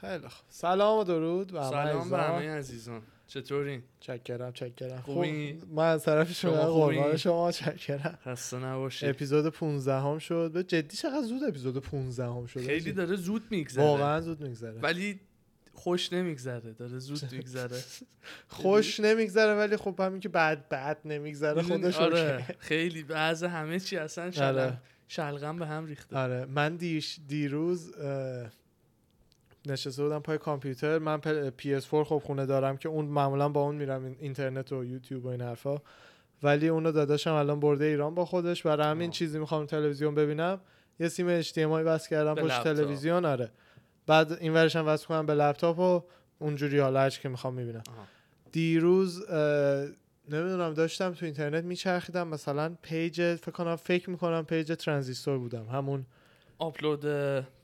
خیلی خوب. سلام و درود به همه سلام به عزیزان. همه عزیزان چطورین چکرم چکرم خوبی؟ خب، من از طرف شما شما خوبی؟ قربان شما چکرم خسته نباشید اپیزود 15 هم شد به جدی چقدر زود اپیزود 15 هم شد خیلی داره زود میگذره واقعا زود میگذره ولی خوش نمیگذره داره زود میگذره خوش نمیگذره ولی خب همین که بعد بعد نمیگذره خودش آره اوکی. خیلی بعض همه چی اصلا آره. شلغم شلغم به هم ریخته آره من دیش دیروز اه، نشسته بودم پای کامپیوتر من پل- PS4 خب خونه دارم که اون معمولا با اون میرم این- اینترنت و یوتیوب و این حرفا ولی اونو داداشم الان برده ایران با خودش برای همین آه. چیزی میخوام تلویزیون ببینم یه سیم HDMI بس کردم به پشت لپتاپ. تلویزیون آره بعد این ورش هم وصل کنم به لپتاپ و اونجوری حالا هرچی که میخوام میبینم آها. دیروز نمیدونم داشتم تو اینترنت میچرخیدم مثلا پیج فکر کنم فکر میکنم پیج ترانزیستور بودم همون آپلود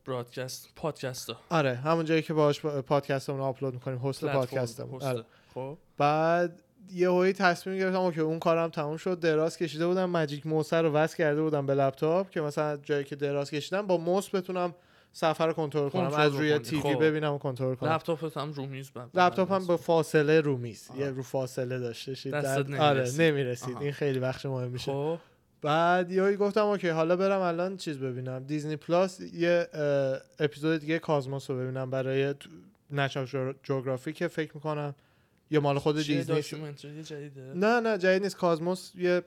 برادکست پادکست ها آره همون جایی که باهاش با- پادکستمون رو آپلود میکنیم هست پادکستمون آره. خب بعد یه هوی تصمیم گرفتم اوکی اون کارم تموم شد دراز کشیده بودم مجیک موس رو وصل کرده بودم به لپتاپ که مثلا جایی که دراز کشیدم با موس بتونم صفحه رو کنترل کنم کنترل از روی کنی. تیوی خب. ببینم و کنترل کنم لپتاپت هم رو میز بند آره. لپتاپ هم به فاصله رو میز آها. یه رو فاصله داشته شید دستت درد- آره نمی‌رسید. نمیرسید آها. این خیلی بخش مهم میشه خب بعد یهو گفتم اوکی حالا برم الان چیز ببینم دیزنی پلاس یه اه، اپیزود دیگه کازموس رو ببینم برای نشان جغرافی که فکر میکنم یا مال خود چیه دیزنی داکیومنتری جدیده نه نه جدید نیست کازموس یه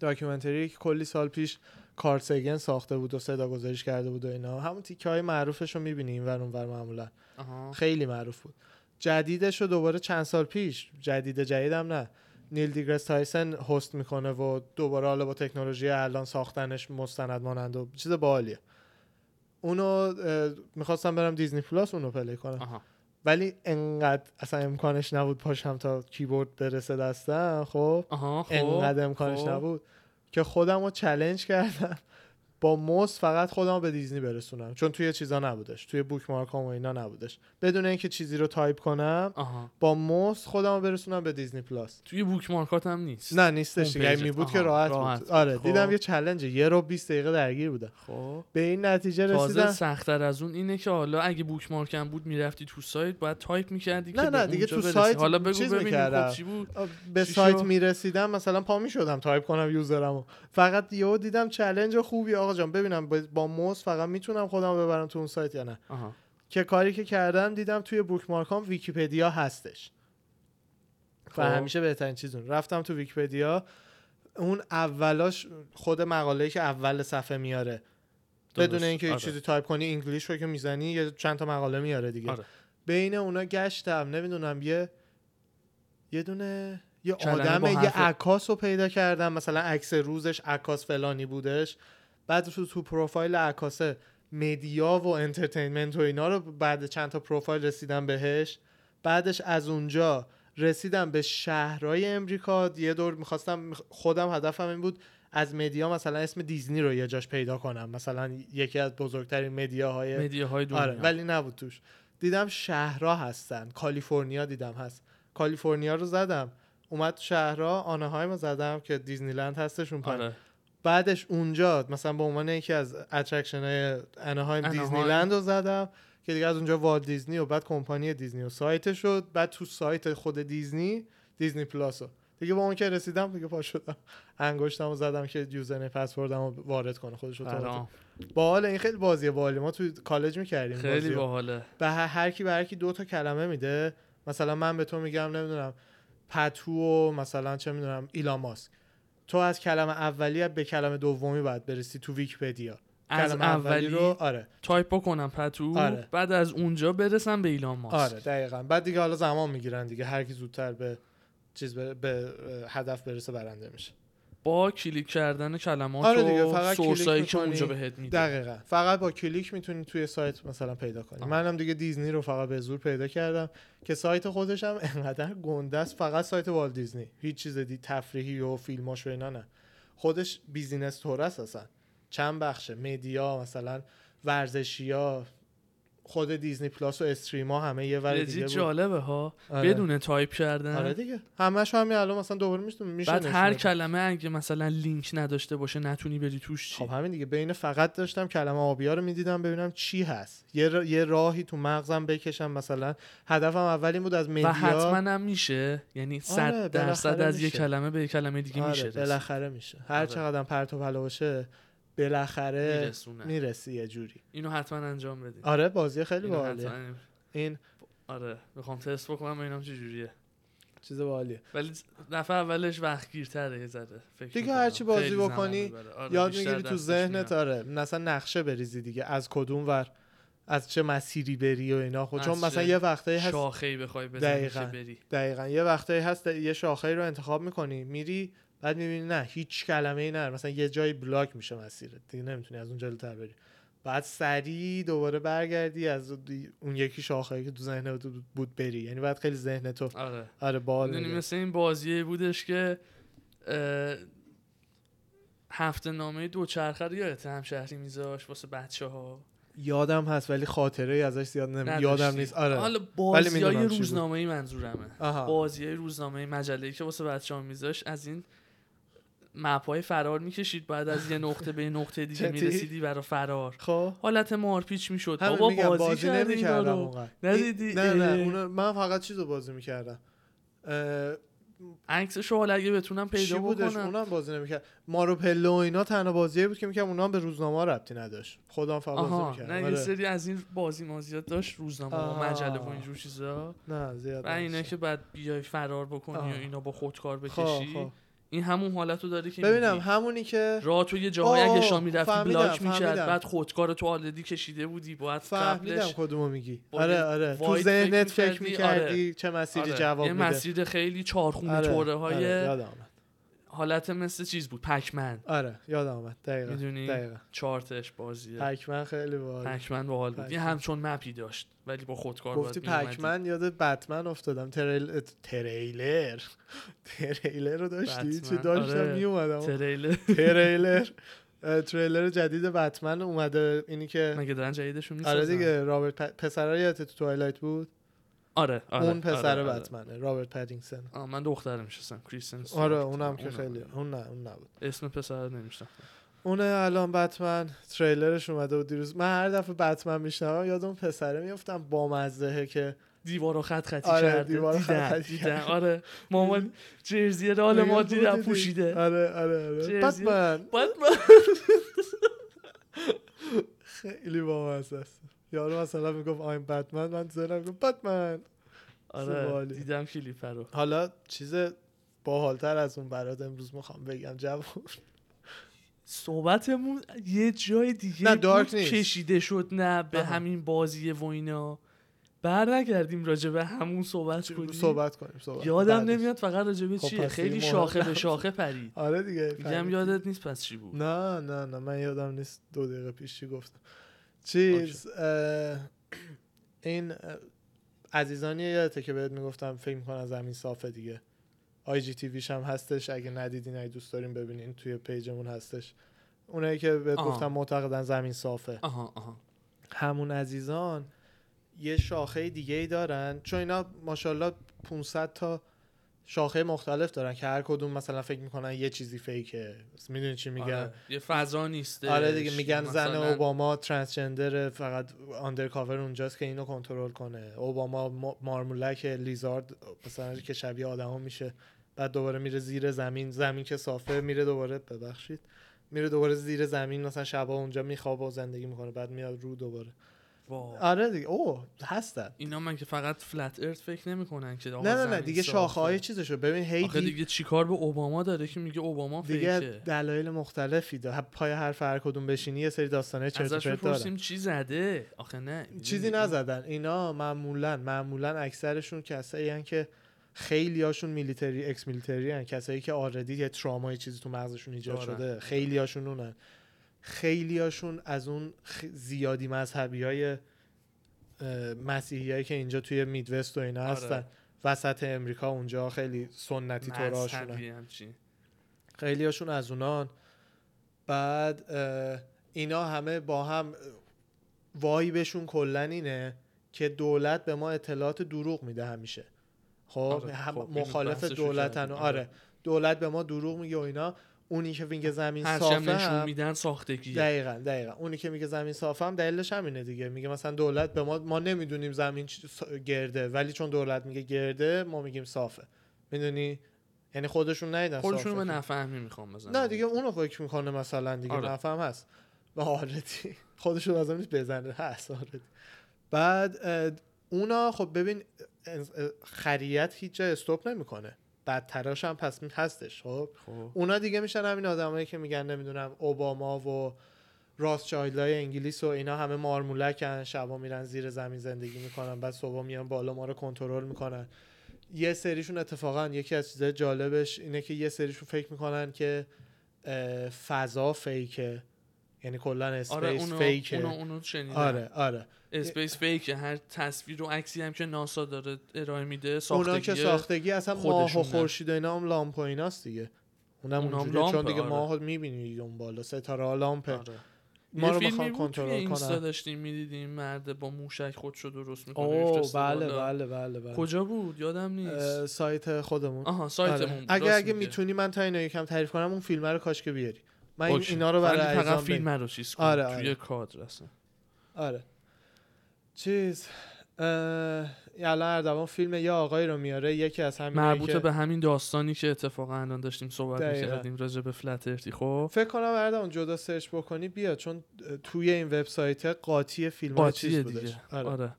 داکیومنتری که کلی سال پیش کارل سیگن ساخته بود و صدا گذاریش کرده بود و اینا همون تیکه های معروفش رو میبینی اینور اونور معمولا آها خیلی معروف بود جدیدش رو دوباره چند سال پیش جدید جدیدم نه نیل دیگرس تایسن هست میکنه و دوباره حالا با تکنولوژی الان ساختنش مستند مانند و چیز باحالیه اونو میخواستم برم دیزنی پلاس اونو پلی کنم آها ولی انقدر اصلا امکانش نبود پاشم تا کیبورد برسه دستم خب آها خب انقدر امکانش خب. نبود که خودم رو چلنج کردم با موس فقط خودم رو به دیزنی برسونم چون توی چیزا نبودش توی بوک مارک و اینا نبودش بدون اینکه چیزی رو تایپ کنم آها با موس خودم رو برسونم به دیزنی پلاس توی بوک مارکات هم نیست نه اون نیستش دیگه پیجه. می بود که آها، راحت, راحت بود بود. آره خب. دیدم یه چلنجه یه رو 20 دقیقه درگیر بودم خب به این نتیجه تازه رسیدم سختتر از اون اینه که حالا اگه بوک مارکم بود میرفتی تو سایت باید تایپ میکردی نه، که نه، به دیگه اونجا تو برسی. سایت حالا بگو چیز ببینیم می‌کردم. خب چی بود به چی سایت شد؟ میرسیدم مثلا پا میشدم تایپ کنم یوزرم و فقط یهو دیدم چلنج خوبی آقا جان ببینم با- با موس فقط میتونم خودم رو ببرم تو اون سایت یا نه آها که کاری که کردم دیدم توی بوکمارک هم ویکیپدیا هستش خب. و همیشه بهترین چیزون رفتم تو ویکیپدیا اون اولاش خود مقاله که اول صفحه میاره بدون درست. اینکه آره. هیچ چیزی تایپ کنی انگلیش رو که میزنی یه چند تا مقاله میاره دیگه آره. بین اونا گشتم نمیدونم یه یه دونه یه کلمه با آدم یه حرف- عکاس رو پیدا کردم مثلا عکس روزش عکاس فلانی بودش بعد تو تو پروفایل عکاسه مدیا و انترتینمنت و اینا رو بعد چند تا پروفایل رسیدم بهش بعدش از اونجا رسیدم به شهرهای امریکا یه دور میخواستم خودم هدفم این بود از مدیا مثلا اسم دیزنی رو یه جاش پیدا کنم مثلا یکی از بزرگترین مدیاهای مدیاهای دنیا آره ولی نبود توش دیدم شهرها هستن کالیفرنیا دیدم هست کالیفرنیا رو زدم اومد تو شهرها آنهایم رو زدم که دیزنی لند هستش اون پایین آره. بعدش اونجا مثلا به عنوان یکی از اترکشن های آنهایم آناهایم. دیزنی لند رو زدم که دیگه از اونجا والت دیزنی و بعد کمپانی دیزنی و سایت شد بعد تو سایت خود دیزنی دیزنی پلاس رو دیگه با اون که رسیدم دیگه پا شدم انگشتم رو زدم که یوزرنیم پسوردم رو وارد کنه خودش رو آرام. با حال این خیلی بازی باحالی ما تو کالج میکردیم خیلی باحاله به هر هر کی به هر کی دو تا کلمه میده مثلا من به تو میگم نمیدونم پتو و مثلا چه میدونم ایلان ماسک تو از کلمه اولی به کلمه دومی باید برسی تو ویکی‌پدیا از کلمه اولی اولی رو آره تایپ بکنم پتو آره. بعد از اونجا برسم به ایلان ماسک آره دقیقا بعد دیگه حالا زمان میگیرن دیگه هر کی زودتر به چیز بر- به هدف برسه برنده میشه با کلیک کردن کلمات آره دیگه، و فقط کلیک سورسایی که می‌کنی. اونجا بهت میده دقیقا فقط با کلیک میتونی توی سایت مثلا پیدا کنی آها. منم دیگه دیزنی رو فقط به زور پیدا کردم که سایت خودش هم انقدر گنده است فقط سایت وال دیزنی هیچ چیز دی تفریحی و فیلماش و اینا نه خودش بیزینس تور است اصلا چند بخشه مدیا مثلا ورزشیا خود دیزنی پلاس و استریما همه یه ور دیگه لجیت بود جالبه ها آره. بدون تایپ کردن آره دیگه همش همین الان مثلا دوباره میشه میشه بعد هر نشون. کلمه اگه مثلا لینک نداشته باشه نتونی بری توش چی خب همین دیگه بین فقط داشتم کلمه آبیا رو میدیدم ببینم چی هست یه, را- یه راهی تو مغزم بکشم مثلا هدفم اول این بود از مدیا و حتما هم میشه یعنی صد آره، درصد بالاخره از یه میشه. کلمه به یه کلمه دیگه آره، میشه رسید. بالاخره میشه هر آره. چقدرم پرت و پلا باشه بالاخره میرسونه. میرسی یه جوری اینو حتما انجام بدین آره بازی خیلی اینو باحاله حتما- این آره میخوام تست بکنم ببینم چه جوریه چیز باحالیه ولی دفعه اولش وقت گیرتره یه ذره فکر دیگه می‌کنم. هرچی بازی خیلی زمان بکنی، می‌بره. آره، یاد بیشتر میگیری تو دستش ذهنت میاد. آره مثلا نقشه بریزی دیگه از کدوم ور از چه مسیری بری و اینا خود چون از مثلا چه یه وقتایی هست شاخه‌ای بخوای بزنی دقیقاً. که بری دقیقا یه وقتایی هست یه شاخه رو انتخاب میکنی میری بعد میبینی نه هیچ کلمه ای نه مثلا یه جایی بلاک میشه مسیرت دیگه نمیتونی از اون جلوتر بری بعد سریع دوباره برگردی از اون یکی شاخه که تو ذهنت بود بری یعنی باید خیلی ذهن تو آره آره بال میدونی بده. مثل این بازیه بودش که اه، هفته نامه دوچرخه رو یادت همشهری میذاش واسه بچه ها یادم هست ولی خاطره ای ازش زیاد نمی... یادم نیست آره حالا بازی می‌دونم های چی بود. روزنامه ای منظورمه آها. بازی های روزنامه مجله که واسه بچه ها میذاش از این مپای فرار میکشید بعد از یه نقطه به یه نقطه دیگه جدی؟ میرسیدی برای فرار خب حالت مارپیچ میشد همین بابا میگم بازی, بازی کرده اینا نمی‌کردم رو اونقدر. ندیدی؟ نه نه اه. اونا- من فقط چیز رو بازی میکردم عکسشو حالا اگه بتونم چی پیدا بودش بکنم اونم بازی نمیکرد مارو پلو اینا تنها بازیه بود که میگم اونا هم به روزنامه ها ربطی نداشت خودم فقط آها بازی نه یه میکردم آره. سری از این بازی مازیات داشت روزنامه و آها. مجله و اینجور چیزا نه زیاد و اینا نداشت. که بعد بیای فرار بکنی آها. و اینا با خودکار خب، بکشی خب. این همون حالت رو داره که ببینم میگی. همونی که راه تو یه جاهای آه، اگه شام میرفتی فهمیدم، بلاک میکرد فهمیدم. بعد خودکار تو آلدی کشیده بودی باید فهمیدم خب، قبلش کدومو میگی با آره یه آره تو واید ذهنت فکر فکر می‌کردی، آره. میکردی چه مسیری آره، جواب یه میده مسیر خیلی چارخونی آره توره های آره، یادم آمد حالت مثل چیز بود پکمن آره یادم آمد دقیقاً میدونی؟ دقیقاً چارتش بازیه پکمن خیلی باحال پکمن باحال بود یه پکمن. همچون مپی داشت ولی با خودکار باید گفتی می‌اومدی. پکمن یاد بتمن افتادم تریل... تریلر تریلر رو داشتی چه بتمن، داشتم آره. میومدم تریلر تریلر اه، تریلر جدید بتمن اومده اینی که مگه دارن جدیدشون میسازن آره دیگه رابرت پ... پسر تو توایلایت بود آره آره اون پسر آره، آره. بتمنه رابرت پدینگسن آه، من دختر میشستم کریستن استیوارت. آره اونم که اونم. خیلی اون نه اون نبود اسم پسر نمیشتم اون الان بتمن تریلرش اومده بود دیروز من هر دفعه بتمن میشنوم یاد اون پسره میفتم با مزهه که دیوارو خط خطی آره، کرده دیوارا خط دیدن خطی دیدن کرده. آره مامان جرزی رال میگم ما بود دیدم دیدی. پوشیده آره آره آره جرزی. بتمن بعد من خیلی با مزه است یارو مثلا میگفت آیم بتمن من زنم میگفت بتمن آره سوالی. دیدم کلیپ رو حالا چیز باحالتر از اون برات امروز میخوام بگم جواب صحبتمون یه جای دیگه نه، دارک بود، نیست. کشیده شد نه به آها. همین بازی و اینا بر نکردیم راجع به همون صحبت کنیم صحبت کنیم صحبت یادم بعدش. نمیاد فقط راجع به خب، چیه پس دیگه خیلی مهم شاخه به نبود. شاخه پرید آره دیگه میگم فهمیدی. یادت نیست پس چی بود نه نه نه من یادم نیست دو دقیقه پیش چی گفتم چیز اه، این اه، عزیزانی یادته که بهت میگفتم فکر میکنم زمین صافه دیگه آی جی تیویش هم هستش اگه ندیدین اگه دوست داریم ببینین توی پیجمون هستش اونایی که بهت آها. گفتم معتقدن زمین صافه آها آها همون عزیزان یه شاخه دیگه ای دارن چون اینا ماشاءالله 500 تا شاخه مختلف دارن که هر کدوم مثلا فکر میکنن یه چیزی فیکه میدونی چی میگن آره. آره. یه فضا نیست دیگه میگن زن اوباما ترنسجندر فقط آندرکاور اونجاست که اینو کنترل کنه اوباما ما- مارمولک لیزارد مثلا که شبیه آدما میشه بعد دوباره میره زیر زمین زمین که صافه میره دوباره ببخشید میره دوباره زیر زمین مثلا شبا اونجا میخوابه و زندگی میکنه بعد میاد رو دوباره آره دیگه او هستن اینا من که فقط فلت ارت فکر نمیکنن که آقا نه نه نه زمین دیگه صافه. شاخه های چیزشو ببین هی آخه دی- دیگه چیکار به اوباما داره که میگه اوباما دیگه, فیکه دلایل مختلفی داره پای حرف هر کدوم بشینی یه سری داستانه چرت و ازش پرت دارن بپرسیم چی زده آخه نه یعنی چیزی نزدن اینا معمولا معمولا اکثرشون کسایی هن که خیلی هاشون میلیتری اکس میلیتری هن کسایی که آردی یه ترامای چیزی تو مغزشون ایجاد دارن. شده خیلی هاشون اونن خیلی هاشون از اون خ- زیادی مذهبی های مسیحی که اینجا توی میدوست و اینا آره. هستن وسط امریکا اونجا خیلی سنتی توراشونن مذهبی همچین. خیلی هاشون از اونان بعد اه، اینا همه با هم وایبشون کلا اینه که دولت به ما اطلاعات دروغ میده همیشه خب, آره، هم- خب، اینو مخالف بحثشو دولتن کردیم، آره دولت به ما دروغ میگه و اینا اونی که میگه زمین هرچی صافه هم نشون هم- میدن ساختگیه دقیقا دقیقا اونی که میگه زمین صافه هم دلیلش همینه دیگه میگه مثلا دولت به ما ما نمیدونیم زمین چ- س- گرده ولی چون دولت میگه گرده ما میگیم صافه میدونی یعنی خودشون نیدن خودشون رو به صافه. نفهمی میخوام بزنم نه دیگه اونو فکر میکنه مثلا دیگه یعنی. آره. نفهم هست و آردی خودشون از نیست بزنه هست آردی بعد اه، اونا خب ببین انس- اه، خریت هیچ جا استوب نمیکنه بدتراش هم پس می- هستش خب خب اونا دیگه میشن همین آدمایی که میگن نمیدونم اوباما و راسچایلدای انگلیس و اینا همه مارمولکن شبا میرن زیر زمین زندگی میکنن بعد صبح میان بالا ما رو کنترل میکنن یه سریشون اتفاقا یکی از چیزای جالبش اینه که یه سریشون فکر میکنن که اه، فضا فیکه یعنی کلا آره اسپیس اونو فیکه اونو, اونو شنیدم آره آره اسپیس فیک هر تصویر و عکسی هم که ناسا داره ارائه میده اونا که ساختگیه ساختگی اصلا ماه و خودشونه. خورشید و اینا هم لامپ و ایناست دیگه اونم اونام اونجوریه چون لامپه، دیگه آره. ماه میبینی دیگه اون بالا ستاره ها لامپه آره. ما یه رو فیلمی بخوان بود توی کنترل اینستا کنن داشتیم میدیدیم مرد با موشک خودشو درست میکنه اوه بله بله بله بله کجا بود یادم نیست اه، سایت خودمون آها آره. سایتمون بود، اگه راست اگه میگه. میتونی من تا اینا یکم تعریف کنم اون فیلم رو کاش که بیاری من این- اوکی. اینا رو برای ولی فقط عزیزان فیلم بگم. رو چیز کن آره، توی آره. کادر اصلا آره چیز اه، الان اردوان فیلم یه آقایی رو میاره یکی از همین مربوط به همین داستانی که اتفاقا الان داشتیم صحبت دقیقاً. میکردیم راجع به فلت ارتی خب فکر کنم اردوان جدا سرچ بکنی بیا چون اه، توی این وبسایت قاطی فیلم های چیز قاطیه بودش. دیگه آره. آره,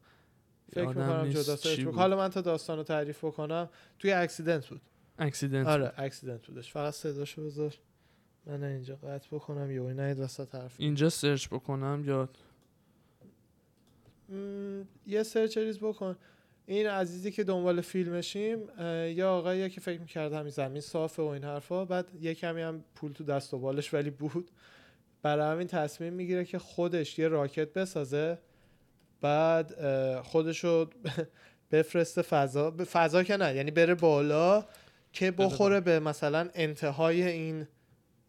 فکر یادم میکنم نیست جدا چی سرچ بکنم بود. حالا من تا داستان رو تعریف بکنم توی اکسیدنت بود اکسیدنت آره اکسیدنت بودش فقط صداشو بذار من اینجا قطع بکنم یه نه وسط حرف اینجا سرچ بکنم یا م، یه سرچ ریز بکن این عزیزی که دنبال فیلمشیم اه، یه آقاییه که فکر میکرد همین زمین صافه و این حرفا بعد یه کمی هم پول تو دست و بالش ولی بود برای همین تصمیم میگیره که خودش یه راکت بسازه بعد اه، خودشو بفرسته فضا به فضا که نه یعنی بره بالا که بره بخوره به مثلا انتهای این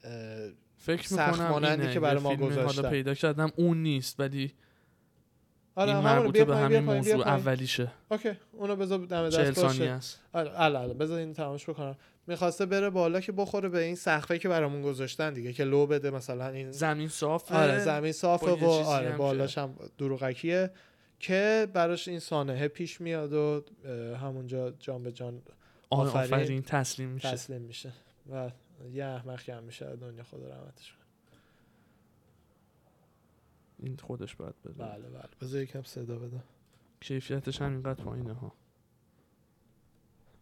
اه، فکر سخت میکنم مانندی اینه که برای یه ما فیلمی گذاشتن. حالا پیدا کردم اون نیست ولی آره این همونو، مربوط بیا به پایین، بیا همین پایین، بیا موضوع پایین. اولیشه اوکی اونو بذار دم دست چهل باشه. ثانیه است آره الان الان بذار این تمامش بکنم میخواسته بره بالا که بخوره به این سقفی که برامون گذاشتن دیگه که لو بده مثلا این زمین صافه آره زمین صافه با یه و چیزی هم آره که- بالاش هم دروغکیه که براش این سانحه پیش میاد و اه، همونجا جان به جان آره، آفرین. آفرین. تسلیم میشه تسلیم میشه و یه احمقی هم میشه از دنیا خدا رحمتش کنه این خودش باید بده بله بله بذار یکم صدا بدم کیفیتش هم اینقدر پایینه ها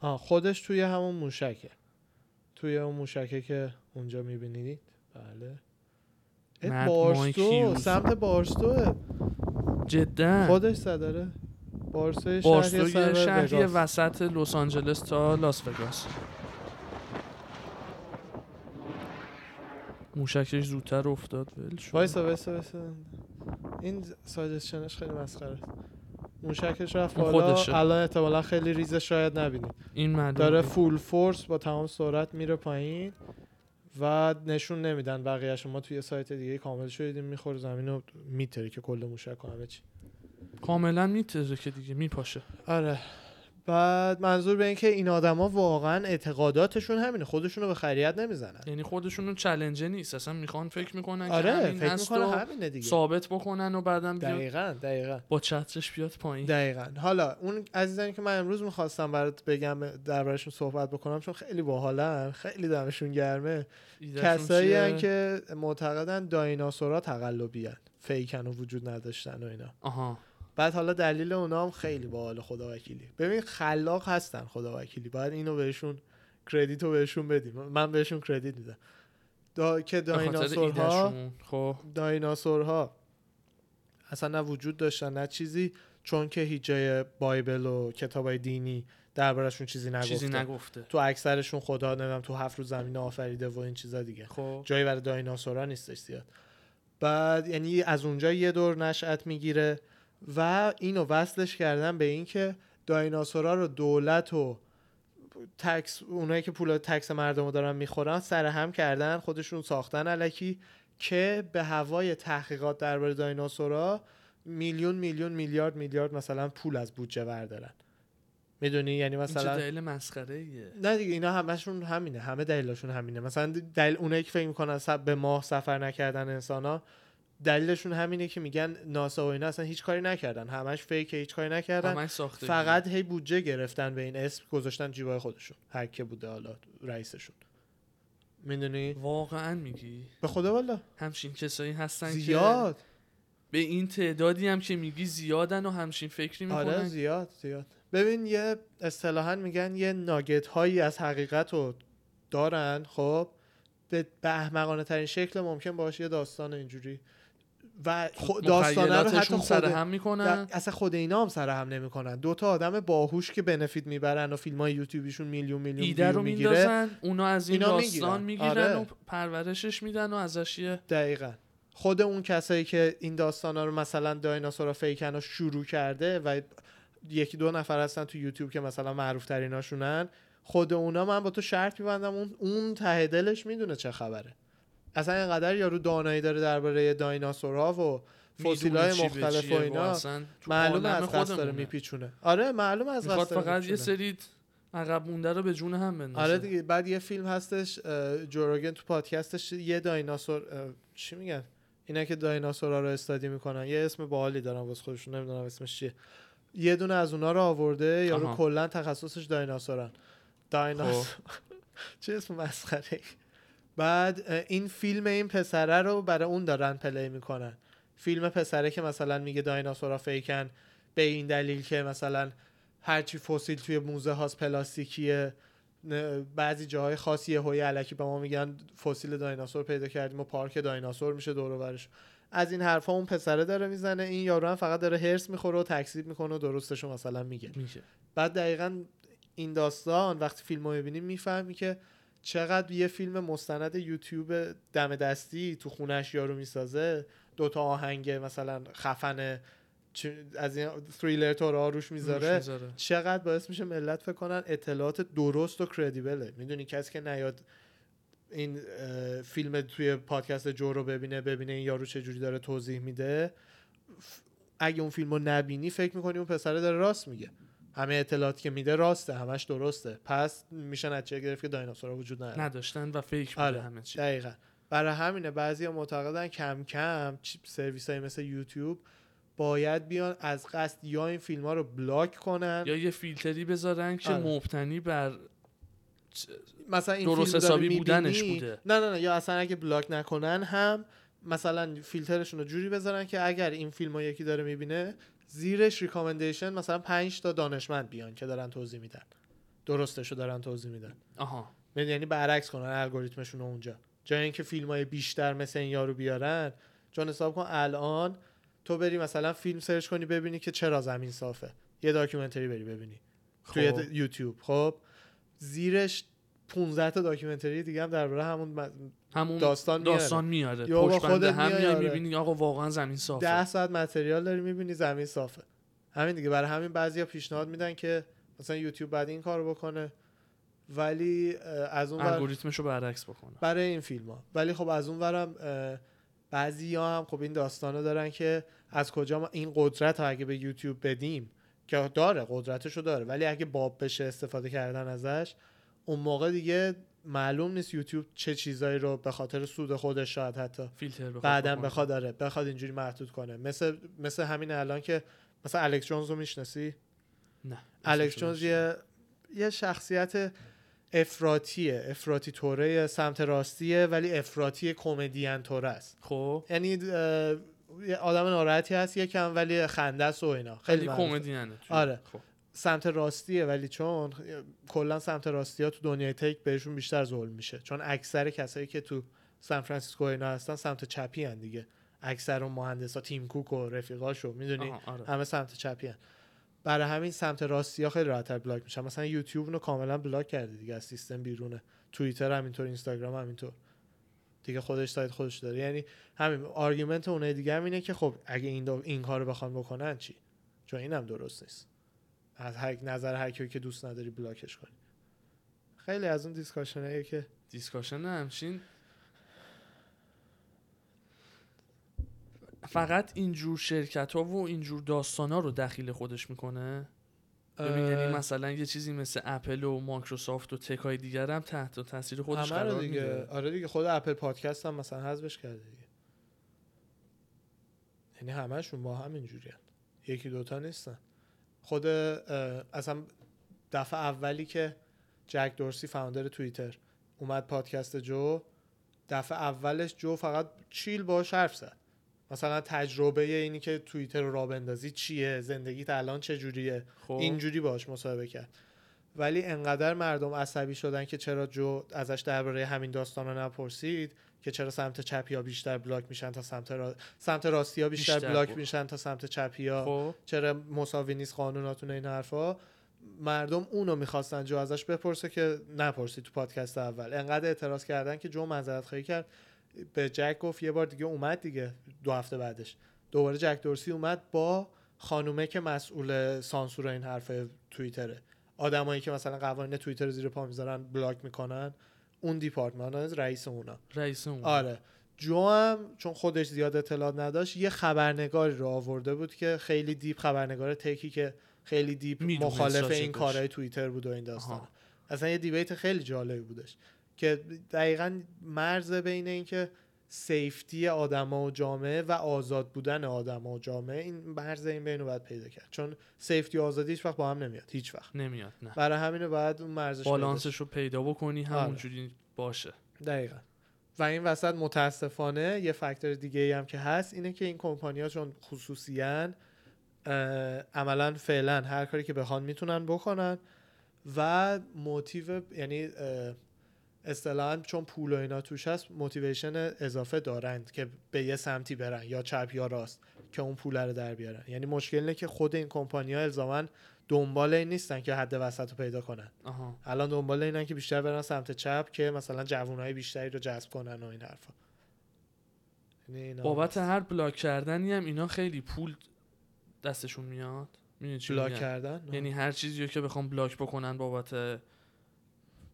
آه خودش توی همون موشکه توی اون موشکه که اونجا میبینید بله اه، مرد بارستو مایکیوس. سمت بارستوه جدا خودش صدره بارسای شهری بارسلوی سرور شهری وگاس. وسط لس آنجلس تا لاس وگاس موشکش زودتر افتاد ول شد وایسا وایسا وایسا این ساجستشنش خیلی مسخره است موشکش رفت اون بالا خودشه. الان احتمالا خیلی ریزه شاید نبینید این معلومه داره فول فورس با تمام سرعت میره پایین و نشون نمیدن بقیه ما توی سایت دیگه کامل شدیدیم میخوره زمین رو میتره که کل موشک و همه چی کاملا میتره که دیگه میپاشه آره بعد منظور به این که این آدما واقعا اعتقاداتشون همینه خودشون رو به خریت نمیزنن یعنی خودشون چلنجه نیست اصلا میخوان فکر میکنن که آره همین فکر هست میکنه و همینه دیگه ثابت بکنن و بعدم بیاد دقیقا دقیقا با چترش بیاد پایین دقیقا حالا اون عزیزانی که من امروز میخواستم برات بگم دربارشون صحبت بکنم چون خیلی باحالن خیلی دمشون گرمه ایدهشون کسایی چیه؟ هن که معتقدن دایناسورا تقلبی هن. فیکن و وجود نداشتن و اینا آها بعد حالا دلیل اونا هم خیلی باحال خدا وکیلی ببین خلاق هستن خدا وکیلی باید اینو بهشون کردیت رو بهشون بدیم من بهشون کردیت میدم دا... که به خاطر دایناسورها ایدهشون خب دایناسورها اصلا نه وجود داشتن نه چیزی چون که هیچ جای بایبل و کتابای دینی دربارشون چیزی نگفته چیزی نگفته تو اکثرشون خدا نمیدونم تو هفت روز زمین آفریده و این چیزا دیگه خب جایی برای دایناسورا نیستش زیاد بعد یعنی از اونجا یه دور نشأت میگیره و اینو وصلش کردن به اینکه دایناسورا رو دولت و تکس اونایی که پول تکس مردم رو دارن میخورن سر هم کردن خودشون ساختن علکی که به هوای تحقیقات درباره دایناسورا میلیون میلیون میلیارد میلیارد مثلا پول از بودجه بردارن میدونی یعنی این چه مثلا دلیل مسخره ایه نه دیگه اینا همشون همینه همه دلیلشون همینه مثلا دلیل اونایی که فکر میکنن سب به ماه سفر نکردن انسان ها دلیلشون همینه که میگن ناسا و اینا اصلا هیچ کاری نکردن همش فیک هیچ کاری نکردن همش ساخته فقط هی بودجه گرفتن به این اسم گذاشتن جیبای خودشون هر که بوده حالا رئیسشون میدونی واقعا میگی به خدا والا همچین کسایی هستن که زیاد به این تعدادی هم که میگی زیادن و همچین فکری میکنن آره زیاد زیاد ببین یه اصطلاحا میگن یه ناگت هایی از حقیقت رو دارن خب به, به احمقانه ترین شکل ممکن باشه یه داستان اینجوری و خب داستانه رو حتی مخیلاتشون خود سر هم در- میکنن اصلا خود اینا هم سر هم نمیکنن دو تا آدم باهوش که بنفیت میبرن و فیلم های یوتیوبیشون میلیون میلیون ایده ویو رو میگیره میندازن اونا از این اینا داستان میگیرن. میگیرن آره. و پرورشش میدن و ازش یه دقیقا خود اون کسایی که این داستان رو مثلا دایناسورا فیکن رو شروع کرده و یکی دو نفر هستن تو یوتیوب که مثلا معروف تریناشونن خود اونا من با تو شرط میبندم اون اون ته دلش میدونه چه خبره اصلا اینقدر یارو دانایی داره درباره دایناسورها و میدونه فسیلای چی به مختلف و چیه اینا اصلا تو معلومه عالم از قصد داره خودمونه. میپیچونه آره معلومه از میخواد قصد داره فقط یه می‌پیچونه. سری عقب مونده رو به جون هم بندازه آره دیگه بعد یه فیلم هستش اه، جوروگن تو پادکستش یه دایناسور اه، چی میگن اینا که دایناسورا رو استادی میکنن یه اسم باحالی دارن واسه خودشون نمیدونم اسمش چیه یه دونه از اونا رو آورده یارو آها. کلا تخصصش دایناسورن دایناسور چه اسم مسخره بعد اه، این فیلم این پسره رو برای اون دارن پلی میکنن فیلم پسره که مثلا میگه دایناسورا فیکن به این دلیل که مثلا هرچی فسیل توی موزه هاست پلاستیکیه نه، بعضی جاهای خاصی هوی علکی به ما میگن فسیل دایناسور پیدا کردیم و پارک دایناسور میشه دور و برش از این حرفا اون پسره داره میزنه این یارو هم فقط داره هرس میخوره و تکذیب میکنه و درستش رو مثلا میگه میشه بعد دقیقا این داستان وقتی فیلم رو میبینیم میفهمی که چقدر یه فیلم مستند یوتیوب دم دستی تو خونش یارو میسازه دوتا آهنگ مثلا خفن چ- از این تریلر تو را روش روش میذاره آره. می‌ذاره. چقدر باعث میشه ملت فکر کنن اطلاعات درست و کردیبله میدونی کسی که نیاد این اه، فیلم توی پادکست جو رو ببینه ببینه این یارو چه جوری داره توضیح میده ف- اگه اون فیلم رو نبینی فکر میکنی اون پسره داره راست میگه همه اطلاعاتی که میده راسته همش درسته پس میشه نتیجه گرفت که دایناسورها وجود نداره نداشتن و فیک بوده آره همه چی دقیقا برای همینه بعضی معتقدن کم کم سرویس های مثل یوتیوب باید بیان از قصد یا این فیلم ها رو بلاک کنن یا یه فیلتری بذارن که آره. مبتنی بر مثلا این درست فیلم رو حسابی داری بودنش می‌بینی، بوده. نه نه نه یا اصلا اگه بلاک نکنن هم مثلا فیلترشون رو جوری بذارن که اگر این فیلم رو یکی داره میبینه زیرش ریکامندیشن مثلا 5 تا دانشمند بیان که دارن توضیح میدن درستش رو دارن توضیح میدن آها می‌دونی؟ یعنی برعکس کنن الگوریتمشون رو اونجا جای اینکه فیلم های بیشتر مثل این یارو بیارن چون حساب کن الان تو بری مثلا فیلم سرچ کنی ببینی که چرا زمین صافه یه داکیومنتری بری ببینی توی خب. د- یوتیوب خب زیرش 15 تا داکیومنتری دیگه هم درباره همون م- همون داستان داستان, میاره. میاره یا با پشت بنده خودت هم میای، میای آره. میبینی آقا واقعا زمین صافه 10 ساعت متریال داری میبینی زمین صافه همین دیگه برای همین بعضیا پیشنهاد میدن که مثلا یوتیوب بعد این کارو بکنه ولی اه، از اون ور الگوریتمش رو برعکس بکنه برای این فیلم ها ولی خب از اون ورم بعضی ها هم خب این داستان رو دارن که از کجا ما این قدرت ها اگه به یوتیوب بدیم که داره قدرتش رو داره ولی اگه باب بشه استفاده کردن ازش اون موقع دیگه معلوم نیست یوتیوب چه چیزایی رو به خاطر سود خودش شاید حتی فیلتر بخواد بعدا بکنه. بخواد داره بخواد اینجوری محدود کنه مثل مثل همین الان که مثلا الکس جونز رو میشناسی نه الکس اسمشو جونز نمی‌شناسم. یه یه شخصیت افراتیه افراتی توره سمت راستیه ولی افراتی کمدین توره است خب یعنی اه، یه آدم ناراحتی هست یکم ولی خنده است و اینا خیلی خیلی معروفه. کمدینه توی- آره. خب. سمت راستیه ولی چون کلا سمت راستی ها تو دنیای تک بهشون بیشتر ظلم میشه چون اکثر کسایی که تو سان فرانسیسکو اینا هستن سمت چپی هن دیگه اکثر اون مهندسا تیم کوک و رفیقاشو میدونی آها، آره. همه سمت چپی هن. برای همین سمت راستی ها خیلی راحت‌تر بلاک میشن مثلا یوتیوب رو کاملا بلاک کرده دیگه از سیستم بیرونه توییتر همینطور اینستاگرام همینطور دیگه خودش سایت خودش داره یعنی همین آرگومنت اونای دیگه هم اینه که خب اگه این دو- این کارو بخوان بکنن چی چون اینم درست نیست از هر نظر هر کیو که دوست نداری بلاکش کنی خیلی از اون دیسکاشنایی که دیسکاشن همچین فقط اینجور شرکت ها و اینجور داستان ها رو دخیل خودش میکنه ببین یعنی مثلا یه چیزی مثل اپل و مایکروسافت و تک های دیگر هم تحت تاثیر خودش همه رو قرار دیگه میده آره دیگه خود اپل پادکست هم مثلا حذفش کرده دیگه یعنی همشون با هم اینجوریان یکی دوتا نیستن خود اه، اصلا دفعه اولی که جک دورسی فاوندر توییتر اومد پادکست جو دفعه اولش جو فقط چیل باهاش حرف زد مثلا تجربه اینی که توییتر رو راه بندازی چیه زندگیت الان چجوریه خب اینجوری باهاش مصاحبه کرد ولی انقدر مردم عصبی شدن که چرا جو ازش درباره همین داستان رو نپرسید که چرا سمت چپی ها بیشتر بلاک میشن تا سمت را... سمت راستی ها بیشتر, بیشتر بلاک بود. میشن تا سمت چپی ها خب چرا مساوی نیست قانوناتون و این حرفا مردم اونو میخواستن جو ازش بپرسه که نپرسید تو پادکست اول انقدر اعتراض کردن که جو معذرت خواهی کرد به جک گفت یه بار دیگه اومد دیگه دو هفته بعدش دوباره جک دورسی اومد با خانومه که مسئول سانسور این حرف توییتره آدمایی که مثلا قوانین توییتر رو زیر پا میذارن بلاک میکنن اون دیپارتمان رئیس اونا رئیس اون آره جو هم چون خودش زیاد اطلاع نداشت یه خبرنگاری رو آورده بود که خیلی دیپ خبرنگار تکی که خیلی دیپ میدونه مخالف احساساتش. این کارهای توییتر بود و این داستان آها. اصلا یه دیبیت خیلی جالبی بودش که دقیقا مرز بین اینکه سیفتی آدما و جامعه و آزاد بودن آدما و جامعه این مرز این بین رو باید پیدا کرد چون سیفتی و آزادی هیچ وقت با هم نمیاد هیچ وقت نمیاد نه برای همین باید اون مرزش پیدا بالانسش رو پیدا بکنی آره. همونجوری باشه دقیقا و این وسط متاسفانه یه فاکتور دیگه ای هم که هست اینه که این کمپانی ها چون خصوصیان عملا فعلا هر کاری که بخوان میتونن بکنن و موتیو یعنی اه، اصطلاحاً چون پول و اینا توش هست موتیویشن اضافه دارند که به یه سمتی برن یا چپ یا راست که اون پول رو در بیارن یعنی مشکل اینه که خود این کمپانی ها الزاما دنبال این نیستن که حد وسط رو پیدا کنن آها الان دنبال اینن که بیشتر برن سمت چپ که مثلا جوانهای بیشتری رو جذب کنن و این حرفا یعنی اینا بابت هر بلاک کردنی هم اینا خیلی پول دستشون میاد میدونی چی بلاک میگم؟ کردن نه. یعنی هر چیزی رو که بخوام بلاک بکنن بابت نه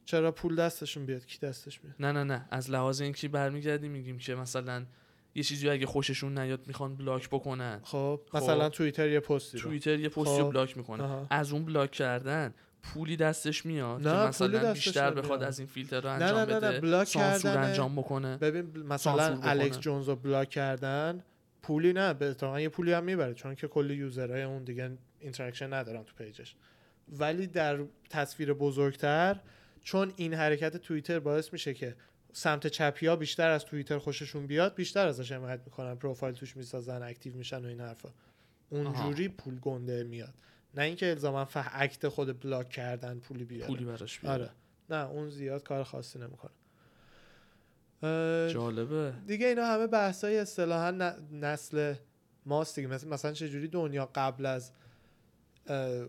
چرا پول دستشون بیاد کی دستش میاد نه نه از لحاظ اینکه برمیگردیم میگیم که مثلا یه چیزی رو اگه خوششون نیاد میخوان بلاک بکنن خب خب. مثلا توییتر یه پستی رو توییتر یه پستی خب. رو بلاک میکنه آها. از اون بلاک کردن پولی دستش میاد نه، که پولی مثلا دستش بیشتر نمیاد. بخواد از این فیلتر رو نه، انجام نه، نه، بده نه، بلاک سانسور کردنه. بله. انجام بکنه ببین ب- مثلا سانسور بکنه. الکس جونز رو بلاک کردن پولی نه به اتفاقا یه پولی هم میبره چون که کلی یوزرهای اون دیگه اینتراکشن ندارن تو پیجش ولی در تصویر بزرگتر چون این حرکت توییتر باعث میشه که سمت چپی ها بیشتر از توییتر خوششون بیاد بیشتر ازش حمایت میکنن پروفایل توش میسازن اکتیو میشن و این حرفا اونجوری پول گنده میاد نه اینکه الزاما فه اکت خود بلاک کردن پولی بیاره پولی براش بیاد آره نه اون زیاد کار خاصی نمیکنه اه، جالبه دیگه اینا همه بحث های اصطلاحا ن- نسل ماست دیگه مثل مثلا چجوری دنیا قبل از اه،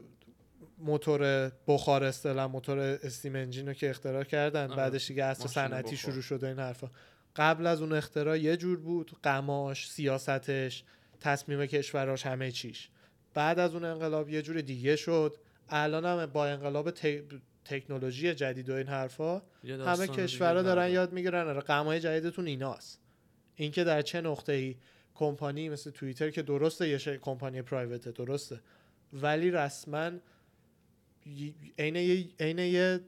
موتور بخار اصطلاحا موتور استیم انجین رو که اختراع کردن آره. بعدش دیگه اصل ماشین صنعتی بخار. شروع شده این حرفا قبل از اون اختراع یه جور بود قماش سیاستش تصمیم کشوراش همه چیش بعد از اون انقلاب یه جور دیگه شد الان هم با انقلاب ت- تکنولوژی جدید و این حرفا یه داستان همه دیگه کشورها دارن داره. یاد میگیرن آره قمای جدیدتون ایناست اینکه در چه نقطه ای کمپانی مثل توییتر که درسته یه شه- کمپانی پرایوته درسته ولی رسما ی- عین یه- عین یه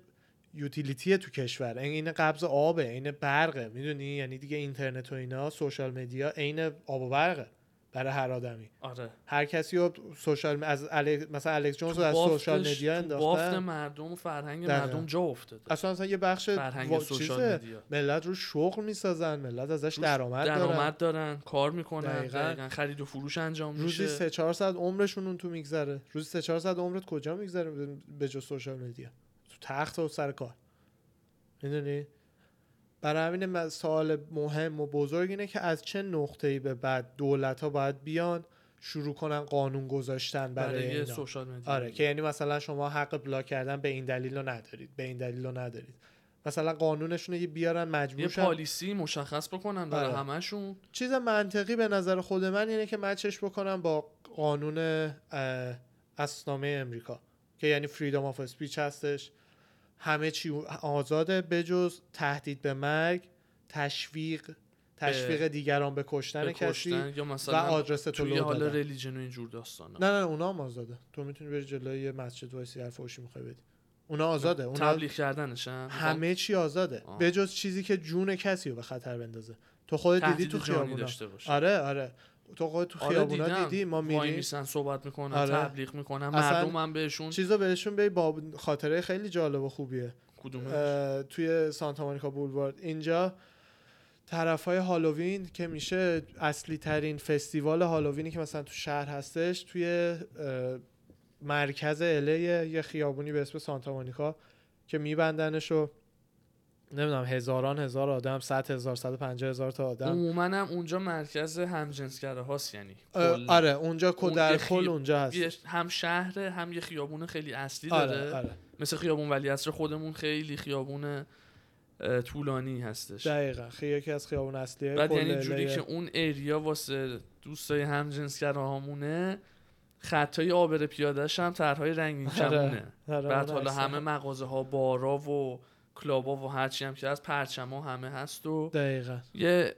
یوتیلیتی تو کشور عین قبض آبه عین برقه میدونی یعنی دیگه اینترنت و اینا سوشال مدیا عین آب و برقه برای هر آدمی آره هر کسی رو سوشال از الک- مثلا الکس جونز رو تو از سوشال بافتش- مدیا تو بافت انداختن مردم و فرهنگ دقیقا. مردم جا افتاده اصلا اصلا یه بخش فرهنگ وا- سوشال چیزه. مدیا ملت رو شغل میسازن ملت ازش روش درآمد دارن درآمد دارن کار میکنن دقیقا. دقیقا. خرید و فروش انجام روزی میشه سه چهار ساعت عمرشون اون تو میگذره روزی سه چهار ساعت عمرت کجا میگذره به جز سوشال مدیا تو تخت و سر کار میدونی برای همین م- سوال مهم و بزرگ اینه که از چه نقطه ای به بعد دولت ها باید بیان شروع کنن قانون گذاشتن برای, برای اینا. سوشال مدیا آره که یعنی مثلا شما حق بلاک کردن به این دلیل رو ندارید به این دلیل رو ندارید مثلا قانونشون رو یه بیارن یه مجبور شن پالیسی مشخص بکنن برای آره. همشون چیز منطقی به نظر خود من اینه که مچش بکنم با قانون اه، اسنامه امریکا که یعنی فریدم آف اسپیچ هستش همه چی آزاده بجز تهدید به مرگ تشویق تشویق دیگران به کشتن به کسی کشتن یا و مثلا آدرس تو توی لو حال دادن. ریلیجن و اینجور داستانا نه نه اونا هم آزاده تو میتونی بری جلوی یه مسجد وایسی هر فوشی میخوای بدی اونا آزاده اونا تبلیغ کردنش هم همه چی آزاده آه. به جز چیزی که جون کسی رو به خطر بندازه تو خودت دیدی تهدید تو جانی خیابونا داشته باشه آره آره تو خودت تو آره خیابونا دیدم. دیدی ما وای میریم میسن صحبت میکنن آره. تبلیغ میکنن اصلا مردم هم بهشون چیزو بهشون بگی با خاطره خیلی جالب و خوبیه کدومه اه، توی سانتا مونیکا بولوارد اینجا طرف های هالووین که میشه اصلی ترین فستیوال هالووینی که مثلا تو شهر هستش توی اه، مرکز اله یه خیابونی به اسم سانتا مونیکا که میبندنش و نمیدونم هزاران هزار آدم صد هزار صد و پنجاه هزار تا آدم عموما هم اونجا مرکز همجنسگره هاست یعنی اه، کلاً. آره اونجا کل اون در یه کل خی- اونجا هست یه هم شهره هم یه خیابون خیلی اصلی داره آره آره مثل خیابون ولیعصر خودمون خیلی خیابون اه، طولانی هستش دقیقا خی- یکی از خیابون اصلیه بعد کل یعنی LA. جوری که اون اریا واسه دوستای همجنسگراهامونه خطای آبر پیادهش هم طرحهای رنگین آره. کمونه آره، بعد اون حالا اصلا. همه مغازه ها بارا و کلابا و هرچی هم که هست پرچما همه هست و دقیقا یه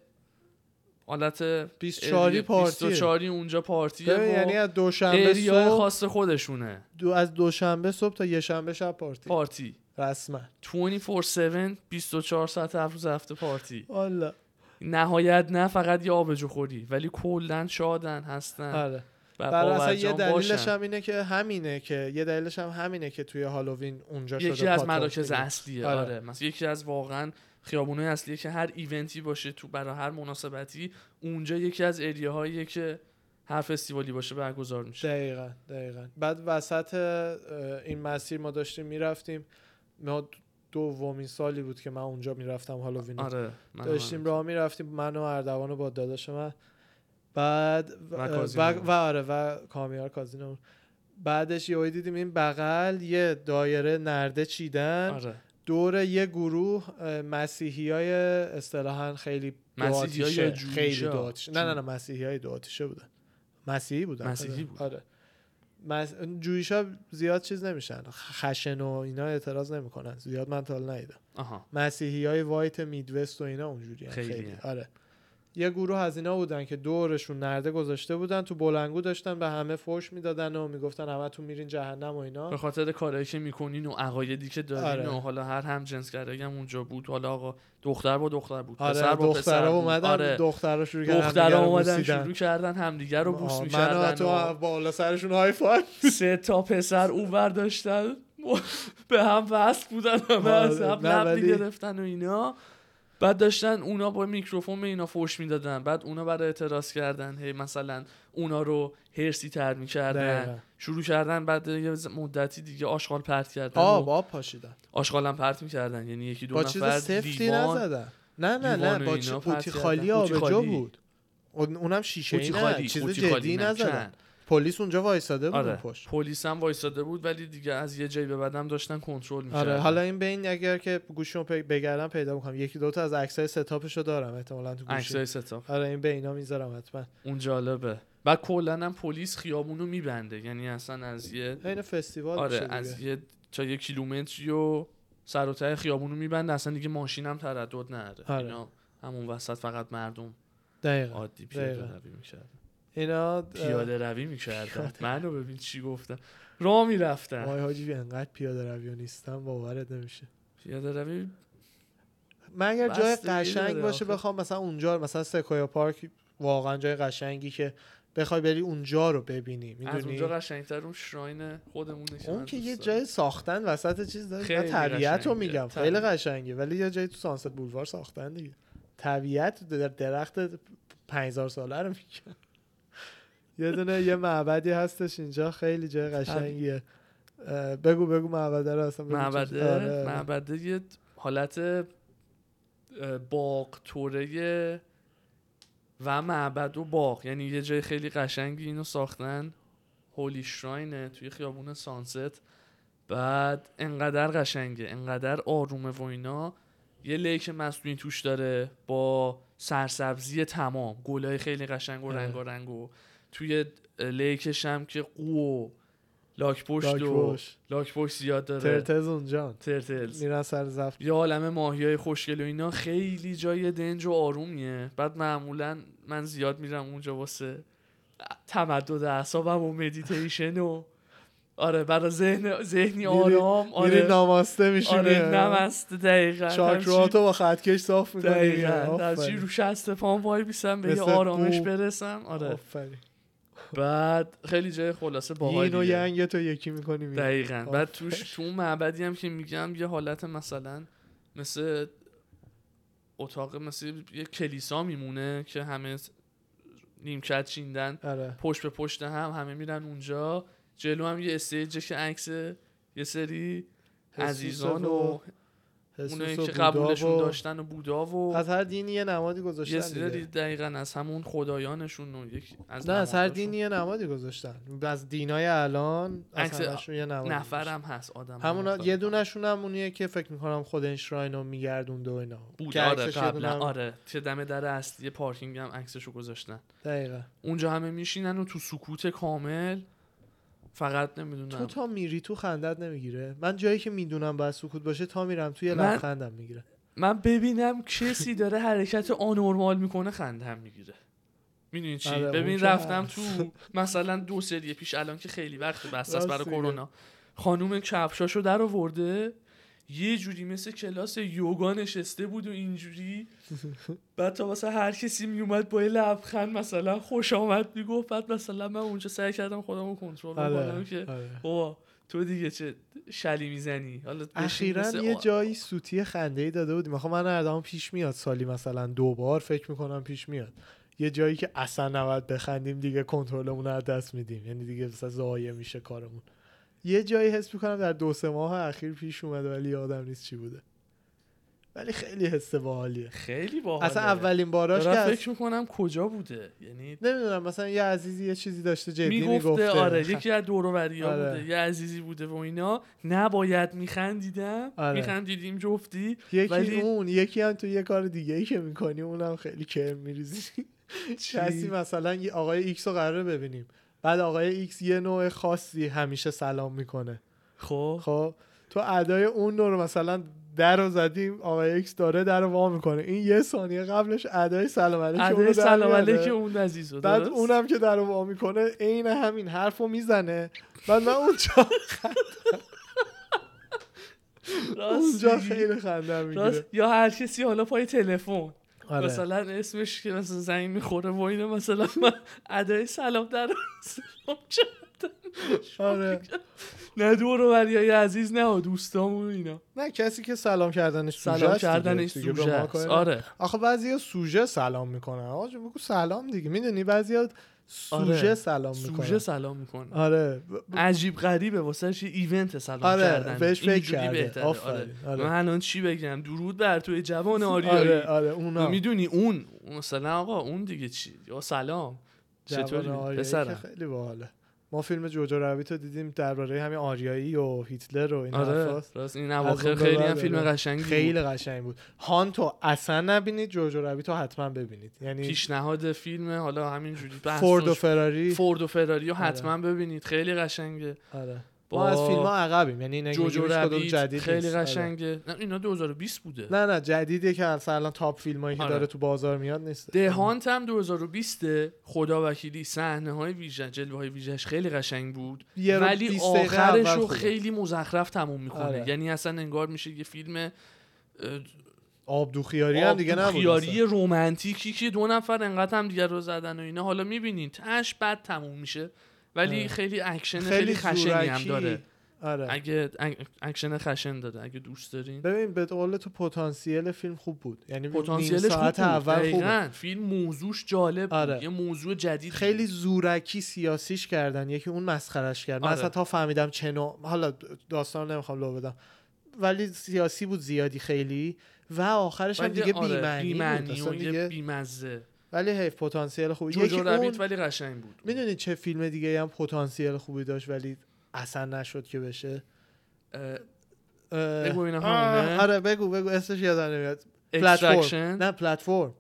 حالت 24 اریا- پارتیه 24 اونجا پارتیه ببین، و یعنی از دوشنبه اریا صبح خاص خودشونه دو از دوشنبه صبح تا یه شنبه شب پارتی پارتی رسما 24/7 24 ساعت هر روز هفته پارتی والا نهایت نه فقط یه آبجو خوری ولی کلا شادن هستن آره و برای اصلا یه پابرجام دلیلش باشن. هم اینه که همینه که یه دلیلش هم همینه که توی هالووین اونجا شده یکی از پاتوق مراکز دیگه. اصلیه آره. آره. مثلا یکی از واقعا خیابونای اصلیه که هر ایونتی باشه تو برای هر مناسبتی اونجا یکی از اریاهاییه که هر فستیوالی باشه برگزار میشه دقیقا دقیقا بعد وسط اه، این مسیر ما داشتیم میرفتیم ما دومین سالی بود که من اونجا میرفتم هالووین آره من داشتیم داشتیم راه میرفتیم من و اردوان و با داداش من بعد و, و و, کازینو. و آره و کامیار کازینو بعدش یهو دیدیم این بغل یه دایره نرده چیدن آره دور یه گروه مسیحی های اصطلاحا خیلی دو مسیحی‌های آتیشه، جوجا. خیلی دو آتیشه. نه نه نه مسیحی های دو آتیشه بودن مسیحی بودن مسیحی آره. بود. آره مس... جویشا زیاد چیز نمیشن خشن و اینا اعتراض نمیکنن زیاد من تا حالا ندیدم آها مسیحی های وایت میدوست و اینا اونجوری خیلی, خیلی خیلی. هن. آره یه گروه از اینا بودن که دورشون نرده گذاشته بودن تو بلنگو داشتن به همه فوش میدادن و میگفتن همه تو میرین جهنم و اینا به خاطر کارهایی که میکنین و عقایدی که دارین آره. و حالا هر هم جنسگرایی هم اونجا بود حالا آقا دختر با دختر بود آره پسر با پسر دخترا بود. اومدن آره. دخترا شروع کردن دخترها همدیگه رو اومدن بوسیدن. شروع کردن همدیگه رو بوس آه، میکردن من و تو بالا سرشون های فای سه تا پسر اونور داشتن به هم وصل بودن همه آره، از هم نه، لب ولی- میگرفتن و اینا بعد داشتن اونا با میکروفون به اینا فوش میدادن بعد اونا برای اعتراض کردن هی مثلا اونا رو هرسی تر دقیقا. میکردن شروع کردن بعد یه ز- مدتی دیگه آشغال پرت کردن آه و با آب پاشیدن آشغالم پرت میکردن یعنی یکی دو با چیز نفر سفتی دیوان نزدن نه نه دیوان نه و با اینا چی- پرت قوطی کردن. خالی قوطی آبجو خالی. بود اون- اونم شیشه قوطی نه خالی چیز قوطی جدی خالی نه، نزدن چند. پلیس اونجا وایساده بود اون آره پشت پلیس هم وایساده بود ولی دیگه از یه جایی به بعدم داشتن کنترل میکردن آره حالا این بین اگر که گوشیمو پی- بگردم پیدا میکنم یکی دوتا از عکسای ستاپشو دارم احتمالا تو گوشی عکسای ستاپ آره این بینا میذارم حتما اون جالبه و کلا هم پلیس خیابون رو میبنده یعنی اصلا از یه این فستیوال آره میشه دیگه. از یه تا یه کیلومتری و سر و ته خیابون رو میبنده اصلا دیگه ماشین هم تردد نره آره. اینا همون وسط فقط مردم دقیقا عادی پیاده دقیقا. روی میکردن اینا اه، آره. پیاده روی میکردن منو ببین چی گفتم راه میرفتن وای حاجی انقدر پیاده روی نیستم باورت نمیشه پیاده روی من اگر جای بستگی داره قشنگ باشه آخه. بخوام مثلا اونجا مثلا سکویا پارک واقعا جای قشنگی که بخوای بری اونجا رو ببینی از اونجا میدونی قشنگتر اون شراین خودمونه من اون که دوست یه دارم. جای ساختن وسط چیز داره من خیلی طبیعت رو قشنگه. میگم خیلی قشنگه ولی یه جایی تو سانست بولوار ساختن دیگه طبیعت در درخت 5000 ساله رو میگم یه دونه یه معبدی هستش اینجا خیلی جای قشنگیه اه، بگو بگو معبده رو اصلا بگو چه- آره، معبده آره. معبده یه حالت اه، باغ توره و معبد و باغ یعنی یه جای خیلی قشنگی اینو ساختن هولی شراینه توی خیابون سانست بعد انقدر قشنگه انقدر آرومه و اینا یه لیک مصنوعی توش داره با سرسبزی تمام گلای خیلی قشنگ و آره. رنگارنگ و توی لیکش هم که قو و لاک پشت و لاک‌پشت. لاک پشت زیاد داره ترتز اونجا ترتلز میرن سر زفت یه عالم ماهی های خوشگل و اینا خیلی جای دنج و آرومیه بعد معمولا من زیاد میرم اونجا واسه تمدد اعصابم و مدیتیشن و آره برای ذهن ذهنی میری- آرام میری آره ناماسته میشونی آره نمست دقیقا چاکراتو با خطکش صاف میکنی دقیقا همچین رو شست پام وای بیسم به یه مثل آرامش قو. برسم آره بعد خیلی جای خلاصه باحالی این و دیگه. ینگ تو یکی میکنی میری دقیقا آفرین. بعد توش تو اون معبدی هم که میگم یه حالت مثلا مثل اتاق مثل یه کلیسا میمونه که همه نیمکت چیندن آره پشت به پشت هم همه میرن اونجا جلو هم یه استیجه که عکس یه سری عزیزان و اونایی حسوس و که بودا قبولشون و- داشتن و بودا و از هر دینی یه نمادی گذاشتن یه سری دیگه. دقیقا از همون خدایانشون و یک از نه از هر نمادهاشون. دینی یه نمادی گذاشتن از دینای الان از عکس همشون یه نمادی گذاشتن. نفرم هست آدم همون یه دونشون هم اونیه که فکر میکنم خود انشراین رو میگردوند و اینا بود که آره عکسش یه قبلا دونم- آره چه دم در اصلی پارکینگ هم عکسشو گذاشتن دقیقا اونجا همه میشینن و تو سکوت کامل فقط تو نمیدونم تا میری تو خندت نمیگیره من جایی که میدونم باید سکوت باشه تا میرم توی من- لبخندم میگیره من ببینم کسی داره حرکت آنورمال میکنه خنده هم میگیره میدونی چی آره، اون ببین که رفتم هست. تو مثلا دو سری پیش الان که خیلی وقت بس است راست برای میگه. کرونا خانوم کفشاشو در آورده یه جوری مثل کلاس یوگا نشسته بود و اینجوری بعد تا واسه هر کسی میومد با یه لبخند مثلا خوش آمد میگفت بعد مثلا من اونجا سعی کردم خودم رو کنترل کنم که آره. بابا تو دیگه چه شلی میزنی حالا بشین اخیرا مثل یه آ- جایی سوتی خنده ای داده بودیم آخه من اردام پیش میاد سالی مثلا دو بار فکر میکنم پیش میاد یه جایی که اصلا نباید بخندیم دیگه کنترلمون رو از دست میدیم یعنی دیگه مثلا ضایع میشه کارمون یه جایی حس میکنم در دو سه ماه اخیر پیش اومده ولی یادم نیست چی بوده ولی خیلی حس باحالیه خیلی باحاله اصلا اولین باراش که دارم از- فکر میکنم کجا بوده یعنی نمیدونم مثلا یه عزیزی یه چیزی داشته جدی میگفته میگفته آره یکی از دوروبری ها آره. بوده یه عزیزی بوده و اینا نباید میخندیدم آره. میخندیدیم جفتی یکی ولی- اون یکی هم تو یه کار دیگه ای که میکنی اونم خیلی کرم میریزی کسی مثلا یه آقای ایکس رو قراره ببینیم بعد آقای ایکس یه نوع خاصی همیشه سلام میکنه خب خب تو ادای اون نوع رو مثلا در رو زدیم آقای ایکس داره در رو وا میکنه این یه ثانیه قبلش ادای سلام علیک اونو عده در سلام میاره. علیک اون عزیز رو بعد درست؟ اونم که در رو وا میکنه عین همین حرف رو میزنه بعد من اونجا راست اونجا میگی. خیلی خندم میگیره راست یا هر کسی حالا پای تلفن آره. مثلا اسمش که مثلا زنگ میخوره و اینا مثلا من ادای سلام در سلام کردم. آره. نه دوروبری عزیز نه دوستامون و اینا نه کسی که سلام کردنش سوژه سلام است دیگه. کردن دیگه به سوژه ما است. کاری آره آخه بعضی سوژه سلام میکنن آقا جون بگو سلام دیگه میدونی بعضی سوژه آره. سلام میکنن سوژه سلام میکنه آره ب- ب- عجیب غریبه واسه یه ایونت سلام آره، کردن بهش فکر اینجوری کرده. بهتره. آفرین، آره. من الان چی بگم درود بر توی جوان آریایی آره آره اونا میدونی اون مثلا آقا اون دیگه چی یا سلام جوان چطوری آریایی که پسرم خیلی باحاله ما فیلم جوجو راویت رو دیدیم درباره همین آریایی و هیتلر و این آره حرفاست. راست این از اواخر اون به خیلی بعد، هم فیلم آره. قشنگی بود. خیلی قشنگ بود هانتو اصلا نبینید جوجو راویت رو حتما ببینید یعنی پیشنهاد فیلم حالا همینجوری بحث فورد و روش- فراری فورد و فراری رو آره. حتما ببینید خیلی قشنگه آره ما با از فیلم ها عقبیم یعنی نگیم جوجو هیچ کدوم رابیت جدید خیلی نیست. آره. قشنگه نه اینا 2020 بوده نه نه جدیدی که اصلا الان تاپ فیلم هایی که آره. داره تو بازار میاد نیست دهانت هم 2020 خدا وکیلی صحنه های ویژه جلوه های ویژهش خیلی قشنگ بود یه رو ولی 20 دقیقه آخرش اول رو خوبه. خیلی مزخرف تموم میکنه آره. یعنی اصلا انگار میشه یه فیلم آبدوخیاری هم دیگه نبود خیاری رومنتیکی که دو نفر انقدر هم دیگر رو زدن و اینا حالا میبینین تش بد تموم میشه ولی آره. خیلی اکشن اصلا. خیلی, خشنی هم زورکی. داره آره اگه اگ- اکشن خشن داره اگه دوست دارین ببین به قول تو پتانسیل فیلم خوب بود یعنی پتانسیلش نیم خوب ساعت بود. اول خوب دقیقاً. فیلم موضوعش جالب بود. آره. یه موضوع جدید خیلی زورکی سیاسیش کردن یکی اون مسخرش کرد من آره. اصلا تا فهمیدم چه نوع حالا داستان رو نمیخوام لو بدم ولی سیاسی بود زیادی خیلی و آخرش هم ولی دیگه آره، بی‌معنی بی‌معنی بود اصلا و یه دیگه- بیمزه ولی حیف پتانسیل خوب یکی جوجو اون رابیت ولی قشنگ بود میدونید چه فیلم دیگه هم پتانسیل خوبی داشت ولی اصلا نشد که بشه اه، اه، بگو اینا آه، همونه آره بگو بگو اسمش یادم نمیاد پلتفرم اکسترکشن نه پلتفرم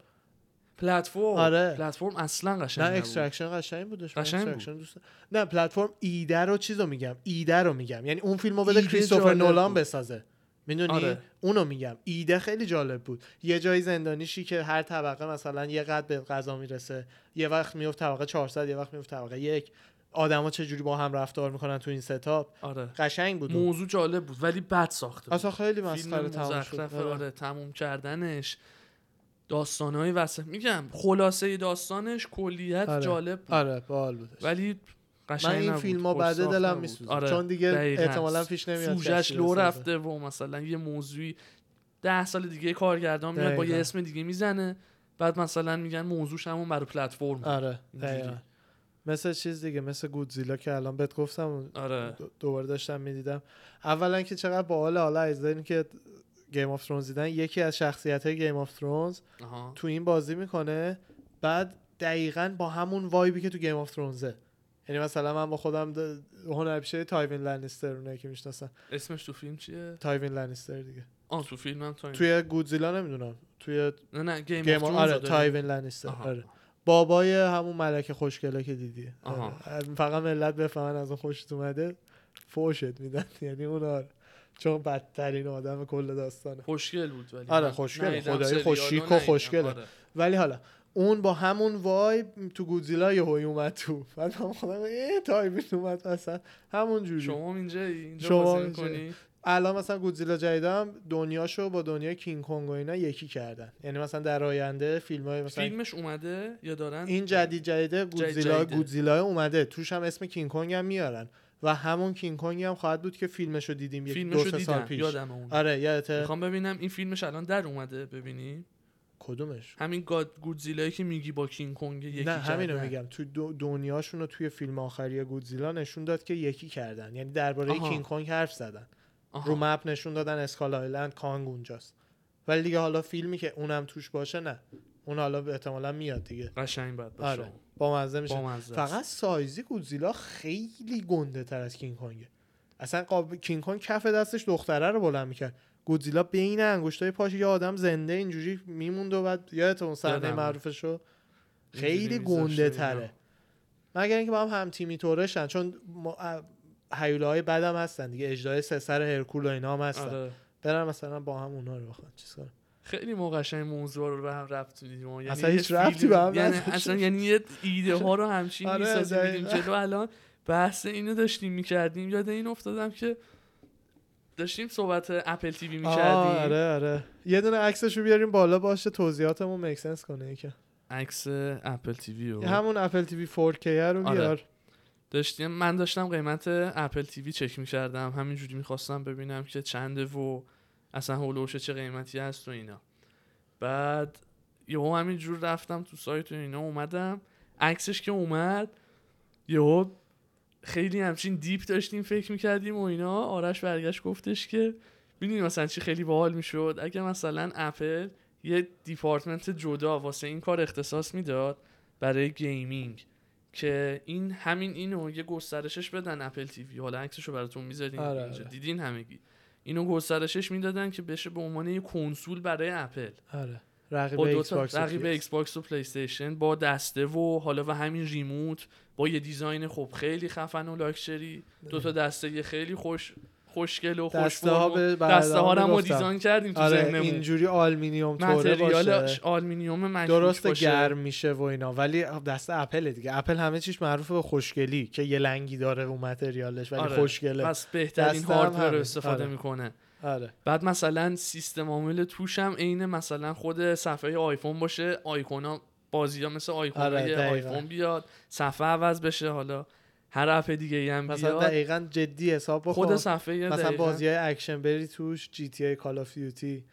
پلتفرم آره. پلتفرم اصلا قشنگ نه نبود. اکسترکشن قشنگ بودش من قشنگ بود. Extraction دوست دارم. نه پلتفرم ایده رو چیزو میگم ایده رو میگم یعنی اون فیلمو بده ایده کریستوفر جالب نولان بود. بسازه میدونی آره. اونو میگم ایده خیلی جالب بود یه جایی زندانیشی که هر طبقه مثلا یه قد به غذا میرسه یه وقت میفت طبقه 400 یه وقت میفت طبقه یک آدما چجوری با هم رفتار میکنن تو این ستاپ آره قشنگ بود اون. موضوع جالب بود ولی بد ساخته بود. اصلا خیلی فیلم مسخره تموم شد مزخرف، آره. آره تموم کردنش داستانهای وسط میگم خلاصه داستانش کلیت آره. جالب بود آره باحال بودش ولی قشنگ من این نبود. فیلم ها خوش بعد ساخت دلم نبود. آره. میسوزه چون دیگه دقیقاً. احتمالاً پیش نمیاد سوژش کسی لو بسازه. رفته و مثلا یه موضوعی ده سال دیگه کارگردان میاد با دقیقاً. یه اسم دیگه میزنه بعد مثلا میگن موضوعش همون برای پلتفرم آره اینجوری. دقیقاً. مثل چیز دیگه مثل گودزیلا که الان بهت گفتم آره دو- دوباره داشتم میدیدم اولا که چقدر باحال حالا از این که گیم آف ترونز دیدن یکی از شخصیت های گیم آف ترونز آها تو این بازی میکنه بعد دقیقا با همون وایبی که تو گیم آف ترونزه یعنی مثلا من با خودم د- هنرپیشه تایوین لنیستر اونایی که میشناسن اسمش تو فیلم چیه تایوین لنیستر دیگه آه تو فیلم هم تا توی... توی گودزیلا نمیدونم توی نه نه گیم, گیم آف آره تایپ تایوین لنیستر آره بابای همون ملک خوشگله که دیدی آها. آره. فقط ملت بفهمن از اون خوشت اومده فوشت میدن یعنی اون آره. چون بدترین آدم کل داستانه خوشگل بود ولی آره، من خوشگله. ندیدم، خدایی سریالو خوشیک و ندیدم. خوشگله. آره. ولی حالا اون با همون وای تو گودزیلا یه هوی اومد تو بعد من خودم ای تایمین اومد مثلا همون جوری شما اینجا اینجا شما بازی اینجایی. می‌کنی؟ الان مثلا گودزیلا جدیدا هم دنیاشو با دنیای کینگ کنگ و اینا یکی کردن یعنی مثلا در آینده فیلمای مثلا فیلمش اومده یا دارن این جدید جدیده گودزیلا جدیده. گودزیلا اومده توش هم اسم کینگ کنگ هم میارن و همون کینگ کنگ هم خواهد بود که فیلمش رو دیدیم یک دو فیلمشو سه سال دیدم پیش یادم اون آره یادته میخوام ببینم این فیلمش الان در اومده ببینی کدومش همین گاد گودزیلایی که میگی با کینگ کنگ یکی نه همینو کردن. میگم تو دو دنیاشون رو توی فیلم آخری گودزیلا نشون داد که یکی کردن یعنی درباره آها. کینگ کنگ حرف زدن آها. رو مپ نشون دادن اسکال آیلند کانگ اونجاست ولی دیگه حالا فیلمی که اونم توش باشه نه اون حالا احتمالا میاد دیگه قشنگ بعد آره باشه با مزه میشه با مزه است. فقط سایزی گودزیلا خیلی گنده تر از کینگ کنگه اصلا قاب... کینگ کنگ کف دستش دختره رو بلند میکرد گودزیلا بین انگشتای پاش یه آدم زنده اینجوری میموند و بعد یادت اون صحنه یادمه. معروفشو اینجوری خیلی می‌ذاشت و گنده اینا. تره مگر اینکه با هم هم تیمی تورشن چون ما... حیوله های بد هم هستن دیگه اجدای سه سر هرکول و اینا هم هستن آره. برن مثلا با هم اونا رو بخوان چیز کنن خیلی ما قشنگ موضوع رو به هم ربط میدیم یعنی اصلا یه هیچ ربطی فیلم- به هم یعنی نداشت. اصلا یعنی یه ایده ها رو همچین آره، میسازیم میدیم دقیقاً. جلو الان بحث اینو داشتیم میکردیم یاد این افتادم که داشتیم صحبت اپل تیوی آه، میکردیم آره آره یه دونه عکسش رو بیاریم بالا باشه توضیحاتمون مکسنس کنه یکم عکس اپل تیوی رو همون اپل تیوی 4K رو آره. بیار داشتیم من داشتم قیمت اپل تیوی چک میکردم همینجوری میخواستم ببینم که چنده و اصلا هولوش چه قیمتی هست و اینا بعد یهو همینجور رفتم تو سایت و اینا اومدم عکسش که اومد یهو خیلی همچین دیپ داشتیم فکر میکردیم و اینا آرش برگشت گفتش که میدونی مثلا چی خیلی باحال میشد اگه مثلا اپل یه دیپارتمنت جدا واسه این کار اختصاص میداد برای گیمینگ که این همین اینو یه گسترشش بدن اپل تیوی حالا عکسش رو براتون میذاریم آره، اینجا آره. دیدین همگی اینو گسترشش میدادن که بشه به عنوان یه کنسول برای اپل آره رقیب با دو ایکس تا باکس و رقیب PS. ایکس باکس و پلی استیشن با دسته و حالا و همین ریموت با یه دیزاین خب خیلی خفن و لاکچری دو تا دسته خیلی خوش خوشگل و خوش دسته ها فرم و- به برادران دسته ها رو هم ما گفتم. دیزاین کردیم تو آره ذهنمون اینجوری آلمینیوم توره متریالش باشه آلومینیوم مکروش درست باشه. گرم میشه و اینا ولی دست اپل دیگه اپل همه چیش معروف به خوشگلی که یه لنگی داره اون متریالش ولی آره. خوشگله پس بهترین دسته هم هاردور رو همین. استفاده آره. میکنه آره بعد مثلا سیستم عامل توش هم عین مثلا خود صفحه آیفون باشه آیکونا بازی ها مثل آیکون آره، دقیقاً. آیفون بیاد صفحه عوض بشه حالا هر اپ دیگه هم مثلا بیاد دقیقا جدی حساب بکن خود صفحه مثلا دقیقاً. بازی های اکشن بری توش جی تی ای کال آف دیوتی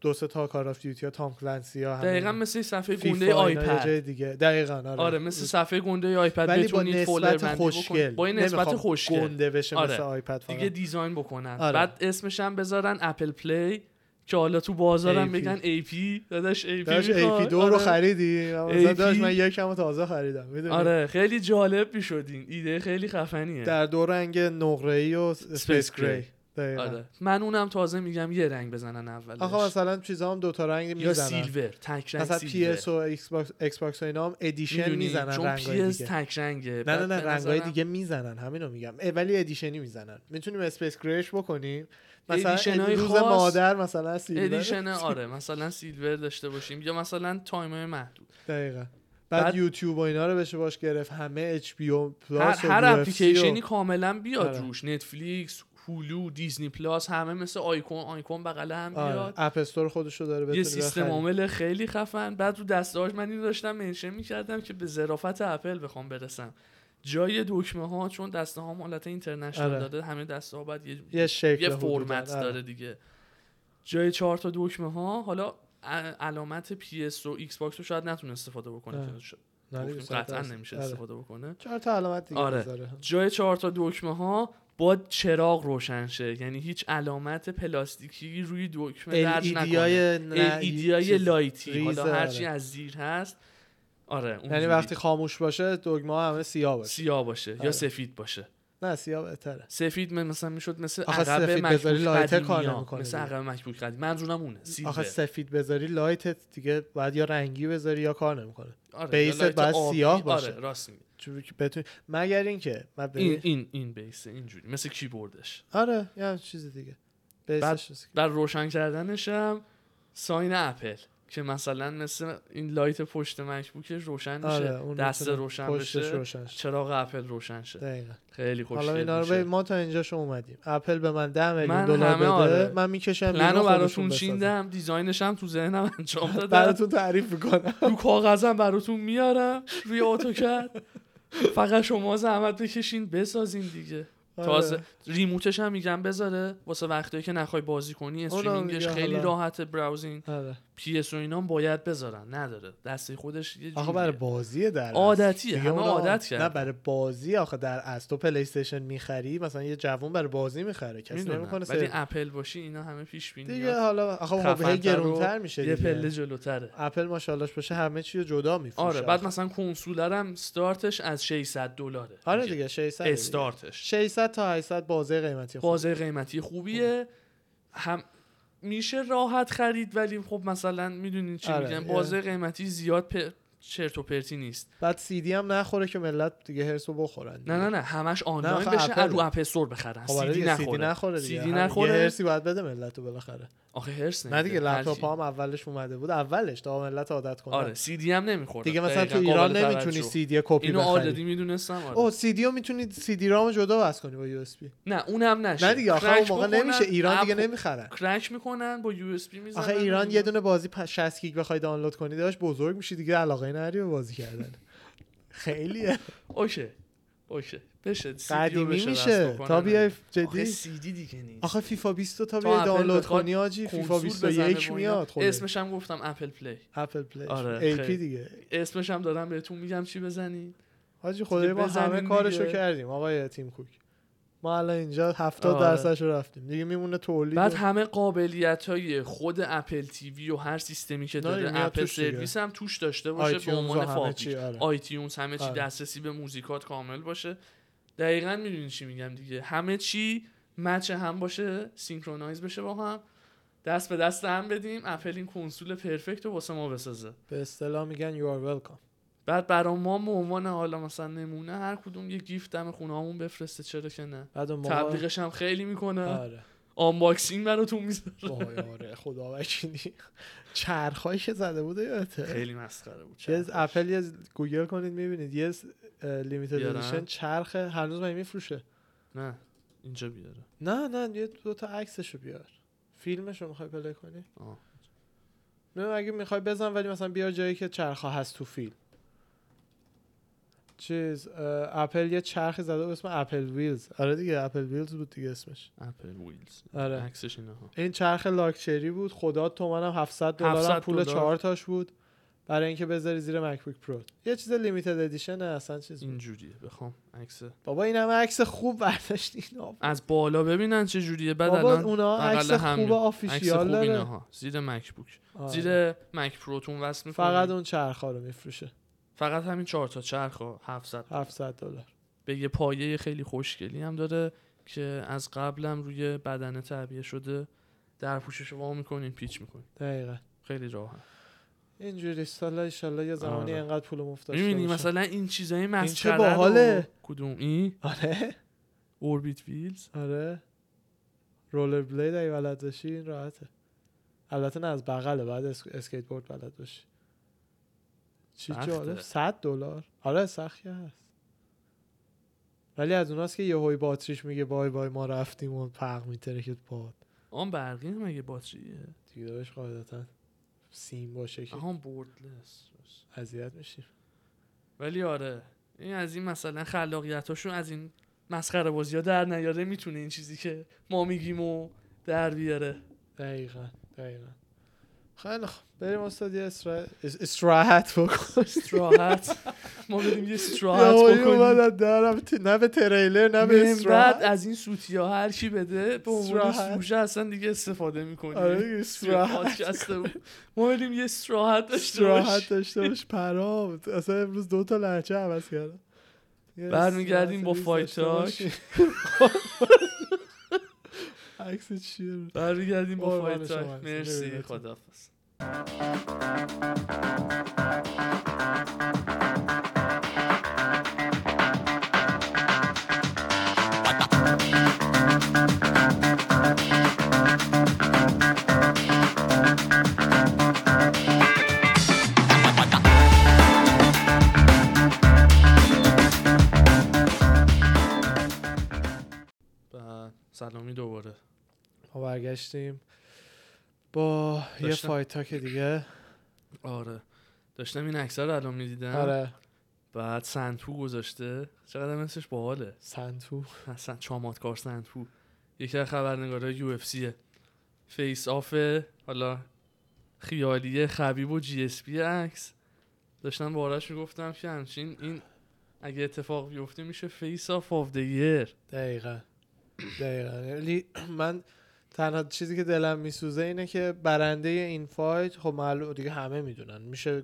دو سه تا کال آف دیوتی ها تام کلنسی ها همین. دقیقا مثل صفحه فیفا گنده اینا یه آیپد جای دیگه دقیقاً آره آره مثل صفحه گنده آیپد ولی با بتونید فولر نسبت بندی بکنید خوشگل با این نسبت نمیخوام خوشگل گنده بشه آره. مثل آیپد فقط. دیگه دیزاین بکنن آره. بعد اسمش هم بذارن اپل پلی که حالا تو بازارم AP. بگن ای پی داداش ای پی داشت ای پی آره. دو رو خریدی من AP. مثلا داشت من یکم رو تازه خریدم میدونی آره خیلی جالب میشد این ایده خیلی خفنیه در دو رنگ نقره ای و اسپیس Space Gray. گری دقیقاً. آره من اونم تازه میگم یه رنگ بزنن اولش آخه مثلا چیزا هم دو تا رنگ یا میزنن سیلور تک رنگ مثلا پی سیلور. اس و ایکس باکس ایکس باکس و اینا هم ادیشن می‌دونی؟ میزنن چون رنگای پیس دیگه تک رنگه نه نه بعد نه به رنگای نظرم دیگه میزنن همینو میگم اه، ولی ادیشنی میزنن میتونیم اسپیس کریش بکنیم مثلا ادیشن‌های روز خاص. مادر مثلا سیلور ادیشن آره مثلا سیلور داشته باشیم یا مثلا تایم محدود دقیقا بعد, بعد- یوتیوب و اینا رو بشه باش گرفت همه اچ پی او هر, پلاس و هر UFC و- اپلیکیشنی کاملا بیاد آره. روش نتفلیکس هولو دیزنی پلاس همه مثل آیکون آیکون بغل هم آره. بیاد اپ استور خودشو داره یه بتونی سیستم بخری. عامل خیلی خفن بعد رو دستاش من اینو داشتم منشن میکردم که به ظرافت اپل بخوام برسم جای دکمه ها چون دسته ها حالت اینترنشنال آره. داره همه دسته ها باید یه یه شکل یه حدوداً. فرمت آره. داره دیگه جای چهار تا دکمه ها حالا ا- علامت پی اس و ایکس باکس رو شاید نتونه استفاده بکنه آه. که ش- نه، گفتیم دیگه قطعا صد درصد. خب، نمیشه آره. استفاده بکنه چهار تا علامت دیگه آره. بذاره. جای چهار تا دکمه ها با چراغ روشن شه یعنی هیچ علامت پلاستیکی روی دکمه درج LED نکنه E E های نه، LED چیز- لایتی حالا ریزه، هرچی آره. از زیر هست آره اون یعنی وقتی خاموش باشه دگمه ها همه سیاه باشه سیاه باشه آره. یا سفید باشه نه سیاه بهتره سفید من مثلا میشد مثل آخه عقب سفید بذاری مکبوک لایتر کار قدیمی ها نمی‌کنه مثل دیگه. عقب مکبوک قدیمی منظورم اونه آخه سیلور سفید بذاری لایتت دیگه باید یا رنگی بذاری یا کار نمیکنه آره، بیست یا لایت باید آبی. سیاه باشه. آره راست میگی چون که بتونی مگر اینکه من ببین- این این این بیسه اینجوری مثل کیبوردش آره یه همچین چیز دیگه بیسش نیست. در روشن کردنش هم ساین اپل که مثلا مثل این لایت پشت مکبوکش روشن میشه آره، اون دست میتونه روشن پشتش بشه روشن شه. چراغ اپل روشن شه دقیقاً. خیلی خوش حالا اینا رو ببین، ما تا اینجاشو اومدیم اپل به من 10 میلیون من دلار همه بده آره. من میکشم پلن رو براتون چیندم دیزاینش هم تو ذهنم انجام دادم براتون تعریف میکنم رو کاغذم براتون میارم روی اتوکد فقط شما زحمت بکشین بسازین دیگه آره. تازه ریموتش هم میگم بذاره واسه وقتایی که نخوای بازی کنی اونم استریمینگش دیگه خیلی حالا. راحته براوزینگ آره پی اس و اینا هم باید بذارن نداره دسته خودش یه آخه جوریه. برای بازیه در اصل. عادتیه دیگه همه اونا- عادت نه کرد برای بازی آخه در از تو پلی استیشن میخری مثلا یه جوون برای بازی میخره کسی نمیکنه ولی سر... اپل باشی اینا همه پیش دیگه بینی حالا آخه خب هی گرونتر میشه یه دیگه پله جلوتره اپل ماشاءالله باشه همه چی رو جدا میفروشه آره بعد مثلا کنسولرم استارتش از 600 دلاره آره دیگه 600 دیگه. استارتش 600 تا 800 بازه قیمتی خوب بازه قیمتی خوبیه هم میشه راحت خرید ولی خب مثلا میدونین چی آره، میگن یه- بازه قیمتی زیاد پر... چرت و پرتی نیست بعد سی دی هم نخوره که ملت دیگه هرسو بخورن نه نه نه همش آنلاین آخه بشه اپله. از رو اپ استور بخرن خب آره سی دی دیگه، CD نخوره دیگه نخوره سی دی همین. یه نخوره هرسی باید بده ملت رو بالاخره آخه هرس نه دیگه نمیده. هر لپتاپ کی- ها هم اولش اومده بود اولش تا ملت عادت کنه آره سی دی هم نمیخوره دیگه مثلا تو دقیقاً ایران قابل نمیتونی توجه. سی دی کپی اینو آلردی بخری میدونستم آره. او سی دی رو میتونی سی دی رامو جدا وصل کنی با یو اس بی نه اونم نشه نه دیگه آخه کرک اون موقع بکنن، نمیشه ایران دیگه اپ- نمیخرن کرک میکنن با یو اس بی میزنن آخه ایران یه دونه بازی پ- 60 گیگ بخوای دانلود کنی داشت بزرگ میشی دیگه علاقه نری به بازی کردن خیلیه اوکی اوکی بشه سی دی رو قدیمی بشه میشه رسم تا کنن. بیای آخه جدی سی دی دیگه نیست آخه فیفا 20 تا تا بیای اپل دانلود بخواد کنی آجی فیفا کنسول بزنه 21 و اینا. میاد خب. خود اسمش هم گفتم اپل پلی اپل پلی آره، ای پی خیلی. دیگه اسمش هم دارم بهتون میگم چی بزنین حاجی خدای ما بزنین همه دیگه. کارشو کردیم آقای تیم کوک ما الان اینجا 70 آره. درصدش رو رفتیم دیگه میمونه تولید بعد و- همه قابلیت های خود اپل تیوی و هر سیستمی که نه، داره میاد اپل توش دیگه. سرویس هم توش داشته باشه به iTunes و عنوان همه فابریک چی، آره. آیتیونز همه چی آره. دسترسی به موزیکات کامل باشه دقیقا میدونین چی میگم دیگه همه چی مچ هم باشه سینکرونایز بشه با هم دست به دست هم بدیم اپل این کنسول پرفکت رو واسه ما بسازه به اصطلاح میگن یو آر ولکام بعد برا ما به عنوان حالا مثلا نمونه هر کدوم یه گیفت دم خونه‌مون بفرسته چرا که نه بعد اون موقع- تبلیغش هم خیلی میکنه آره آنباکسینگ براتون میذاره وای، آره خدا وکیلی چرخایی که زده بوده یادته خیلی مسخره یه بود چرخش. اپل یه گوگل کنید میبینید یه لیمیتد بیارم؟ ادیشن چرخ هنوز من میفروشه نه اینجا بیاره نه نه یه دو تا عکسشو بیار فیلمشو میخوای پلی کنی آه. نه اگه میخوای بزن ولی مثلا بیار جایی که چرخا هست تو فیلم چیز اه، اپل یه چرخی زده به اسم اپل ویلز آره دیگه اپل ویلز بود دیگه اسمش اپل ویلز آره. عکسش اینها این چرخ لاکچری بود خدا تومن هم 700 دلار 700 هم پول دلار. چهار تاش بود برای اینکه بذاری زیر مکبوک پرو یه چیز لیمیتد ادیشن اصلا چیز بود. اینجوریه بخوام عکس بابا این همه عکس خوب برداشتی اینا از بالا ببینن چه جوریه بعد بابا الان اونا بغل عکس همین. خوب عکس خوب آفیشیال داره اینها زیر مک بوک آره. زیر مک پروتون وصل میکنی فقط اون چرخا رو میفروشه فقط همین چهار تا چرخ و 700 700 دلار به یه پایه خیلی خوشگلی هم داره که از قبلم روی بدنه تعبیه شده در پوشش وا میکنین پیچ میکنین دقیقا خیلی راحت اینجوری سالا ایشالله یه زمانی آره. انقدر پول مفت داشته میبینی باشم. مثلا این چیزای چه مسخره رو- باحاله؟ کدوم این آره اوربیت ویلز آره رولر بلید اگه بلد باشی این راحته البته نه از بغله بعد اسک... اسکیت بورد بلد باشی چی سخته. جالب 100 دلار آره سختی هست ولی از اوناست که یه هوی باتریش میگه بای بای ما رفتیم و پق میتره که باد آن برقی هم مگه باتریه دیگه داشت قاعدتا سیم باشه که آها بوردلس اذیت میشیم ولی آره این از این مثلا خلاقیتاشون از این مسخره بازی ها در نیاره میتونه این چیزی که ما میگیم و در بیاره دقیقا دقیقا خیلی خب بریم استاد یه استرا- اس- استراحت بکن استراحت ما بریم یه استراحت یهویی اومد بکنیم از درم تو- نه به تریلر نه به من بعد استراحت از این سوتی ها هر کی بده به عنوان استراحت. سوژه اصلا دیگه استفاده میکنیم آره دیگه، استراحت ما بریم یه استراحت داشته استراحت باشیم داشته باش پرام اصلا امروز دو تا لحجه عوض کردم یه برمیگردیم با استراحت ریز داشته فایتاک. باشی. عکس چیه برمیگردیم با قربان فایت شما تایم. هستم. مرسی ببینتون. خداحافظ و سلامی دوباره ما برگشتیم با یه داشتم. فایتاک دیگه آره داشتم این عکس رو الان میدیدم آره بعد سنتو گذاشته چقدر مثلش باحاله سنتو اصلا چاماتکار سنتو یکی از خبرنگارای یو اف سیه فیس آف حالا خیالی خبیب و جی اس پی عکس داشتم بارش میگفتم که همچین این اگه اتفاق بیفته میشه فیس آف آف دی ایر دقیقا دقیقا ولی یعنی من تنها چیزی که دلم میسوزه اینه که برنده این فایت خب معلوم دیگه همه میدونن میشه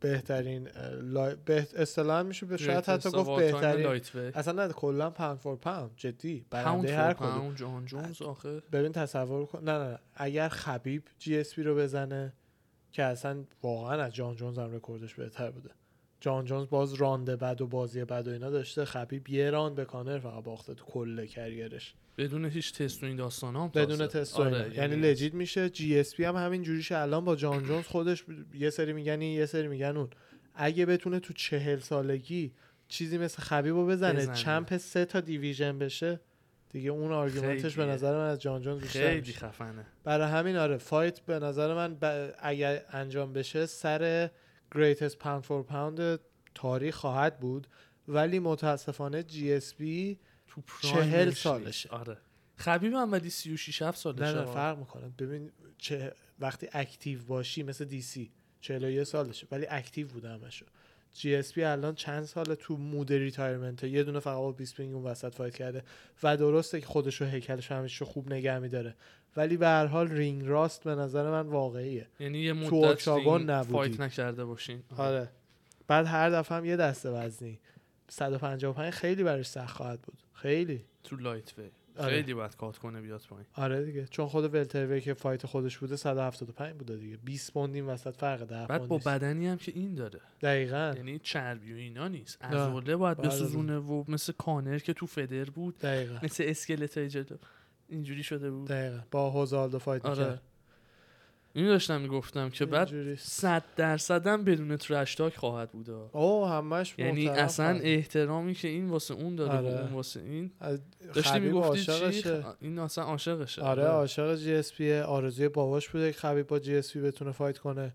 بهترین اه، لای... به... اصطلاحا میشه به شاید حتی گفت بهترین لایت وی اصلا نه کلا پاند فور پاند جدی پاوند برنده فور هر کدوم پاوند جان جونز آخه ببین تصور کن نه نه, نه. اگر خبیب جی اس پی رو بزنه که اصلا واقعا از جان جونز هم رکوردش بهتر بوده جان جونز باز رانده بد و بازی بد و اینا داشته خبیب یه راند به کانر فقط باخته تو کل کریرش بدون هیچ تست و این آره، داستان هم بدون تست و اینا. یعنی لجیت میشه جی اس پی هم همین جوریش الان با جان جونز خودش ب- یه سری میگن این یه سری میگن اون اگه بتونه تو چهل سالگی چیزی مثل خبیب رو بزنه, بزنه. چمپ سه تا دیویژن بشه دیگه اون آرگومنتش به خیلیه. نظر من از جان جونز بیشتر خیلی میشه. خفنه برای همین آره فایت به نظر من ب- اگر انجام بشه سر greatest pound for pound تاریخ خواهد بود ولی متاسفانه جی اس بی تو پرایمش چهل نیست. سالشه. آره خبیب هم ولی 36 7 سالشه نه نه آه. فرق میکنه ببین چه وقتی اکتیو باشی مثل دی سی 41 سالشه ولی اکتیو بوده همشو جی اس پی الان چند سال تو مود ریتایرمنت یه دونه فقط با بیسپینگ اون وسط فایت کرده و درسته که خودشو هیکلش همیشه خوب نگه میداره ولی به هر حال رینگ راست به نظر من واقعیه یعنی یه مدت اکتاگون دیگه نبودی. فایت نکرده باشین آره بعد هر دفعه هم یه دسته وزنی 155 خیلی براش سخت خواهد بود خیلی تو لایت وی آره. خیلی باید کات کنه بیاد پایین آره دیگه چون خود ولتروی که فایت خودش بوده 175 بوده دیگه 20 پوند این وسط فرق ده بعد با پوند خب، نیست. بدنی هم که این داره دقیقاً یعنی چربی و اینا نیست نه. عضله باید بله. بسوزونه و مثل کانر که تو فدر بود دقیقاً مثل اسکلت های جلو اینجوری شده بود دقیقاً با هوزالدو فایت آره می‌کرد اینو داشتم میگفتم که بعد اینجوری. صد درصدم بدون ترش تاک خواهد بود آه. او همش یعنی محترم اصلا فرق. احترامی که این واسه اون داده و آره. اون واسه این از داشتی خبیب میگفتی چی خب، عاشقشه. خ- این اصلا عاشقشه آره عاشق جی اس پی آرزوی باباش بوده که خبیب با جی اس پی بتونه فایت کنه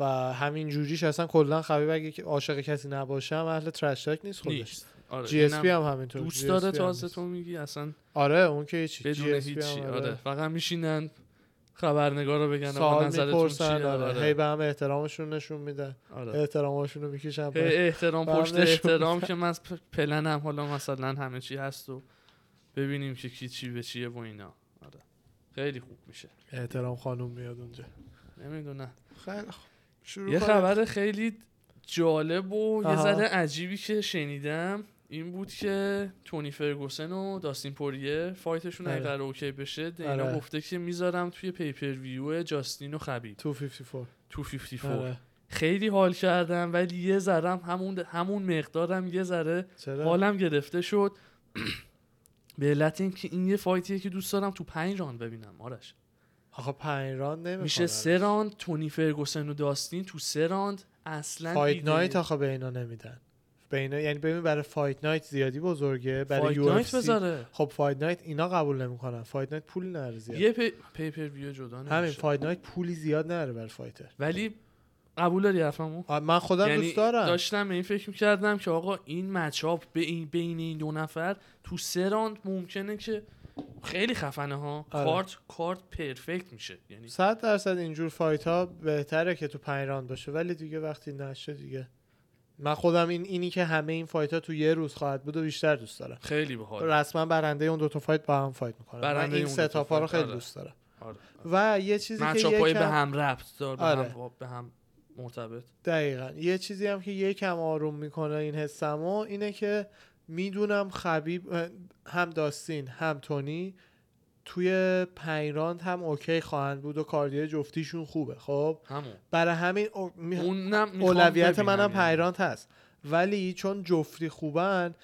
و همین جوریش اصلا کلا خبیب اگه که عاشق کسی نباشه هم اهل ترش تاک نیست خودش نیست آره جی اس اینم پی هم همینطور دوست GSP داره هم تازه نیست. تو میگی اصلا آره اون که هیچی بدون GSP هم هیچی آره فقط میشینن خبرنگار رو بگن آقا سوال نظرتون چیه میپرسن آره. هی آره به هم احترامشون نشون میدن آره احترامشون رو میکشن هی پایین. احترام به هم پشت نشون احترام که من پ- پلنم حالا مثلا همه چی هست و ببینیم که کی چی به چیه و اینا آره خیلی خوب میشه احترام خانم میاد اونجا نمیدونم خیلی خب شروع یه کنیم. خبر خیلی جالب و یه آها. ذره عجیبی که شنیدم این بود که تونی فرگوسن و داستین پوریه فایتشون آره. اگه قرار اوکی بشه دینا آره. گفته که میذارم توی پیپر ویو جاستین و خبیب 254 254 آره. خیلی حال کردم ولی یه ذرم همون همون مقدارم یه ذره چرا حالم گرفته شد به علت اینکه این یه فایتیه که دوست دارم تو پنج راند ببینم آرش آخه پنج راند نمیخوام میشه سه راند تونی فرگوسن و داستین تو سه راند اصلا فایت ایده- نایت آخه به اینا نمیدن به اینا یعنی ببین برای فایت نایت زیادی بزرگه برای فایت یو نایت بذاره خب فایت نایت اینا قبول نمیکنن فایت نایت پول نره زیاد یه پی... پیپر ویو جدا همین نمیشه فایت نایت پولی زیاد نره برای فایتر ولی قبول داری حرفمو یعنی آ، من خودم دوست دارم داشتم به این فکر میکردم که آقا این مچاپ به این بین این دو نفر تو سه راند ممکنه که خیلی خفنه ها آره. کارت کارت پرفکت میشه یعنی صد درصد اینجور فایت ها بهتره که تو پنج راند باشه ولی دیگه وقتی نشه دیگه من خودم این اینی که همه این فایت ها تو یه روز خواهد بود و بیشتر دوست دارم خیلی باحال رسما برنده اون دوتا فایت با هم فایت میکنن خب. برنده من این اون سه دوتا تا پا رو فایت، خیلی آره. دوست دارم آره. و یه چیزی که مچاپ های یکم به هم ربط دار به, آره. هم... به هم مرتبط دقیقا یه چیزی هم که یکم آروم میکنه این حسمو اینه که میدونم خبیب هم داستین هم تونی توی پیراند هم اوکی خواهند بود و کاردیو جفتیشون خوبه خب همون برای همین او- می- اونم میخوام اولویت ببینم منم یعنی. پیراند هست ولی چون جفتی خوبن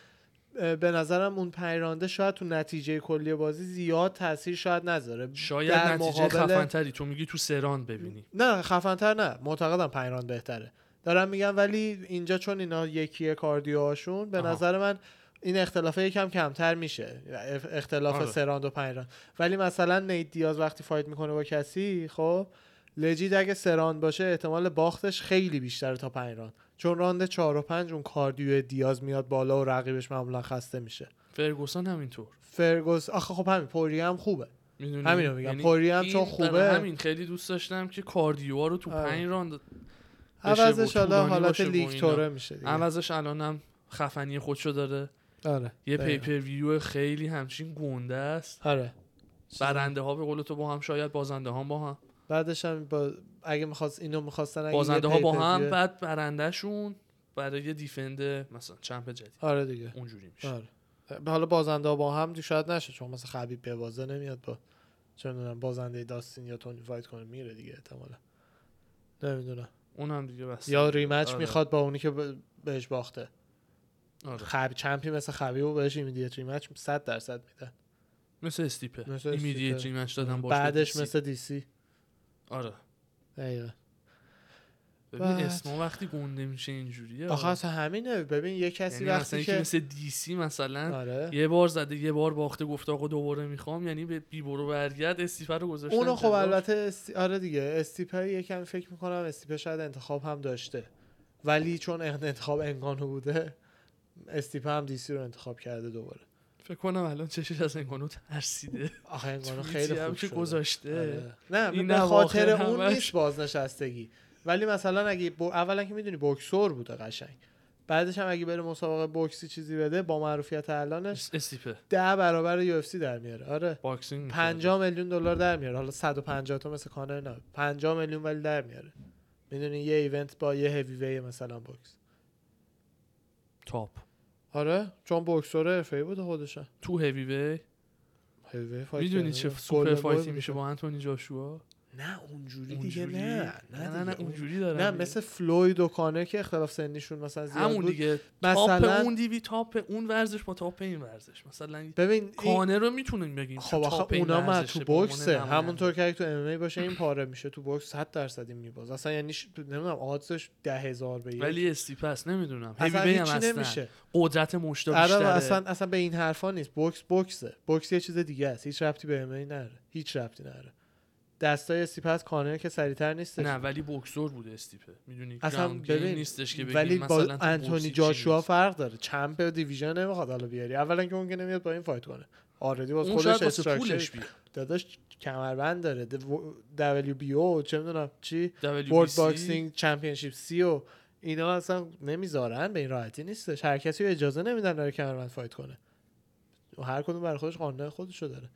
اه، به نظرم اون پیرانده شاید تو نتیجه کلی بازی زیاد تاثیر شاید نذاره شاید در نتیجه مقابل- خفنتری تو میگی تو سه راند ببینی نه خفنتر نه معتقدم پیران بهتره دارم میگم ولی اینجا چون اینا یکیه کاردیوهاشون به آها. نظر من این اختلاف یکم کمتر میشه اف- اختلاف آره. سراند و پیراند ولی مثلا نیت دیاز وقتی فایت میکنه با کسی خب لجید اگه سراند باشه احتمال باختش خیلی بیشتره تا پیراند چون راند 4 و 5 اون کاردیو دیاز میاد بالا و رقیبش معمولا خسته میشه فرگوسن همینطور فرگوس آخه خب همین پوری هم خوبه میدونی یعنی همینو میگم. پوری هم این چون برای خوبه. همین خیلی دوست داشتم که کاردیوها رو تو آره. پنج راند بشه و عوضش حالا طولانی حالت باشه و لیگ اینا. توره میشه دیگه. عوضش الانم خفنی خودشو داره آره یه دقیقاً. پیپر ویو خیلی همچین گنده است آره برنده ها به قول تو با هم شاید بازنده ها با هم بعدش هم با اگه میخواست اینو میخواستن اگه بازنده یه ها با pay-per-view- هم بعد برندهشون برای یه دیفنده مثلا چمپ جدید آره دیگه اونجوری میشه آره به حالا بازنده ها با هم دیگه شاید نشه چون مثلا خبیب به بازه نمیاد با چه می‌دونم بازنده داستین یا تونی فایت کنه میره دیگه احتمالا نمیدونم اونم دیگه بس یا ریمچ آره. میخواد با اونی که ب- بهش باخته آره. خب چمپی مثل خبیب و بهش ایمیدیت ریمچ 100 درصد میدن مثل استیپه مثل ایمیدیت استیپه. ریمچ دادن باش به بعدش DC. مثل دیسی آره دقیقه ببین بعد- اسما وقتی گنده میشه اینجوریه آره. آخه اصلا همینه ببین یه کسی یعنی مثلا وقتی یکی که مثل دیسی مثلا آره یه بار زده یه بار باخته گفته آقا دوباره میخوام یعنی به بی برو برگرد استیپه رو گذاشتن اونو خب جلوش. البته است... آره دیگه استیپر یکم فکر میکنم استیپر شاید انتخاب هم داشته ولی چون ان- انتخاب انگانو بوده استیپر هم دیسی رو انتخاب کرده دوباره فکر کنم الان چشش از انگانو ترسیده آخه انگانو توییتی خیلی هم خوب که شده. گذاشته آره. نه این به هم خاطر آخر اون همش. نیست بازنشستگی ولی مثلا اگه ب... اولا که میدونی بوکسور بوده قشنگ بعدش هم اگه بره مسابقه بوکسی چیزی بده با معروفیت الانش استیپه ده برابر یو در میاره آره باکسینگ می‌کنه. 50 میلیون دلار در میاره حالا 150 تا مثل کانر نه 50 میلیون ولی در میاره میدونی یه ایونت با یه هیوی وی مثلا بوکس تاپ آره چون بوکسور حرفه‌ای بود خودشون تو هیوی وی هیوی وی فایت میدونی کرده چه بود. سوپر گلدن بوی فایتی میشه می‌کرد. با انتونی جاشوا نه اونجوری دیگه اونجوری نه نه نه, نه دیگه. اونجوری دارم نه میگم. مثل فلوید و کانر که اختلاف سنیشون مثلا زیاد همون بود دیگه مثلا- تاپ اون دیوی تاپ اون ورزش با تاپ این ورزش مثلا این- ببین این... کانر رو میتونیم بگیم خب آخه تاپ این اونا من ورزشه، تو به عنوان بوکسه نمونه. همونطور که اگه تو ام باشه این پاره میشه تو بوکس 100 درصد این میباز اصلا یعنی ش... نمیدونم آدزش 10000 به یک. ولی استیپس نمیدونم هیوی اصلا وی هم هیچی هستن نمیشه قدرت مشتا آره بیشتره اصلا اصلا به این حرفا نیست بوکس بوکسه بوکس یه چیز دیگه است هیچ ربطی به ام نداره هیچ ربطی نداره دستای سیپس کانر که سریعتر نیست نه ولی بوکسور بوده استیپه میدونی اصلا اصلا ببین، نیستش که بگیم ولی مثلا با تو بوکسی انتونی چی جاشوا نیست. فرق داره چمپ دیویژن نمیخواد حالا بیاری اولا که اون که نمیاد با این فایت کنه آردی باز اون خودش شاید واسه پولش استراکچر بیاد داداش کمربند داره دبلیو بی او چه میدونم چی WBC بورد باکسینگ چمپیونشیپ سی و اینا اصلا نمیذارن به این راحتی نیستش هر کسی رو اجازه نمیدن داره کمربند فایت کنه و هر کدوم برای خودش قانون خودشو داره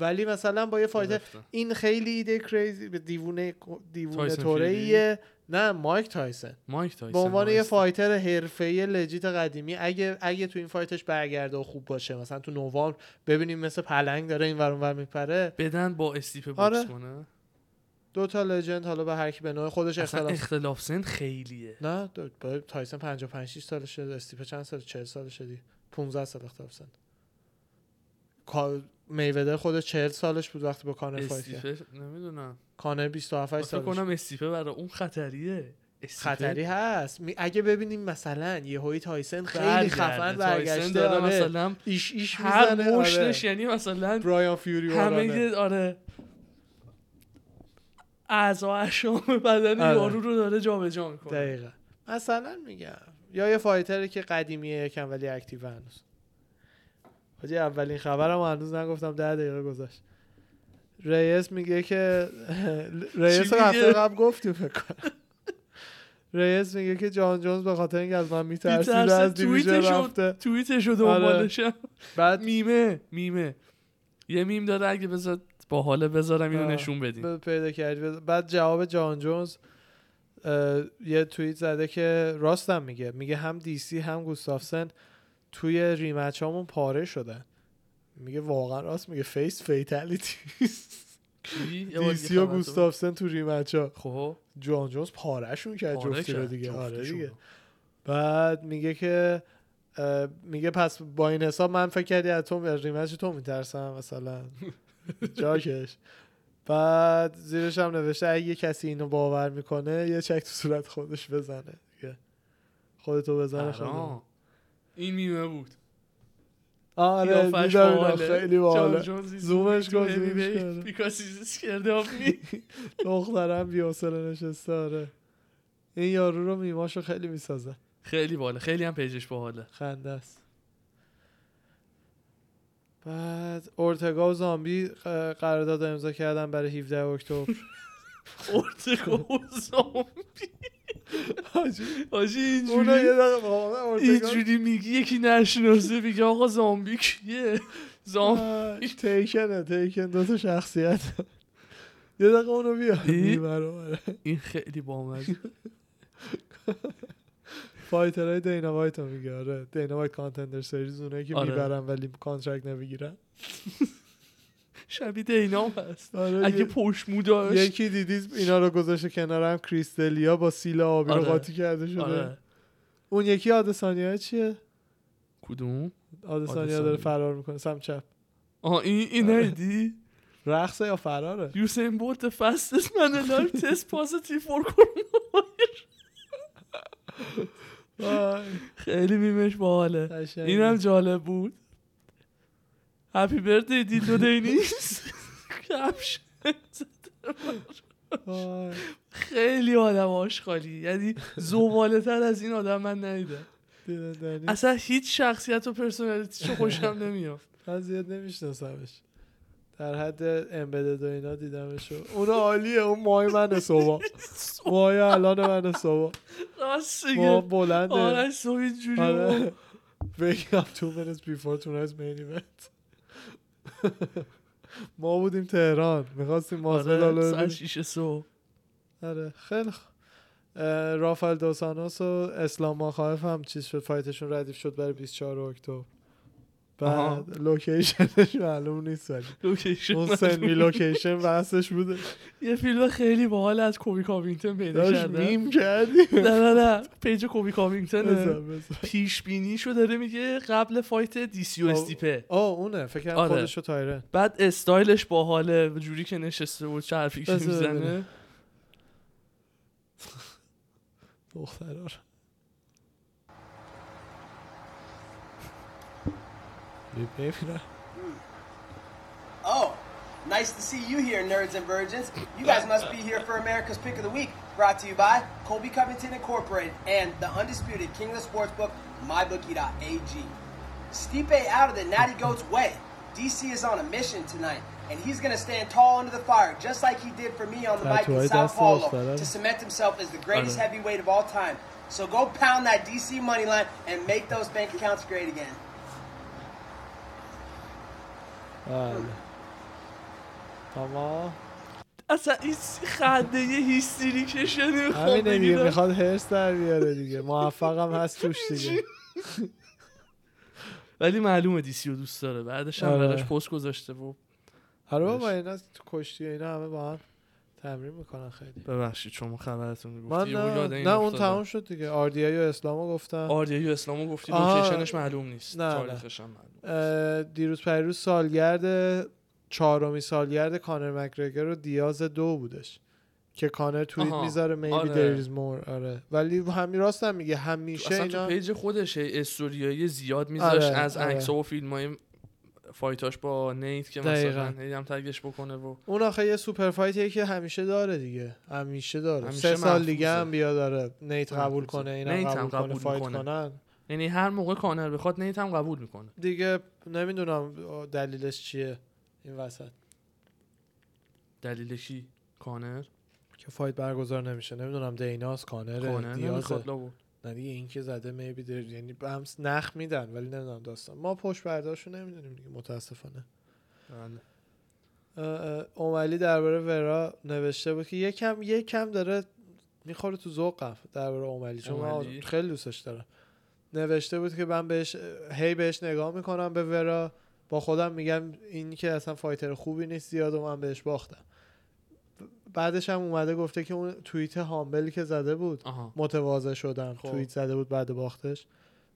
ولی مثلا با یه فایده گرفتم. این خیلی ایده کریزی به دیوونه دیوونه تایسون تورهیه نه مایک تایسن مایک تایسون به عنوان یه وایستا. فایتر حرفه‌ای لجیت قدیمی اگه اگه تو این فایتش برگرده و خوب باشه مثلا تو نوامبر ببینیم مثل پلنگ داره این ور اون ور میپره بدن با استیپ بوکس آره. کنه دو تا لجند حالا به هر کی به نوع خودش اصلا اختلاف اختلاف سن خیلیه نه دو- با تایسون 55 6 سال شد استیپ چند سال 40 سال شدی 15 سال اختلاف سن کا- میودر خودش 40 سالش بود وقتی با کانر فایت کرد استیپه نمیدونم کانر 27 فکر سالش کنم استیپه برای اون خطریه استیپه خطری هست می- اگه ببینیم مثلا یه هوی تایسن خیلی برگرده. خفن تایسون برگشته داره آره. مثلا ایش ایش هر میزنه مشتش آره. یعنی مثلا برایان فیوری همه وارانه. یه- آره اعضا اشام بدن آره. یارو رو داره جابجا میکنه دقیقا مثلا میگم یا یه فایتره که قدیمیه یکم ولی اکتیو هنوز حاجی اولین خبرم هنوز نگفتم ده دقیقه گذشت ریس میگه که ریس چی رو هفته میگه؟ قبل گفتیم فکر کنم. ریس میگه که جان جونز به خاطر اینکه از من میترسید می‌ترسه، از دیویژن توییتشو- رفته توییتشو دنبالشم آره. بعد میمه میمه یه میم داره اگه بذار با حاله بذارم اینو آه. نشون بدیم ب- پیدا کردی بذار- بعد جواب جان جونز اه، یه توییت زده که راستم میگه میگه هم دیسی هم گوستافسن توی ریمچ هامون پاره شدن میگه واقعا راست میگه فیس فیتالیتیز کی؟ یه بار دیسی دیگه و خبر تو- گوستافسن تو ریمچ ها خب جان جونز پارهشون کرد پاره جفتی رو کرد، خب، دیگه آره جفتشون دیگه رو. بعد میگه که اه، میگه پس با این حساب من فکر کردی از تو از ریمچ تو میترسم مثلا جاکش بعد زیرش هم نوشته اگه یه کسی اینو باور میکنه یه چک تو صورت خودش بزنه دیگه خودتو بزنه خودت آرام. آره. این میمه بود آره قیافش دیدم اینو، باحاله. خیلی جان باحاله جونز is زومش moving کن، to زومش heavyweight کرده. because he's scared of me. دخترم بی‌حوصله نشسته آره این یارو رو میماشو خیلی میسازه خیلی باله خیلی هم پیجش باحاله خنده است بعد اورتگا و زامبی ق- قرارداد امضا کردن برای 17 اکتبر خب. ارتگا و زامبی حاجی اونو یه اینجوری دقیقه واقعا اورتگا اینجوری میگی یکی نشناسه میگه آقا زامبی کیه زامبی آه، تیکنه تیکن دو تا شخصیت یه دقیقه اونو بیار ای؟ میبره، آره. این خیلی بامزه فایترهای دینا وایت رو میگه آره دینا وایت کانتندر سریز اونایی که آره. میبرن ولی کانترکت نمیگیرن شبیه دینام هست آره اگه یه- پشت مو داشت یکی دیدی اینا رو گذاشته کنارم کریستلیا با سیل آبی رو آره. قاطی کرده شده آره اون یکی آدسانیا چیه کدوم آدسانیا آدسانیا. داره فرار میکنه سمت چپ آه این این آره. هدی رقصه یا فراره یوسین بولت فستست من الایو تست پازیتیو فور کرونا وای، خیلی میمش باحاله قشنگه. اینم جالب بود هپی برده دیلدو دینیس کفش وای. خیلی آدم آشغالی یعنی زباله تر از این آدم من ندیدم دیدن دنی؟ اصلا هیچ شخصیت و پرسونالیتیشو خوشم نمیاد من زیاد نمیشناسمش در حد امبدد و اینا دیدمش و- اون عالیه اون مای من صبح مای الان من صبح راست ما میگه بلنده آرش صبح اینجوری آره بود. Wake up two minutes before tonight's main event ما بودیم تهران میخواستیم مازبل آره آلو ساعت شیش صبح آره خیلی خوب اه، رافال دوسانوس و اسلام مخاف هم چیز شد فایتشون ردیف شد برای 24 اکتبر آها. بعد لوکیشنش معلوم نیست ولی لوکیشن اون معلوم. سن می لوکیشن بحثش بوده یه فیلم خیلی باحال از کوبی کاوینگتن پیدا داشت کردم آره. میم کردی نه نه نه پیج کوبی کاوینگتن بذار، بذار. پیش بینیشو داره میگه قبل فایت دیسی و آه. استیپه آه اونه فکر کنم آره. خودش و تایرن بعد استایلش باحاله جوری که نشسته و چرفی که بذار میزنه ببینم. دخترا رو نمی‌بینم. Oh, nice to see you here, nerds and virgins. You guys must be here for America's Pick of the Week, brought to you by Colby Covington Incorporated and the undisputed king of the sportsbook, MyBookie.ag. Stipe out of the Natty Goat's way. DC is on a mission tonight, and he's going to stand tall under the fire, just like he did for me on the That's mic in right, Sao that's Paulo, all, fella. to cement himself as the greatest I know. heavyweight of all time. So go pound that DC money line and make those bank accounts great again. بله آما اصلا این خنده یه هیستریکشنه میخوام همین دیگه بگیرم میخواد هرس در بیاره دیگه موفقم هست توش دیگه ولی معلومه دیسی رو دوست داره بعدش هم آره. براش پست گذاشته و آره بابا اینا تو کشتی و اینا همه با هم تمرین میکنن خیلی ببخشید شما خبرتون رو من گفتی یهو نه, یاد این نه اون افتادم. تمام شد دیگه آردیای و اسلامو گفتم آردی یو اسلامو گفتی آها. لوکیشنش معلوم نیست نه، نه. تاریخش هم معلوم اه، دیروز پریروز سالگرد چهارمی سالگرد کانر مکرگر و دیاز دو بودش که کانر توییت آها. میذاره maybe آره. there is more آره ولی همین راست هم میگه همیشه اصلا تو اینا پیج خودش هی استوریای زیاد میذاشت آره، از آره. عکس و فیلم های فایتاش با نیت که دقیقاً. مثلا هی هم تگش بکنه و اون آخه یه سوپر فایتیه که همیشه داره دیگه همیشه داره همیشه سه سال محفوظه. دیگه هم بیا داره نیت قبول محفوظه. کنه اینا نیت قبول, هم قبول کنه فایت میکنه. کنن یعنی هر موقع کانر بخواد نیت هم قبول میکنه دیگه نمیدونم دلیلش چیه این وسط دلیل کی کانر که فایت برگزار نمیشه نمیدونم دیناس کانر کانر دیاز نمیخواد لابد نه دیگه این که زده میبی در یعنی به هم نخ میدن ولی نمیدونم داستان ما پشت برداشت نمیدونیم دیگه متاسفانه بله. اه، اه، اوملی درباره ورا نوشته بود که یکم یکم داره میخوره تو ذوقم درباره اوملی چون من اوملی؟ خیلی دوستش دارم نوشته بود که من بهش هی بهش نگاه میکنم به ورا با خودم میگم این که اصلا فایتر خوبی نیست زیاد و من بهش باختم بعدش هم اومده گفته که اون توییت هامبلی که زده بود آها متواضع شدم خب. توییت زده بود بعد باختش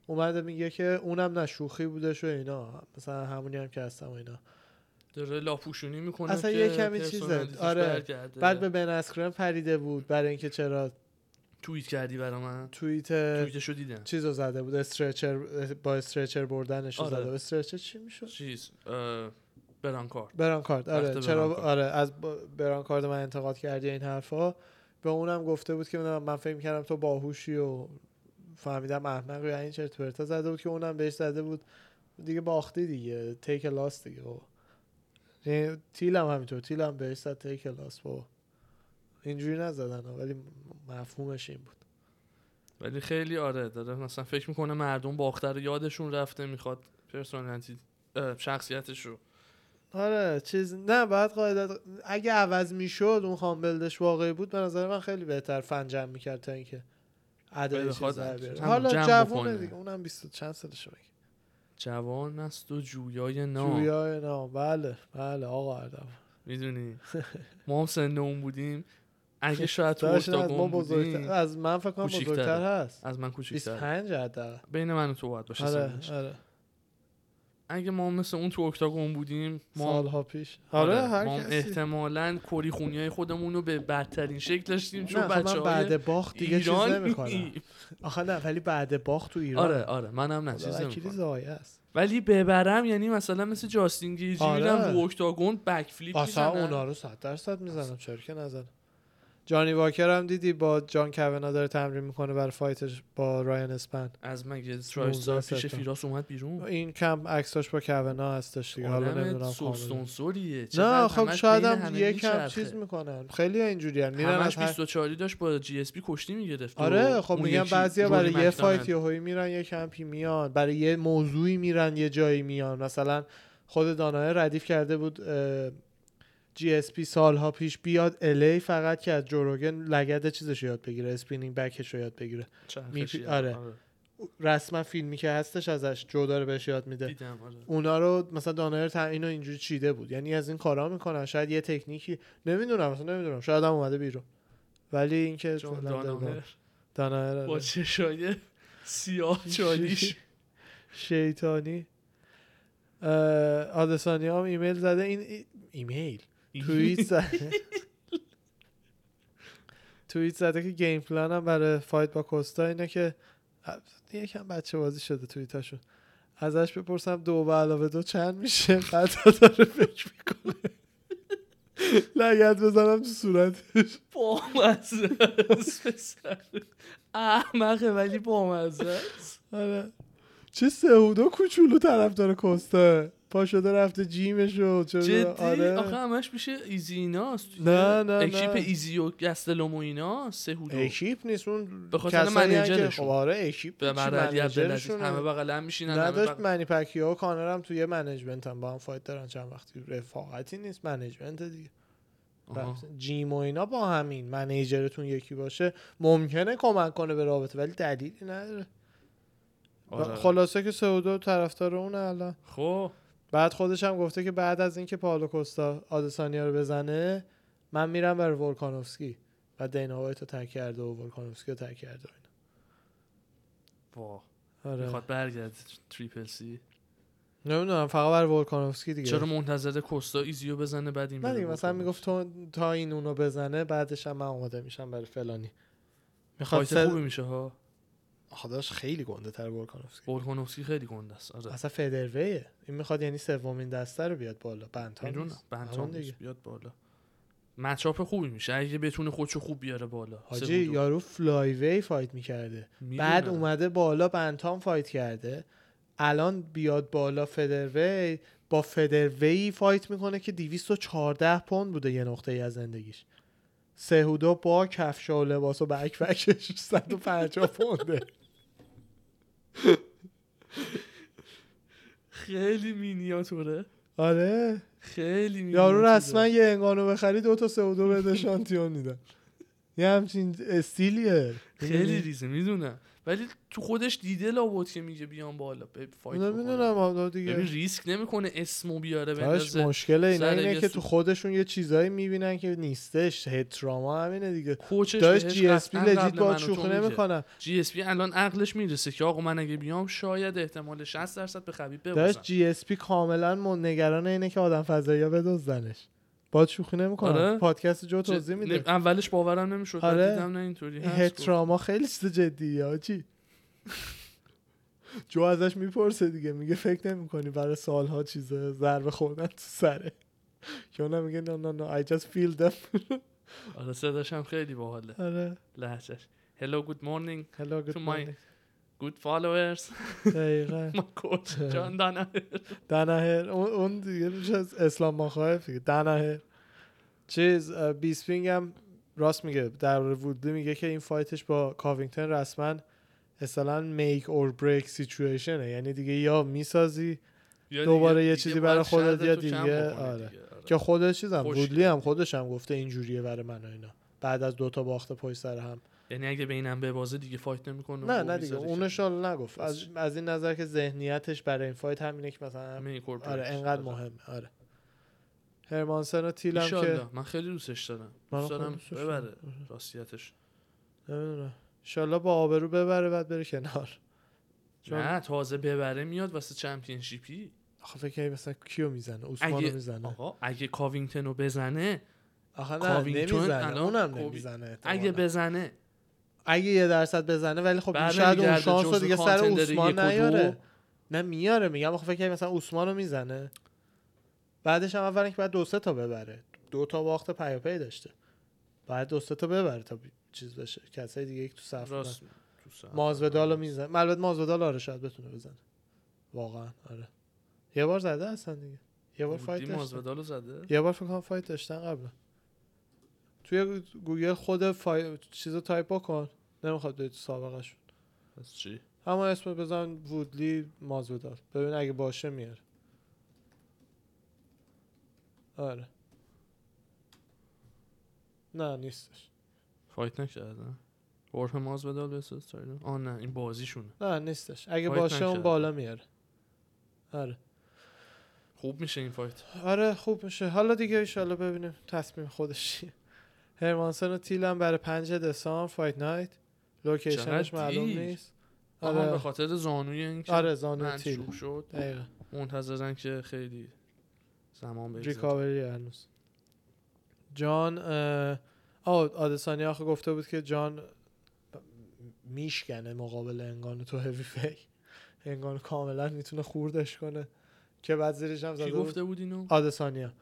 اومده میگه که اونم نه شوخی بودش و اینا مثلا همونی هم که هستم و اینا داره لاپوشونی میکنه اصلا که یه کمی چیزه. پرسونالیتیش آره. برگرده. بعد به بن اسکرن پریده بود برای اینکه چرا توییت کردی برا من توییت توییتشو دیدم چیزو زده بود استرچر با استرچر بردنش رو آره. زده بود استرچر چی میشد چیز اه، برانکارد برانکارد وقت آره چرا برانکارد. آره از با- برانکارد من انتقاد کردی این حرفا به اونم گفته بود که من, من فکر کردم تو باهوشی و فهمیدم احمقی و این چرت و پرتا زده بود که اونم بهش زده بود دیگه باختی دیگه تیک لاس دیگه بابا یعنی تیل هم همینطور تیل هم بهش زد تیک لاس بابا خب. اینجوری نزدن ها، ولی مفهومش این بود ولی خیلی آره داره مثلا فکر میکنه مردم باختر رو یادشون رفته میخواد پرسونالیتی اه، شخصیتش رو آره چیز نه بعد قاعدت اگه عوض میشد اون هامبلدش واقعی بود به نظر من خیلی بهتر فن جمع میکرد تا اینکه بله، عدد خواهد چیز در بیاره. جمع- حالا جمع جوونه بکنه. دیگه اونم 20 چند سالشه مگه جوان است و جویای نام جویای نام بله بله آقا اردم میدونی ما هم سن اون بودیم اگه شاید تو داشت از ما اکتاگون بزرگتر بودیم از من فکر کنم کوچیک‌تره. بزرگتر هست از من کوچیک‌تر 25 حداقل بین من و تو باید باشه آره سنش. آره اگه ما مثل اون تو اکتاگون بودیم ما سالها پیش آره هر ما کسی احتمالاً کری خونی های خودمون رو به بدترین شکل داشتیم نه چون آخه بچه من های بعد باخت دیگه چیز نمیکنم ایران آخه نه ولی بعد باخت تو ایران خب آره آره منم نه چیز خدا وکیلی نمی‌کنم. زایه است ولی ببرم یعنی مثلا مثل جاستین گیجی آره. میرم رو اکتاگون بک فلیپ اصلا میزنم اونا رو صد درصد میزنم چرا که نزنم جانی واکر هم دیدی با جان کونا داره تمرین میکنه برای فایتش با رایان اسپن از مگه ترایستار 19 پیش ستا. فیراس اومد بیرون این کم عکساش با کونا هستش دیگه حالا آدم نمیدونم سوستونسوریه نه خب شاید هم یکم چیز میکنن خیلی اینجوری هم میرن از همش هر... 24 داشت با جی اس پی کشتی میگرفت آره خب میگم بعضیا برای یه فایت یهویی میرن یه کمپی میان برای یه موضوعی میرن یه جایی میان مثلا خود دانایه ردیف کرده بود جی اس پی سالها پیش بیاد الی فقط که از جوروگن لگد چیزش رو یاد بگیره اسپینینگ بکش رو یاد بگیره می‌پی- آره. رسما فیلمی که هستش ازش جو داره بهش یاد میده دیدم آره اونا رو مثلا دانایر تعیین رو اینجوری چیده بود یعنی از این کارا میکنن شاید یه تکنیکی نمیدونم مثلا نمیدونم شاید هم اومده بیرون ولی اینکه جان فعلا دانامر دانایر آره. با چشای سیاه چالیش شیطانی اه، آدسانی هم ایمیل زده این ای- ایمیل توییت زده توییت زده که گیم پلان هم برای فایت با کوستا اینه که یکم بچه بازی شده توییتاشون ازش بپرسم دو به علاوه دو چند میشه بعد داره فکر میکنه لگت بزنم تو صورتش بامزه است، پسر. احمقه ولی بامزه است. آره چه سهودو کوچولو طرف داره کوستا پا شده رفته جیمش و چه جدی می‌دونم، آره. آخه همش میشه ایزی ایناست نه، نه، اکیپ نه. ایزی و گستلوم و اینا سه هودو اکیپ نیست اون به خاطر کسایی هن که- منیجرشون. خب آره اکیپ به چی، بعد علی عبدالعزیز منیجرشونه. همه بغل هم میشینن همه نداشت بغل- منی پکیا و کانر هم توی منیجمنت هم با هم فایت دارن چند وقتی رفاقتی نیست منیجمنت دیگه آها. جیم و اینا با همین منیجرتون یکی باشه ممکنه کمک کنه به رابطه ولی دلیلی نداره آره. خلاصه که سعودو طرفدار اون الان خب بعد خودش هم گفته که بعد از اینکه پاولو کوستا آدسانیا رو بزنه من میرم بر ولکانوفسکی و دینا وایت رو ترک کرده و ولکانوفسکی رو ترک کرده و اینا. واه آره. میخواد برگرد تریپل سی نمیدونم فقط بر ولکانوفسکی دیگه چرا منتظر کوستا ایزیو بزنه بعد این نه بره دیگه بود؟ مثلا میگفت تو تا این اونو بزنه بعدش هم من آماده میشم برای فلانی میخواد فایت خوبی سل... میشه ها آداش خیلی گنده تر ولکانوفسکی اورکانوفسکی خیلی گنده است آره اصلا فدرویه این میخواد یعنی سومین دسته رو بیاد بالا بنتام میدونم نیست. همون بنتام دیگه نیست، بیاد بالا مچاپ خوبی میشه اگه بتونه خودشو خوب بیاره بالا حاجی سهودو. یارو فلایوی فایت میکرده میدونم. بعد اومده بالا بنتام فایت کرده الان بیاد بالا فدروی با فدروی فایت میکنه که 214 پوند بوده یه نقطه ای از زندگیش سهودا با کفش و لباس و بکبکش 150 پونده خیلی مینیاتوره آره خیلی یارو مینیاتوره. رسما یه انگانو بخری دو تا سهودو بده شانتیون میدن یه همچین استیلیه خیلی ریزه میدونم ولی تو خودش دیده لابد که میگه بیام بالا به فایت نه بکنم. میدونم حالا ببین دیگه ریسک نمیکنه اسمو بیاره داش بندازه مشکل اینا سر اینه یه که سو- تو خودشون یه چیزایی میبینن که نیستش هد تراما همینه دیگه کوچش داش بهش جی اس پی قطعاً لجیت قبل من با و تو شوخی میگه. نمیکنم جی اس پی الان عقلش میرسه که آقا من اگه بیام شاید احتمال 60 درصد به خبیب داش ببازم جی اس پی کاملا من- نگران اینه که آدم فضایی بدزدنش با شوخی نمیکنم آره. پادکست جو چه- توضیح نه، میده اولش باورم نمیشد بعد آره. دیدم نه اینطوری این هست هد گفت. تراما خیلی چیز جدیه آجی جو ازش میپرسه دیگه میگه فکر نمیکنی برای سالها چیز ضربه خوردن تو سره که اونم میگه نه نه نه I just feel them آره صداش هم خیلی باحاله آره لهجهش Hello, good morning, Hello, good To my- morning. good followers. دقیقاً. My coach, John Danaher. دنهر اون اون دیگه میشه از اسلام مخایف دیگه دنهر چیز اه، بیسپینگ هم راست میگه در وودلی میگه که این فایتش با کاوینگتن رسما اصلا میک اور بریک سیچویشنه یعنی دیگه یا میسازی یا دیگه- دوباره یه دیگه چیزی باید برای خودت شرطتو یا کم دیگه بکنی آره. دیگه، آره. که خودش چیزم خوش وودلی دیگه. هم خودش هم گفته اینجوریه برای من و اینا بعد از دوتا باخت پشت سر هم یعنی اگه به اینم ببازه دیگه فایت نمیکنه نه نه دیگه اونش حالا نگفت از, از این نظر که ذهنیتش برای این فایت همینه که مثلا آره انقدر مهمه آره هرمانسن و تیلم که ایشالله من خیلی دوستش دارم منم خیلی دوست دارم دوستش دارم. آره. ببره راستیتش نمیدونم انشالله با آبرو ببره بعد بره کنار چون- نه تازه ببره میاد واسه چمپیونشیپی آخه فکر کنی مثلا کیو میزنه عثمانو اگه میزنه آقا اگه کاوینگتون رو بزنه آخه نه کاوینگتون نمیزنه الان اونم کوبی- نمیزنه احتمالاً. اگه بزنه اگه یه درصد بزنه ولی خب این بعد شاید اون نمیگرده شانس رو جزو دیگه سر کانتندر یک عثمان و دو. نیاره نه میاره میگم آخه فکر کنی مثلا عثمان رو میزنه بعدش هم اولا که بعد دو سه تا ببره دو تا باخت پیاپی داشته بعد دو سه تا ببره تا بی- چیز بشه کسای دیگه یک تو صف راست راست تو سر. مازودال رو میزنه البته مازودال آره شاید بتونه بزنه واقعا آره یه بار زده هستن دیگه یه بار بودی فایت داشتن. مازودال رو زده یه بار فکر کنم فایت داشتن قبلا توی گوگل خود فای... چیز رو تایپ بکن نمیخواد بری تو سابقه شون پس چی همون اسم بزن وودلی مازودال ببین اگه باشه میاره آره نه نیستش فایت نکردن ورپ مازودال بساز تایلند آه نه این بازیشونه نه نیستش اگه فایت باشه اون نکرده. بالا میاره آره خوب میشه این فایت آره خوب میشه حالا دیگه ایشالا ببینیم تصمیم خودش چیه. هرمانسون و تیل هم برای پنج دسامبر فایت نایت لوکیشنش چقدر معلوم دیر. نیست آها به آره خاطر زانوی این که آره زانو تیل منشوب شد دقیقا منتظرن که خیلی زمان بگذره ریکاوری هنوز جان اه، آه آدسانی آخه گفته بود که جان میشکنه مقابل انگان تو هوی فی انگان کاملا میتونه خوردش کنه که بعد زیرش هم زده کی بود گفته بود اینو آدسانیا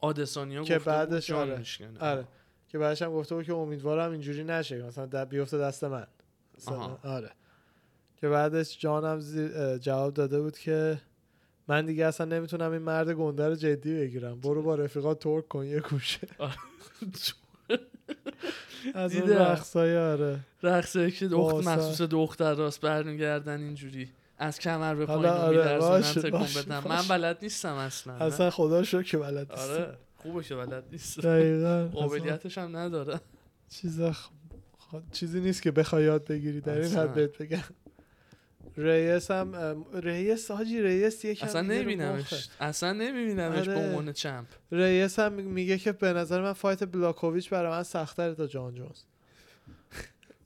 آدسانیا که گفته بود بعدش جان آره. میشکنه. آره که بعدش هم گفته بود که امیدوارم اینجوری نشه که مثلا در بیفته دست من مثلا، آها. آره که بعدش جانم زیر- اه، جواب داده بود که من دیگه اصلا نمیتونم این مرد گنده رو جدی بگیرم برو با رفیقات ترک کن یه گوشه از اون دیدم. رقصای آره رقصه که دخت باسن. مخصوص دختر راست برمیگردن اینجوری از کمر به حالا پایین آره، میلرزونن باشه، تکون باشه، بدن من باشه. بلد نیستم اصلا نه. اصلا خدا شکر که بلد نیست آره خوبه که بلد نیستم دقیقا اصلا قابلیتش هم نداره چیز خ- خ- چیزی نیست که بخوای یاد بگیری در این اصلا. حد بهت بگم ریس هم ام، ریس حاجی ریس یکم اصلا دیگه رو نمیبینمش مخه. اصلا نمیبینمش به آره. عنوان چمپ ریس هم می- میگه که به نظر من فایت بلاکوویچ برای من سخت‌تره تا جان جونز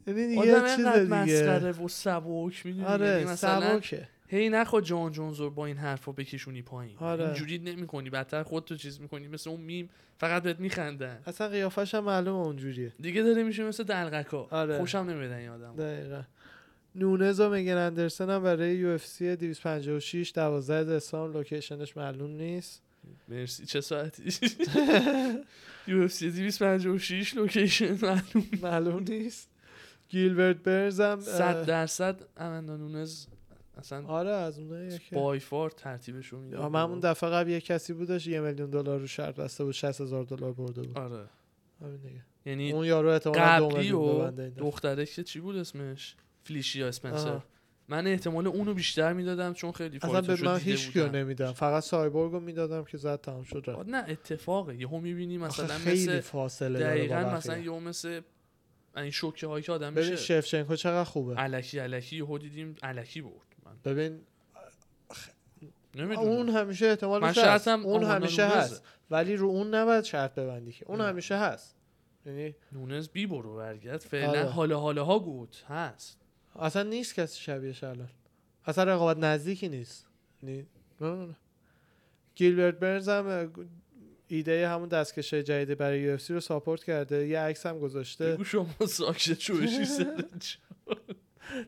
یعنی آدم یه چیز اینقدر دیگه مسخره و سبک میدونی یعنی آره مثلا سبکه هی نخوا جان جونز رو با این حرفا بکشونی پایین آره. اینجوری نمیکنی بدتر خودتو چیز میکنی مثل اون میم فقط بهت میخندن اصلا قیافش هم معلومه اونجوریه دیگه داره میشه مثل دلغکا آره. خوشم نمیدن این آدم دقیقا نونز و میگن اندرسن هم برای یو اف سی 256 12 دسامبر لوکیشنش معلوم نیست مرسی چه ساعتی یو اف سی 256 لوکیشن معلوم معلوم نیست گیلبرت برنز هم اه، 100 درصد امندا نونز اصلا آره از اونایی که بای فار ترتیبش رو میدم آه، من اون دفعه قبل یه کسی بودش یه میلیون دلار رو شرط بسته بود 60 هزار دلار برده بود آره همین دیگه یعنی اون یارو احتمالاً دو قبلی میلیون و ببنده این دفعه. دختره که چی بود اسمش فلیشیا اسپنسر آها. من احتمال اونو بیشتر میدادم چون خیلی اصلا فایتش به رو من دیده هیچ کیو بودم. نمیدم فقط سایبورگ رو میدادم که زد تمام شد آه، رفت. نه اتفاقه یهو میبینی آخه آره، مثلا خیلی مثل فاصله داره با دقیقا بقیه. مثلا یهو مثل این شوکه هایی که آدم ببین میشه آره. شفچنکو چقدر خوبه علکی علکی یهو دیدیم علکی برد من ببین نمیدونم اون همیشه من احتمالش شرطم هست اون آمانا همیشه نونزه. هست ولی رو اون نباید شرط ببندی که اون نه. همیشه هست یعنی نونز بی برو برگرد فعلا آره. حالا حالا ها گود هست اصلا نیست کسی شبیهش الان اصلا رقابت نزدیکی نیست یعنی- نه نه نه. گیلبرت برنز هم اه، ایده همون دستکش جدید برای یو رو ساپورت کرده یه عکس هم گذاشته بگو شما ساکشت چو بشی سرت.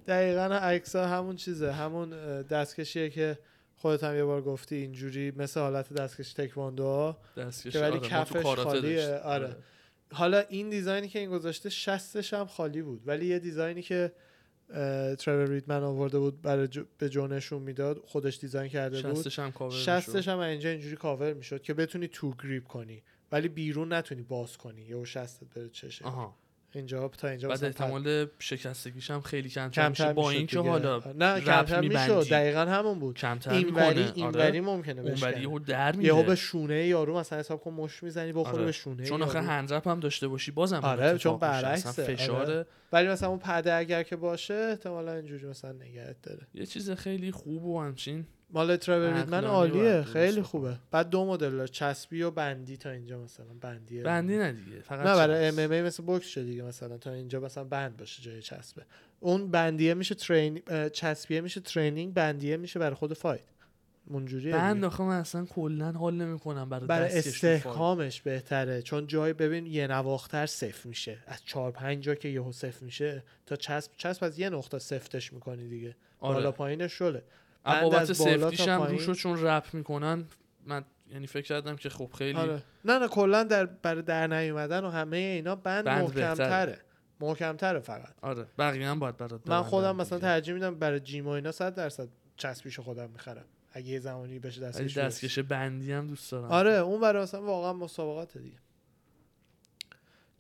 دقیقا عکس ها همون چیزه همون اه، دستکشیه که خودت هم یه بار گفتی اینجوری مثل حالت دستکش تکواندو دستکش که ولی آره، ما تو کفش کاراته خالیه، داشتیم. آره. آره. حالا این دیزاینی که این گذاشته شستش هم خالی بود ولی یه دیزاینی که اه، ترور ریدمن آورده بود برای جو- به جونشون میداد خودش دیزاین کرده بود شستش هم کاور شستش هم اینجا اینجوری کاور میشد که بتونی تو گریپ کنی ولی بیرون نتونی باز کنی یا شستت بره چشه آها اینجا تا اینجا بعد مثلا احتمال شکستگیش هم خیلی کمتر میشه کمتر با می‌شد اینکه دیگه. آره. حالا نه کمتر میشد میبندی دقیقا همون بود کمتر اینوری میکنه اینوری آره ممکنه اونوری بشه یهو در یهو به میره شونه یارو مثلا حساب کن مش میزنی بخوره آره. به شونه چون آخه یارو. هندرپ هم داشته باشی بازم آره، اتفاق چون میشه. اصلا برعکسه، آره. فشار ولی مثلا اون پرده اگر که باشه احتمالا اینجوری مثلا نگهت داره یه چیز خیلی خوب و همچین مال ترور عقلانی ریدمن باید عالیه درست خیلی بکنه. خوبه بعد دو مدل داره چسبی و بندی تا اینجا مثلا بندی بندی نه دیگه فقط نه برای ام چیز. ام ای مثل بوکس شده دیگه مثلا تا اینجا مثلا بند باشه جای چسبه اون بندیه میشه ترین اه، چسبیه میشه ترینینگ بندیه میشه برای خود فایت اونجوریه دیگه. بند آخه من اصلا کلا حال نمیکنم برای برای دستکش تو فایل. استحکامش بهتره چون جای ببین یه نواختر صفر میشه از چهار پنج جا که یهو صفر میشه تا چسب چسب از یه نقطه سفتش میکنی دیگه آره. بالا پایینش شله بند بابت از بالا تا سفتیش هم پایین. روشو چون رپ میکنن من یعنی فکر کردم که خب خیلی آره. نه نه کلا در برای در نیومدن و همه اینا بند, بند محکمتره محکمتره فقط آره بقیه هم باید برات من ببندن خودم مثلا دیگه. ترجیح میدم برای جیم و اینا 100 درصد چسبیشو خودم میخرم اگه یه زمانی بشه دستکش ولی بفروشم. دستکش بندی هم دوست دارم آره اون برای مثلا واقعا مسابقات دیگه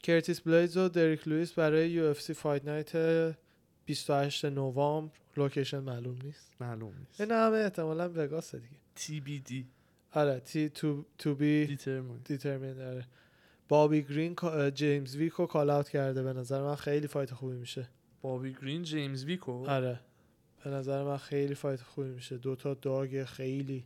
کرتیس بلیدز و دریک لوئیس برای یو اف سی فایت نایت 28 نوامبر لوکیشن معلوم نیست معلوم نیست این همه احتمالا وگاس دیگه تی بی دی آره تی تو تو بی دیترمین دیترمین آره بابی گرین کا- جیمز ویکو کال اوت کرده به نظر من خیلی فایت خوبی میشه بابی گرین جیمز ویکو آره به نظر من خیلی فایت خوبی میشه دوتا داگ خیلی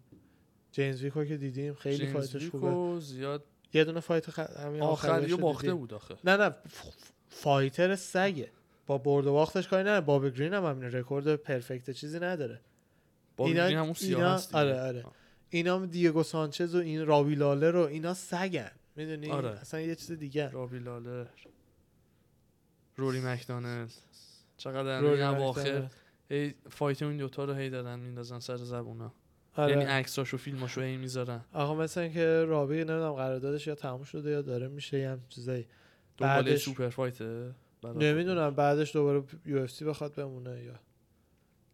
جیمز ویکو که دیدیم خیلی جیمز فایتش خوبه ویکو زیاد یه دونه فایت خ... همین آخرش آخریو رو باخته دیدیم. بود آخه نه نه ف- ف- فایتر سگه با برد و باختش کاری نداره باب گرین هم همین رکورد پرفکت چیزی نداره بابی اینا- گرین همون اینا- سیاه هست دیگه. آره، آره. اینا هم دیگو سانچز و این راوی لاله رو اینا سگن میدونی آره. اصلا یه چیز دیگه رابی لاله روری مکدانل چقدر روی این رکت اواخر داره. هی فایت اون دوتا رو هی دارن میندازن سر زبونا یعنی آره. عکساشو فیلماشو هی میذارن آقا مثلا که رابی نمیدونم قراردادش یا تموم شده یا داره میشه یه هم چیزایی دنبال بعدش- سوپر فایته برای نمیدونم بعدش دوباره یو اف سی بخواد بمونه یا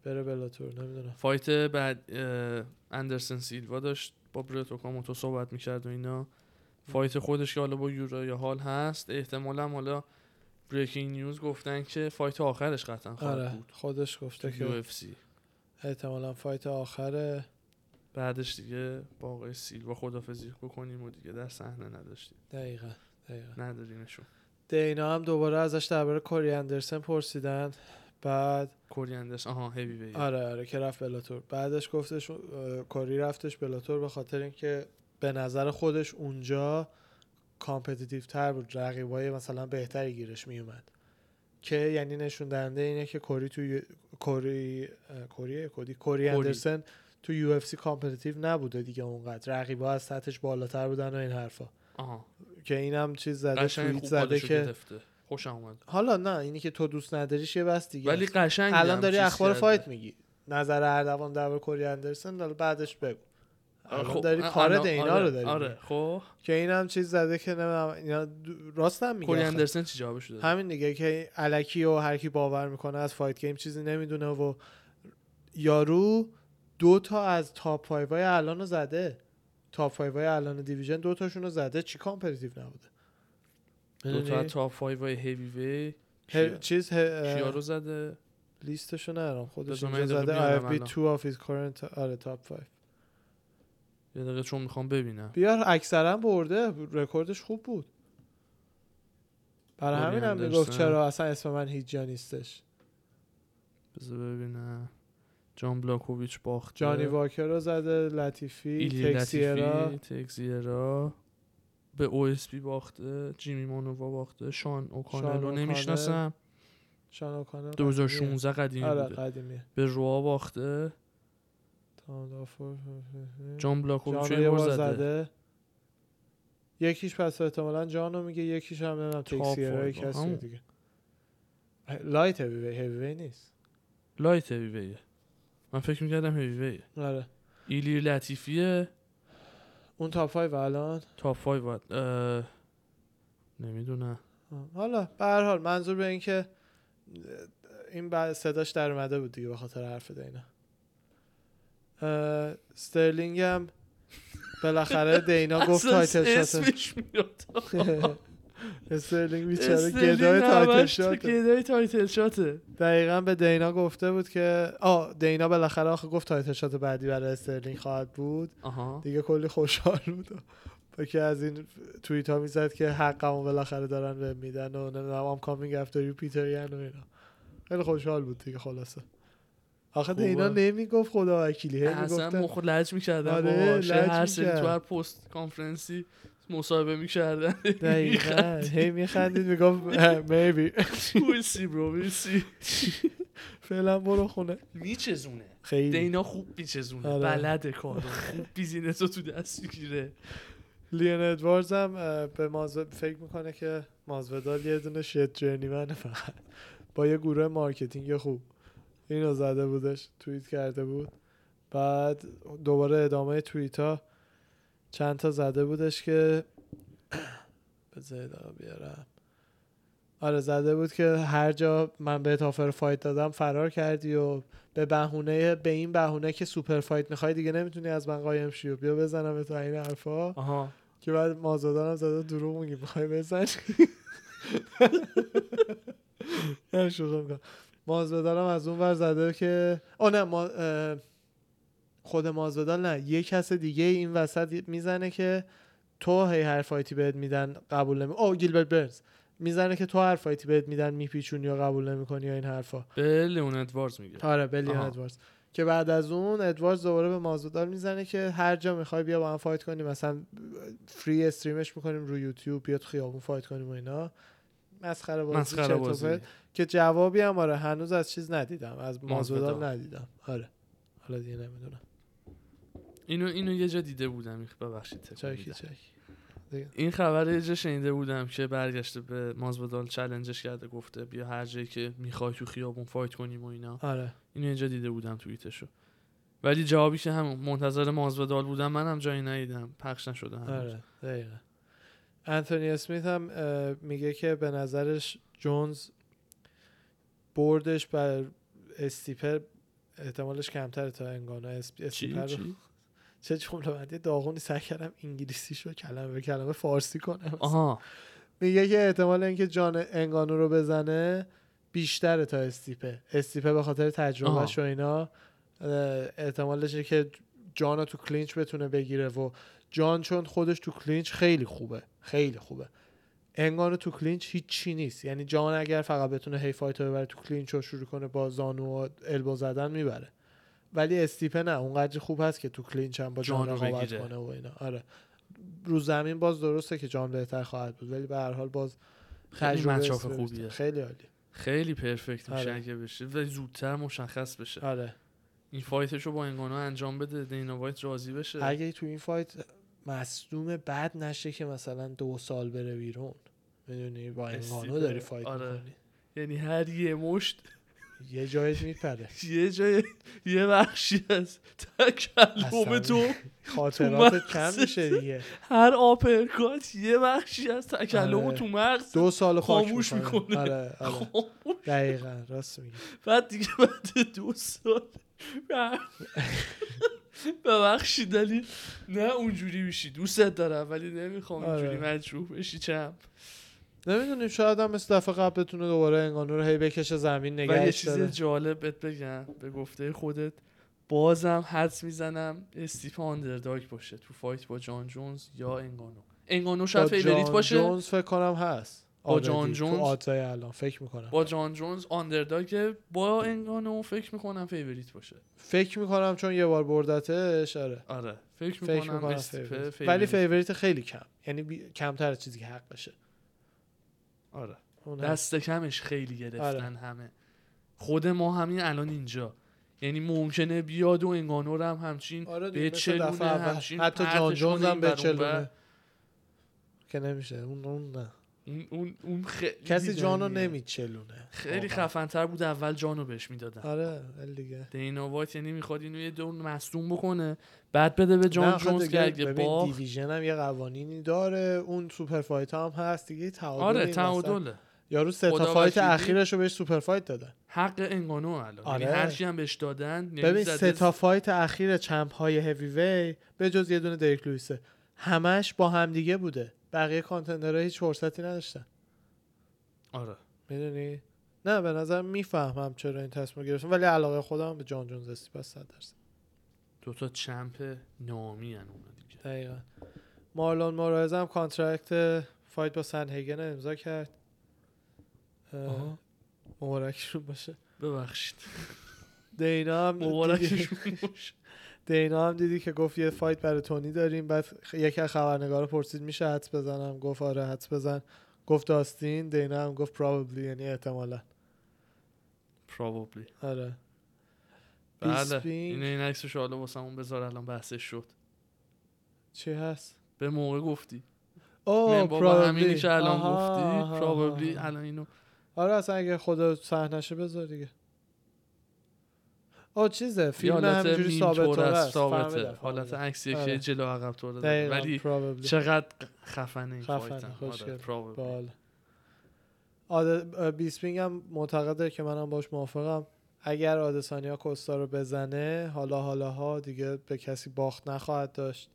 بره بلاتور نمیدونم فایت بعد اه، اندرسن سیلوا داشت با برت اوکاموتو صحبت میکرد و اینا فایت خودش که حالا با یورا هال هست احتمالا حالا بریکینگ نیوز گفتن که فایت آخرش قطعا خواهد آره بود خودش گفته یو که اف سی احتمالا فایت آخره بعدش دیگه با آقای سیلوا خدافزی بکنیم و دیگه در صحنه نداشتیم دقیقا دقیقا نداریمشون دینا هم دوباره ازش درباره کوری اندرسن پرسیدن بعد کوریاندرس آها هیوی وی آره آره که رفت بلاتور بعدش گفتش اه، کوری رفتش بلاتور به خاطر اینکه به نظر خودش اونجا کامپتیتیو تر بود رقیبای مثلا بهتری گیرش میومد که یعنی نشون دهنده اینه که کوری تو یو- کوری اه، کوریه کدی کوری اندرسن تو یو اف سی کامپتیتیو نبوده دیگه اونقدر رقیبا از سطحش بالاتر بودن و این حرفا آها که اینم چیز زده قشنگ توییت خوب زده زده که گرفته خوشم اومد حالا نه اینی که تو دوست نداریش یه بس دیگه ولی است. قشنگ یعنی الان داری اخبار فایت میگی نظر اردوان درباره کوری اندرسن حالا بعدش بگو الان داری کار دینا رو داری خب، آره خب که این هم چیز زده که نمیدونم اینا دو- راست هم میگه کوری آخه. اندرسن چی جوابش داد همین دیگه که الکی و هر کی باور میکنه از فایت گیم چیزی نمیدونه و یارو دو تا از تاپ 5 های الان رو زده تاپ 5 های الان دیویژن دو تاشون رو زده چی کامپتیتیو نبوده دو تا می‌دونی؟ تاپ 5 های هیوی وی هر- چیز هر- کیا رو زده لیستشو نرم خودش بذار من اینجا یه دقیقه زده بیارم IFB 2 الان. of his current آره تاپ 5 یه دقیقه چون میخوام ببینم بیار اکثرا برده رکوردش خوب بود برای کوری همین هم میگفت اندرسن. چرا اصلا اسم من هیچ جا نیستش بذار ببینم جان بلاکوویچ باخت جانی واکر رو زده لطیفی تکسیرا تکسیرا به او اس پی باخته جیمی مانووا باخته شان شان اوکانل رو اوکانل. نمیشناسم شان اوکانر 2016 قدیمی آره بوده قدیمیه به روا باخته تام دافور جان جان بلاکوویچ رو یه یه بار زده زده یکیش پس احتمالا جانو میگه یکیش هم نمیدونم تاپ تکسیرا فایو. یکی از همون. دیگه لایت هیوی هیوی نیست لایت هیویه من فکر میکردم هیویه آره ایلی لطیفیه اون تاپ 5 الان تاپ 5 باید اه، نمیدونم آه. حالا به هر حال منظور به این که این بعد صداش در اومده بود دیگه به خاطر حرف دینا اه، استرلینگ هم بالاخره دینا گفت اصلا تایتل شات اسمش میاد استرلینگ بیچاره استرلینگ گدای تایتل همش تو شات گدای تایتل شاته دقیقا به دینا گفته بود که آ دینا بالاخره آخه گفت تایتل شات بعدی برای استرلینگ خواهد بود آها دیگه کلی خوشحال بود و با که از این توییت ها میزد که حقمو بالاخره دارن به میدن و نمیدونم هم کامینگ افتر یو پیتریان و اینا خیلی خوشحال بود دیگه خلاصه آخه خوبه. دینا نمیگفت خدا وکیلی هی اصلا میگفتن مخ لج میکردن آره، آره لج هر سری می‌کرد. تو هر پست کانفرنسی مصاحبه میکردن دقیقا هی میخندید میگفت میبی ویسی برو ویسی فعلا برو خونه میچزونه خیلی دینا خوب میچزونه آره. بلده کارو خوب بیزینس رو تو دست میگیره لین ادواردز هم اه، به مازو فکر میکنه که مازودال یه دونه شیت جرنی من فقط با یه گروه مارکتینگ خوب اینو زده بودش توییت کرده بود بعد دوباره ادامه توییت ها چند تا زده بودش که بذار یه دقیقه بیارم آره زده بود که هر جا من بهت آفر فایت دادم فرار کردی و به بهونه به این بهونه که سوپر فایت میخوای دیگه نمیتونی از من قایم شی و بیا بزنم به تو این حرفا آها که بعد مازادان هم زده دروغ میگی میخوای بزن نه، یعنی شوخی میکنم مازادان هم از اون ور زده که آه نه ما... اه، خود مازادان نه یه کس دیگه این وسط میزنه که تو هی هر فایتی بهت میدن قبول نمی او گیلبرت برنز میزنه که تو هر فایتی بهت میدن میپیچونی و قبول نمیکنی یا این حرفا به لئون ادواردز میگه آره بلی آها. ادواردز که بعد از اون ادواردز دوباره به مازودال میزنه که هر جا میخوای بیا با هم فایت کنیم مثلا فری استریمش میکنیم رو یوتیوب بیا تو خیابون فایت کنیم و اینا مسخره بازی مسخره چرت و بازی. پرت. که جوابی هم آره هنوز از چیز ندیدم از مازودال مازودال. ندیدم آره حالا دیگه نمیدونم اینو اینو یه جا دیده بودم این- ببخشید تکون چاکی میدم. چاکی این خبر رو یه جا شنیده بودم که برگشته به مازودال چلنجش کرده گفته بیا هر جایی که میخوای تو خیابون فایت کنیم و اینا آره اینو اینجا دیده بودم توییتشو ولی جوابی که هم منتظر مازودال بودم منم جایی ندیدم پخش نشده هنوز. آره دقیقا انتونی اسمیت هم اه، میگه که به نظرش جونز بردش بر استیپر احتمالش کمتره تا انگانو اسپ... چی اسپیپر رو چی چه جمله بندی داغونی سعی کردم انگلیسیشو کلمه به کلمه فارسی کنم آها میگه که احتمال اینکه جان انگانو رو بزنه بیشتره تا استیپه استیپه به خاطر تجربهش و اینا اه، احتمالش اینه که جان رو تو کلینچ بتونه بگیره و جان چون خودش تو کلینچ خیلی خوبه خیلی خوبه انگانو تو کلینچ هیچی نیست یعنی جان اگر فقط بتونه هی فایت رو ببره تو کلینچ رو شروع کنه با زانو و البو زدن میبره ولی استیپه نه اونقدر خوب هست که تو کلینچ هم با جان جان رو رقابت بگیره. کنه و اینا آره رو زمین باز درسته که جان بهتر خواهد بود ولی به هر حال باز خیلی تجربه مچاپ اسپری خوبیه. بود. خیلی عالی خیلی پرفکت میشه آره. اگه بشه و زودتر مشخص بشه آره این فایتشو با انگانو انجام بده دینا وایت راضی بشه اگه تو این فایت مصدوم بد نشه که مثلا دو سال بره بیرون میدونی با انگانو استیپه. داری فایت آره. میکنی یعنی هر یه مشت یه جایش میپره یه جای یه بخشی از تکلم عصبی. تو تو خاطراتت کم مغزت. میشه دیگه هر آپرکات یه بخشی از تکلم آره. تو مغز دو سال خاک خاموش می‌کنه. آره آره خب، دقیقا راست میگی بعد دیگه بعد دو سال ببخشید ولی نه اونجوری میشی دوستت دارم ولی نمیخوام اینجوری آره. مجروح بشی چم نمیدونیم شاید هم مثل دفعه قبل بتونه دوباره انگانو رو هی بکشه زمین و یه نگهش چیز داره جالب بهت بگم به گفته خودت بازم حدس میزنم استیپ آندرداگ باشه تو فایت با جان جونز یا انگانو انگانو شاید با فیوریت جان باشه جونز فکر کنم هست با جان آلردی، جونز؟ تو آتای الان فکر میکنم با جان جونز آندرداگ با انگانو فکر میکنم فیوریت باشه فکر میکنم چون یه بار بردتش آره آره فکر فکر میکنم میکنم استیپ فیوریت. ولی فیوریت. فیوریت خیلی کم یعنی بی... کمتر از چیزی که حق بشه آره اون هست. دست کمش خیلی آره. گرفتن همه خود ما همین الان اینجا یعنی ممکنه بیاد و انگانو رو هم همچین آره دیگه، به مثل دفعه اول. همچین حتی جان پرتش جونز کنه هم این به ور اون ور. چلونه که نمیشه اون اون نه اون اون, اون خیلی کسی جانو دیدنیه. نمیچلونه خیلی واقعا. خفنتر بود اول جانو بهش میدادن آره ولی دیگه دینا وایت یعنی میخواد اینو یه دور مصدوم بکنه بعد بده به نه، جان آخه جونز دیگه که اگه ببین، باخت دیویژن هم یه قوانینی داره اون سوپر فایت ها هم هست دیگه تعادل آره تعادله یارو سه تا خدا فایت وکیلی. اخیرش رو بهش سوپر فایت دادن حق انگانو الان یعنی آره. هر چی هم بهش دادن یعنی ببین زده سه تا فایت اخیر چمپ های هیوی وی به جز یه دونه دریک لویسه همش با همدیگه بوده بقیه کانتندرها هیچ فرصتی نداشتن آره میدونی نه به نظر میفهمم چرا این تصمیم گرفتم ولی علاقه خودم به جان جونز استیپ هست 100 درصد دو تا چمپ نامی ان اونا دیگه دقیقا مارلون مورایز هم کانترکت فایت با سن هیگن رو امضا کرد اه، آها. مبارکشون باشه ببخشید دینا هم دیدی- مبارکشون باشه. دینا هم دیدی که گفت یه فایت برای تونی داریم بعد خ- یکی از خبرنگارا پرسید میشه حدس بزنم گفت آره حدس بزن گفت داستین دینا هم گفت probably یعنی احتمالا probably آره بله بیسپینگ. این این عکسش حالا واسمون بذار الان بحثش شد چی هست به موقع گفتی او من بابا همینی probably که الان آها، گفتی آها، probably آها. الان اینو آره اصلا اگه خدا صحنشه بذار دیگه آه چیزه فیلم یه حالت همینجوری میم ثابت طور است، است ثابته حالت عکسیه آره. که جلو عقب تو رو داره. ولی ولی probably چقدر خفنه این خفنه، فایتن خوشگل. آره probably. باحال آد... بیسپینگ هم معتقده که منم باش موافقم اگر آدسانیا کوستا رو بزنه حالا حالا ها دیگه به کسی باخت نخواهد داشت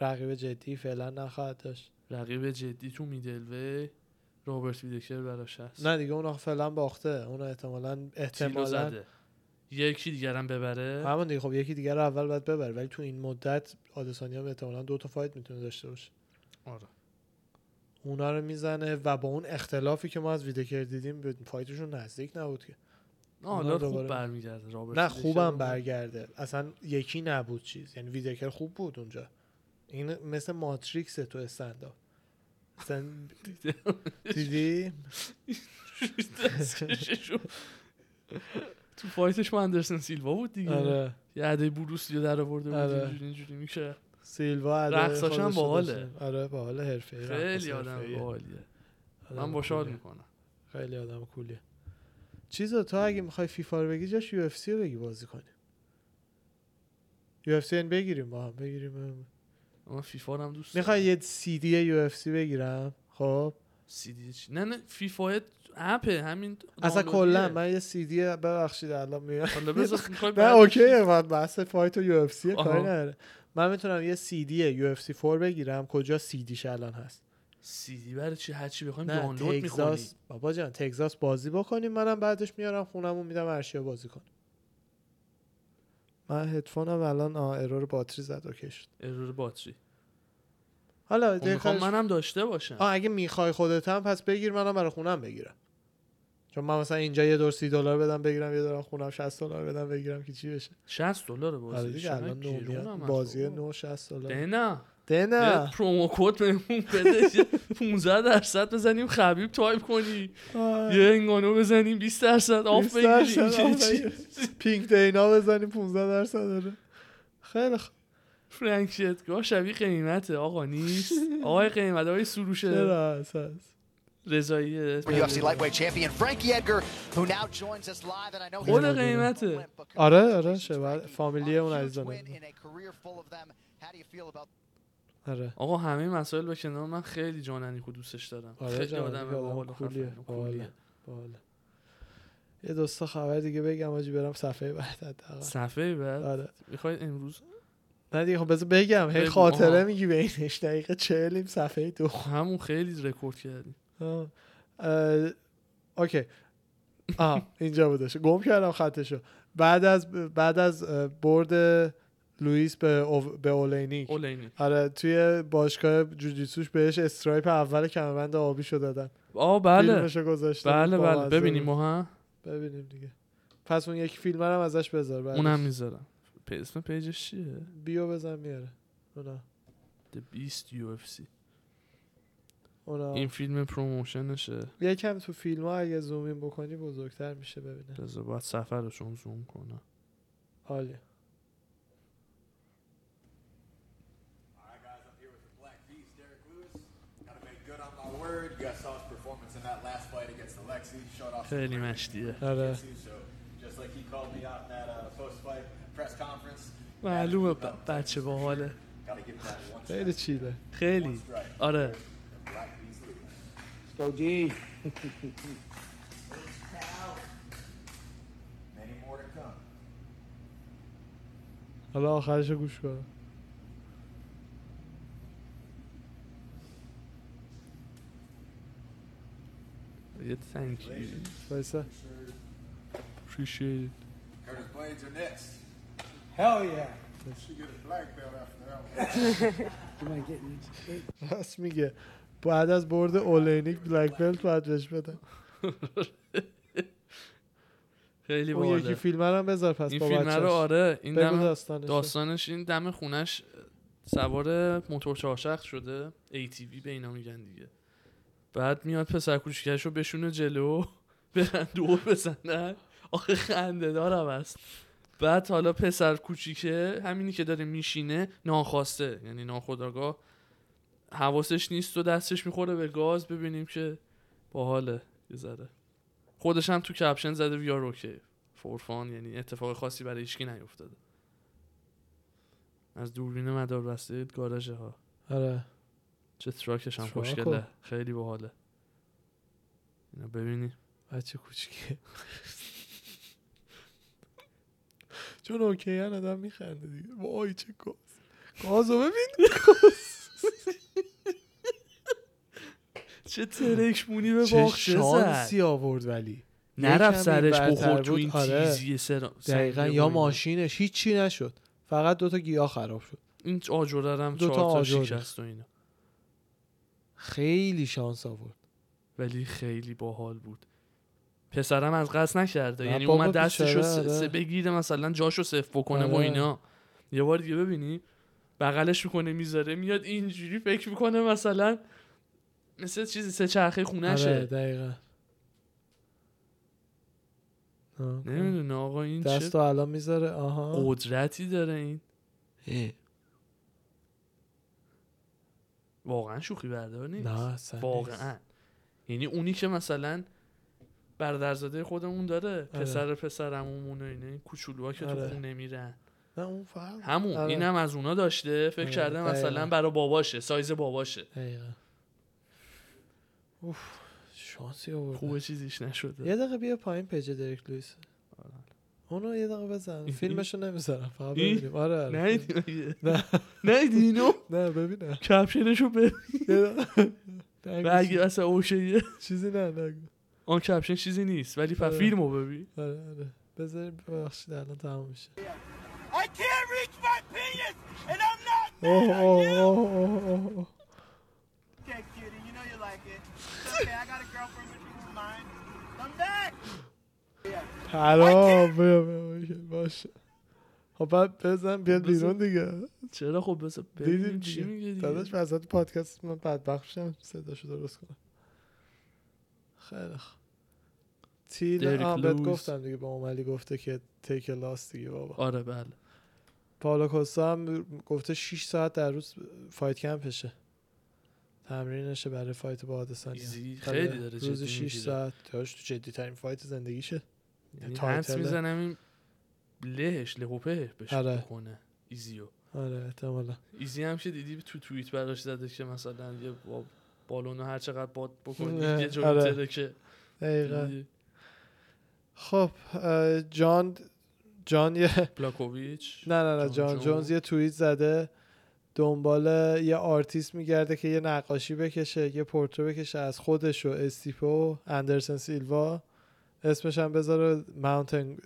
رقیب جدی فعلا نخواهد داشت رقیب جدی تو میدلوی رابرت ویدکر براش هست نه دیگه اون آخه فعلا باخته اون احتمالا تیلو احتمالا زده یکی دیگرم ببره همون دیگه خب یکی دیگه رو اول باید ببر ولی تو این مدت آدسانیا هم احتمالا دو تا فایت میتونه داشته باشه آره اونا رو میزنه و با اون اختلافی که ما از ویدکر دیدیم به فایتشون نزدیک نبود که نه، اونا حالا خوب دوباره- برمیگرده رابرت نه ویدکر خوبم رو- برگرده اصلا یکی نبود چیز یعنی ویدکر خوب بود اونجا این مثل ماتریکس تو استنداپ اصلا دیدی دستکشش رو- تو فایتش با اندرسن سیلوا بود دیگه آره یه عده بروس رو در آورده بود آره. اینجوری اینجوری میشه سیلوا ادای رقصاش هم خودش رو باحاله. داشته. آره باحال حرفه‌ای رقص خیلی آدم حرفه‌ایه. آره، باحالیه آدم من باحال خوبیه. میکنم خیلی آدم کولیه چیزا تو اگه میخوای فیفا رو بگی جاش یو اف سی رو بگی بازی کنی یو اف سی بگیریم با هم بگیریم من فیفا رو هم دوست دارم. میخوای یه سی دی یو اف سی بگیرم خب سی دی چی نه نه فیفا اپه همین اصلا دانلودیه. کلا من یه سی دی ببخشید الان میاد حالا بذار می‌خوای نه بعد- اوکیه من بحث فایت و یو اف سی آها. کاری نداره من میتونم یه سی دی یو اف سی 4 بگیرم کجا سی دیش الان هست سی دی برای چی هر چی بخوایم نه دانلود می‌کنی تگزاس بابا جان تگزاس بازی بکنیم منم بعدش میارم خونمون میدم ارشیا بازی کنم من هدفونم الان آه ارور باتری زد اوکی شد ارور باتری حالا خب می‌خوام دقیقاش- منم داشته باشم آه اگه میخوای خودت هم پس بگیر منم برای خونم بگیرم چون من مثلا اینجا یه دور سی دلار بدم بگیرم یه دورم خونم 60 دلار بدم بگیرم که چی بشه 60 دلار آره بازی دیگه چقدر الان نو گرونم میاد. از بازی بابا. نو 60 ده دلار نه ده یه نه پرومو کد بهمون بده یه 15 درصد بزنیم خبیب تایپ کنی آه. یه انگانو بزنیم 20 درصد آف 20 درصد بگیریم آف چه چی- بگیر. پینک دینا بزنیم 15 درصد داره خیلی خوب فرانک شتگاه شبیه قیمته آقا نیست آقای قیمت آقای سروش چرا اساس رضایی UFC lightweight champion Frankie Edgar, who now joins us live, and I know خود قیمته آره آره شبه فامیلی اون عزیزان آره آقا همه مسائل به کنار من خیلی جاننی خود دوستش دارم آره خیلی جان، آدم دیگه آدم باحال و کولیه، خفن و باحاله، کولیه. باحاله. یه دوستا خبر دیگه بگم آجی برم صفحه بعد حداقل. صفحه بعد آره میخواید امروز نه دیگه خب بذار بگم هی بگو، خاطره آها. میگی بینش دقیقه چهلیم صفحه دو همون خیلی رکورد کردیم آه. اه، اوکی آه اینجا بودش گم کردم خطشو بعد از بعد از اه، برد لوئیس به او- به اولینیک اولینی آره توی باشگاه جوجیتسوش بهش استرایپ اول کمربند آبیشو دادن آه بله فیلمشو گذاشتن بله با بله مزه ببینیم بود. ما هم ببینیم دیگه پس اون یک فیلم رو هم ازش بذار بعدش. اونم میذارم پ- اسم پیجش چیه بیو بزن میاره اونا The Beast UFC اونا این فیلم پروموشنشه یکم تو فیلم ها اگه زومین بکنی بزرگتر میشه ببینه بذار باید سفرشون زوم کنم عالی All right, guys, I'm here with the Black Beast, Derek Lewis. Got to make good on my word. You guys saw his performance in that last fight against Alexi. Showed off some خیلی مشتیه آره jiu-jitsu, so just like he called me out in that uh, post-fight press conference. معلومه ب- بچه باحاله Got to give him that one خیلی چیله خیلی آره Black Beast Lewis. Go D. Many more to come. حالا آخرشو گوش کن یه thank you وایسا appreciate it. Curtis Blades are next. Hell yeah. She get a black belt after that one. You might get in. راست میگه بعد از برد اولینیک بلک بلت باید بهش بدن خیلی اون یکی باحاله فیلم رو هم بذار پس این با فیلم بچه‌ش. رو آره این بگو دم داستانش داستانش این دم خونش سوار موتور چهارشخص شده ATV به اینا میگن دیگه بعد میاد پسر کوچیکش رو بشونه جلو برن دور بزنن آخه خنده دارم است بعد حالا پسر کوچیکه همینی که داره میشینه ناخواسته یعنی ناخداگاه حواسش نیست و دستش میخوره به گاز ببینیم که باحاله یه ذره خودش هم تو کپشن زده ویار اوکی فورفان یعنی اتفاق خاصی برای هیچکی نیفتاده از دوربین مدار بسته گاراژ ها آره چه تراکش هم تراکو. خوشگله خیلی باحاله اینا ببینی بچه کوچیکه چون اوکی هن آدم میخنده دیگه وای چه گاز گازو ببین چه ترکشمونی به چه باخشه شانسی آورد ولی نرفت یکم سرش این بخور برتر تو بود. این آره. تیزی سر دقیقا سنگه یا و اینا. ماشینش هیچی نشد فقط دوتا گیاه خراب شد این آجوره هم دو تا چهار تا آجر. شکست و اینا خیلی شانس آورد ولی خیلی باحال بود پسرم از قصد نکرده نه یعنی بابا، اومد دستشو بیچاره، س- س- آره. بگیره مثلا جاشو صف بکنه و آره. اینا یه بار دیگه ببینی بغلش میکنه میذاره میاد اینجوری فکر میکنه مثلا مثل چیزی سه چرخه آره خونشه دقیقا آه. نمیدونه آقا این چه دستو الان میذاره آها قدرتی داره این واقعا شوخی بردار نیست نه، اصلا واقعا یعنی اونی که مثلا برادرزاده خودمون داره آره. پسر پسرمون و اینا این کوچولوها که آره. تو خونه میرن نه اون فرق همون آره. اینم از اونا داشته فکر آره، کرده مثلا دقیقاً. برا باباشه سایز باباشه دقیقا شانسی آورد خوبه چیزیش نشده یه دقیقه بیا پایین پیج دریک لویس آره. اونو یه دقیقه بزن فیلمشو نمیذارم فقط این؟ ببینیم آره آره. نه این- نه نه این اینو نه ببینم کپشنشو به یه دقیقه. نگو. و اگه اصلا اوشه چیزی نه نگو آن کپشن چیزی نیست ولی فیلم آره. فیلمو ببین آره آره بذاریم ببخشید الان تمام میشه I can't reach my penis, and I'm not اوه اوه اوه اوه اوه اوه. Okay, cutie, you know you like it. It's okay, I got a girlfriend, but she's mine. Come back! حرام بیا بیا باشه، باشه خب بعد بزن بیاد بیرون دیگه چرا خب بس دیدیم ببین چی میگه دیگه داداش وسط پادکست من بدبخت شدم صداشو درست کنم خیلی خوب تیل دریک آه بهت لوئیس. گفتم دیگه با اوملی گفته که تیک لاست دیگه بابا آره بله پاولو کوستا هم گفته 6 ساعت در روز فایت کمپشه تمرینشه برای فایت با آدسانیا ایزی، خیلی داره جدی روز 6 میگیره. ساعت داشت تو جدی ترین فایت زندگیشه یعنی تایتله. حدس میزنم این لهش لهوپه بشه آره. بکنه ایزیو آره احتمالا ایزی هم که دیدی تو توییت براش زده که مثلا یه با بالون رو هر چقدر باد بکنی نه، یه جوری آره. تره که دقیقا یعنی خب اه، جان جان یه بلاکوویچ نه نه نه جان جونز یه توییت زده دنبال یه آرتیست میگرده که یه نقاشی بکشه یه پورتو بکشه از خودش و استیپو اندرسن سیلوا اسمش هم بذاره ماونتن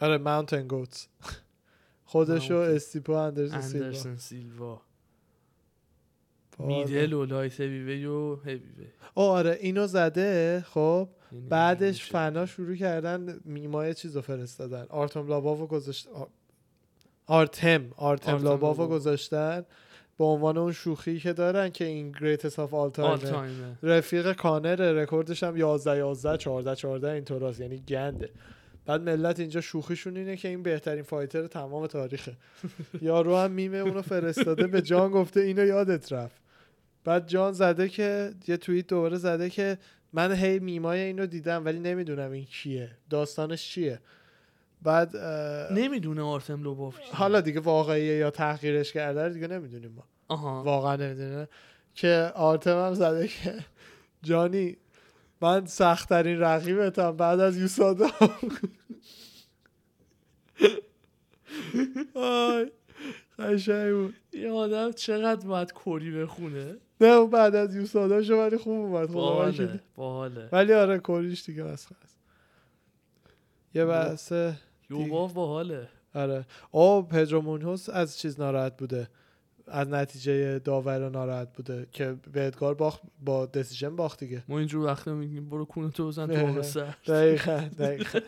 آره ماونتن گوتس خودش و Mountain. استیپو اندرسن سیلوا اندرسن سیلوا آره. میدل و لایت هیوی و هیوی او آره اینو زده خب یعنی بعدش فنا شروع کردن میمای چیز رو فرستادن آرتم لاباو گذاشت آ- آرتم آرتم آرتم لاباو لاباو. گذاشتن به عنوان اون شوخی که دارن که این گریتس آف آل آل تایم تایمه رفیق کانر رکوردش هم 11 11 14 14 این طوراست یعنی گنده بعد ملت اینجا شوخیشون اینه که این بهترین فایتر تمام تاریخه یارو هم میمه اونو فرستاده به جان گفته اینو یادت رفت بعد جان زده که یه توییت دوباره زده که من هی میمای اینو دیدم ولی نمیدونم این کیه داستانش چیه بعد اه، نمیدونه آرتم لوباف کیه. حالا دیگه واقعیه یا تحقیرش کرده رو دیگه نمیدونیم ما آها واقعا نمیدونه که آرتم هم زده که جانی من سختترین رقیبتم بعد از یوسادا آی قشنگ بود یه آدم چقدر باید کوری بخونه نه اون بعد از یوسادا شو ولی خوب اومد خب، خدا وکیلی. باحاله باحاله ولی آره کوریش دیگه مسخره است یه بحث لوباف باحاله آره او پدرو مونهوس از چیز ناراحت بوده از نتیجه داور ناراحت بوده که به ادگار باخت با دسیژن باخت دیگه ما اینجور وقتا میگیم برو کونه تو بزن تو آب سر دقیقا دقیقا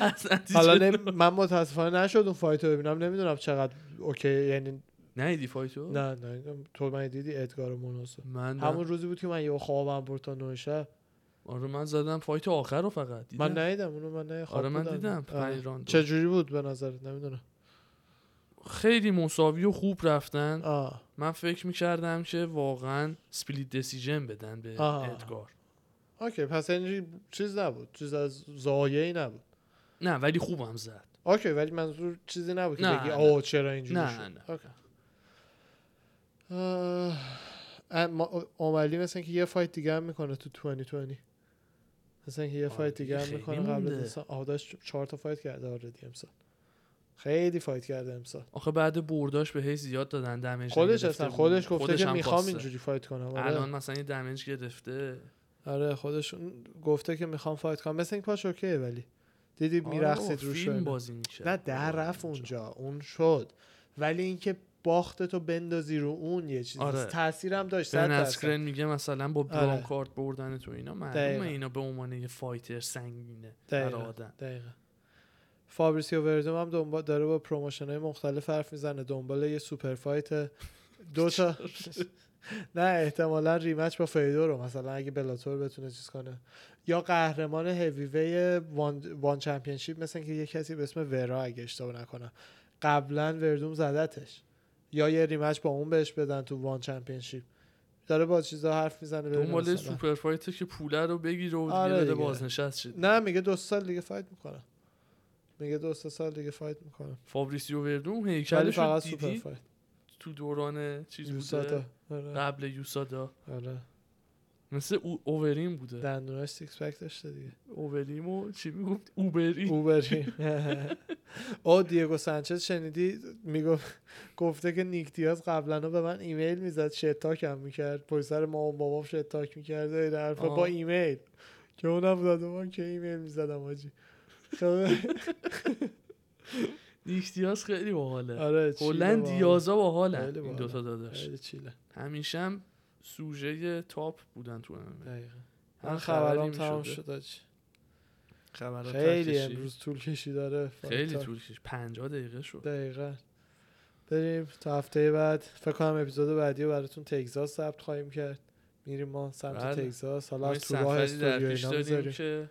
از نتیجه حالا نه- من متاسفانه نشد اون فایت رو ببینم نمیدونم چقدر اوکی یعنی نیدی فایتو نه نه تو من دیدی ادگار مونوس رو؟ من نه. همون روزی بود که من یه خوابم برد تا نه شب آره من زدم فایت آخر رو فقط دیدم. من ندیدم اونو من نه خواب آره من بودم. دیدم آره. پنج راند چه جوری بود به نظرت نمیدونم خیلی مساوی و خوب رفتن آه من فکر میکردم که واقعا سپلیت دسیژن بدن به آها. ادگار اوکی پس اینجوری چیز نبود چیز از زایه نبود نه ولی خوبم زد اوکی ولی منظور چیزی نبود که نه، بگی نه. آه چرا اینجوری نه، شد نه. اوکی. آه، اما اوملی مثلا که یه فایت دیگه هم میکنه تو 2020 مثلا که یه فایت دیگه هم آره، خیلی میکنه قبل مونده. از سال آداش چهار تا فایت کرده آردی امسال خیلی فایت کرده امسال آخه بعد برداش به هی زیاد دادن دمیج خودش نگرفته اصلا بود. خودش گفته که هم میخوام خواسته. اینجوری فایت کنم الان آره, مثلا یه دمیج گرفته آره خودش گفته که میخوام فایت کنم مثل این پاش اوکیه ولی دیدی آره میرقصید بابا، روش و فیلم اینا. بازی میکرد آره. نه در رفت اونجا اون شد ولی اینکه باخت تو بندازی رو اون یه چیز آره. نیست. تاثیرم داشت صد بن درصد. اسکرین میگه مثلا با آره. برانکارد کارت بردن تو اینا دقیقاً. معلومه اینا به عنوان یه فایتر سنگینه برای دقیقا. آدم دقیقا. فابریسیو وردوم هم دنبال داره با پروموشن های مختلف حرف میزنه دنبال یه سوپر فایت دو تا نه احتمالا ریمچ با فیدو رو مثلا اگه بلاتور بتونه چیز کنه یا قهرمان هیویوی وان, وان چمپینشیپ مثلا که یه کسی به اسم ورا اگه اشتباه نکنم قبلا وردوم زدتش یا یه ریمچ با اون بهش بدن تو وان چمپینشیپ داره با چیزا حرف میزنه ببینیم دنبال یه مثلا. سوپر فایتر که پوله رو بگیره و آره دیگه بده دیگه. بازنشست شد نه میگه دو سال دیگه فایت میکنم میگه دو سه سال دیگه فایت میکنم فابریسیو وردوم ولی هیکلش رو فقط سوپر دیدی فایت تو دوران چیز یوسادا بوده آره قبل یوسادا آره مثل او اوورین بوده در نورش سیکس پک داشته دیگه اووریم و چی میگفت اوبری اوبری او دیگو سانچز شنیدی میگفت گفته که نیک دیاز قبلا به من ایمیل میزد شتاک هم میکرد پای سر ما و بابام شتاک میکرد این حرفا آه. با ایمیل که اونم داده من که ایمیل میزدم آجی خب، نیک دیاز خیلی باحاله آره، چیله کلا باحاله. دیازا باحالن خیلی این باحاله. دوتا داداش خیلی چیله همیشه هم سوژه تاپ بودن تو همه دقیقا هر من خبری خبرام تمام میشده شد آجی خبرات خیلی ترکشی. امروز طول کشی داره خیلی تا- طول کشید 50 دقیقه شد دقیقا بریم تا هفته بعد فکر کنم اپیزود بعدی رو براتون تگزاس ثبت خواهیم کرد میریم ما سمت بله. تگزاس حالا ما یه از تو راه سفری در استودیو پیش اینا داریم می‌ذاریم. که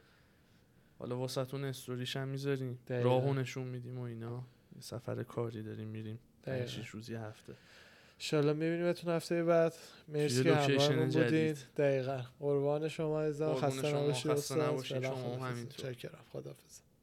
حالا واسهتون استوریش هم میذاریم دقیقاً. راهو نشون میدیم و اینا یه سفر کاری داریم میریم دقیقاً. 6 روزی هفته انشالله میبینیمتون هفته بعد مرسی توی که لوکیشن همراهمون جدید. بودین دقیقا قربان شما عزیزم قربون خسته شما، نباشید خسته استاد. نباشید. فعلا شما هم خداحافظ. همینطور. چاکرم خدافظ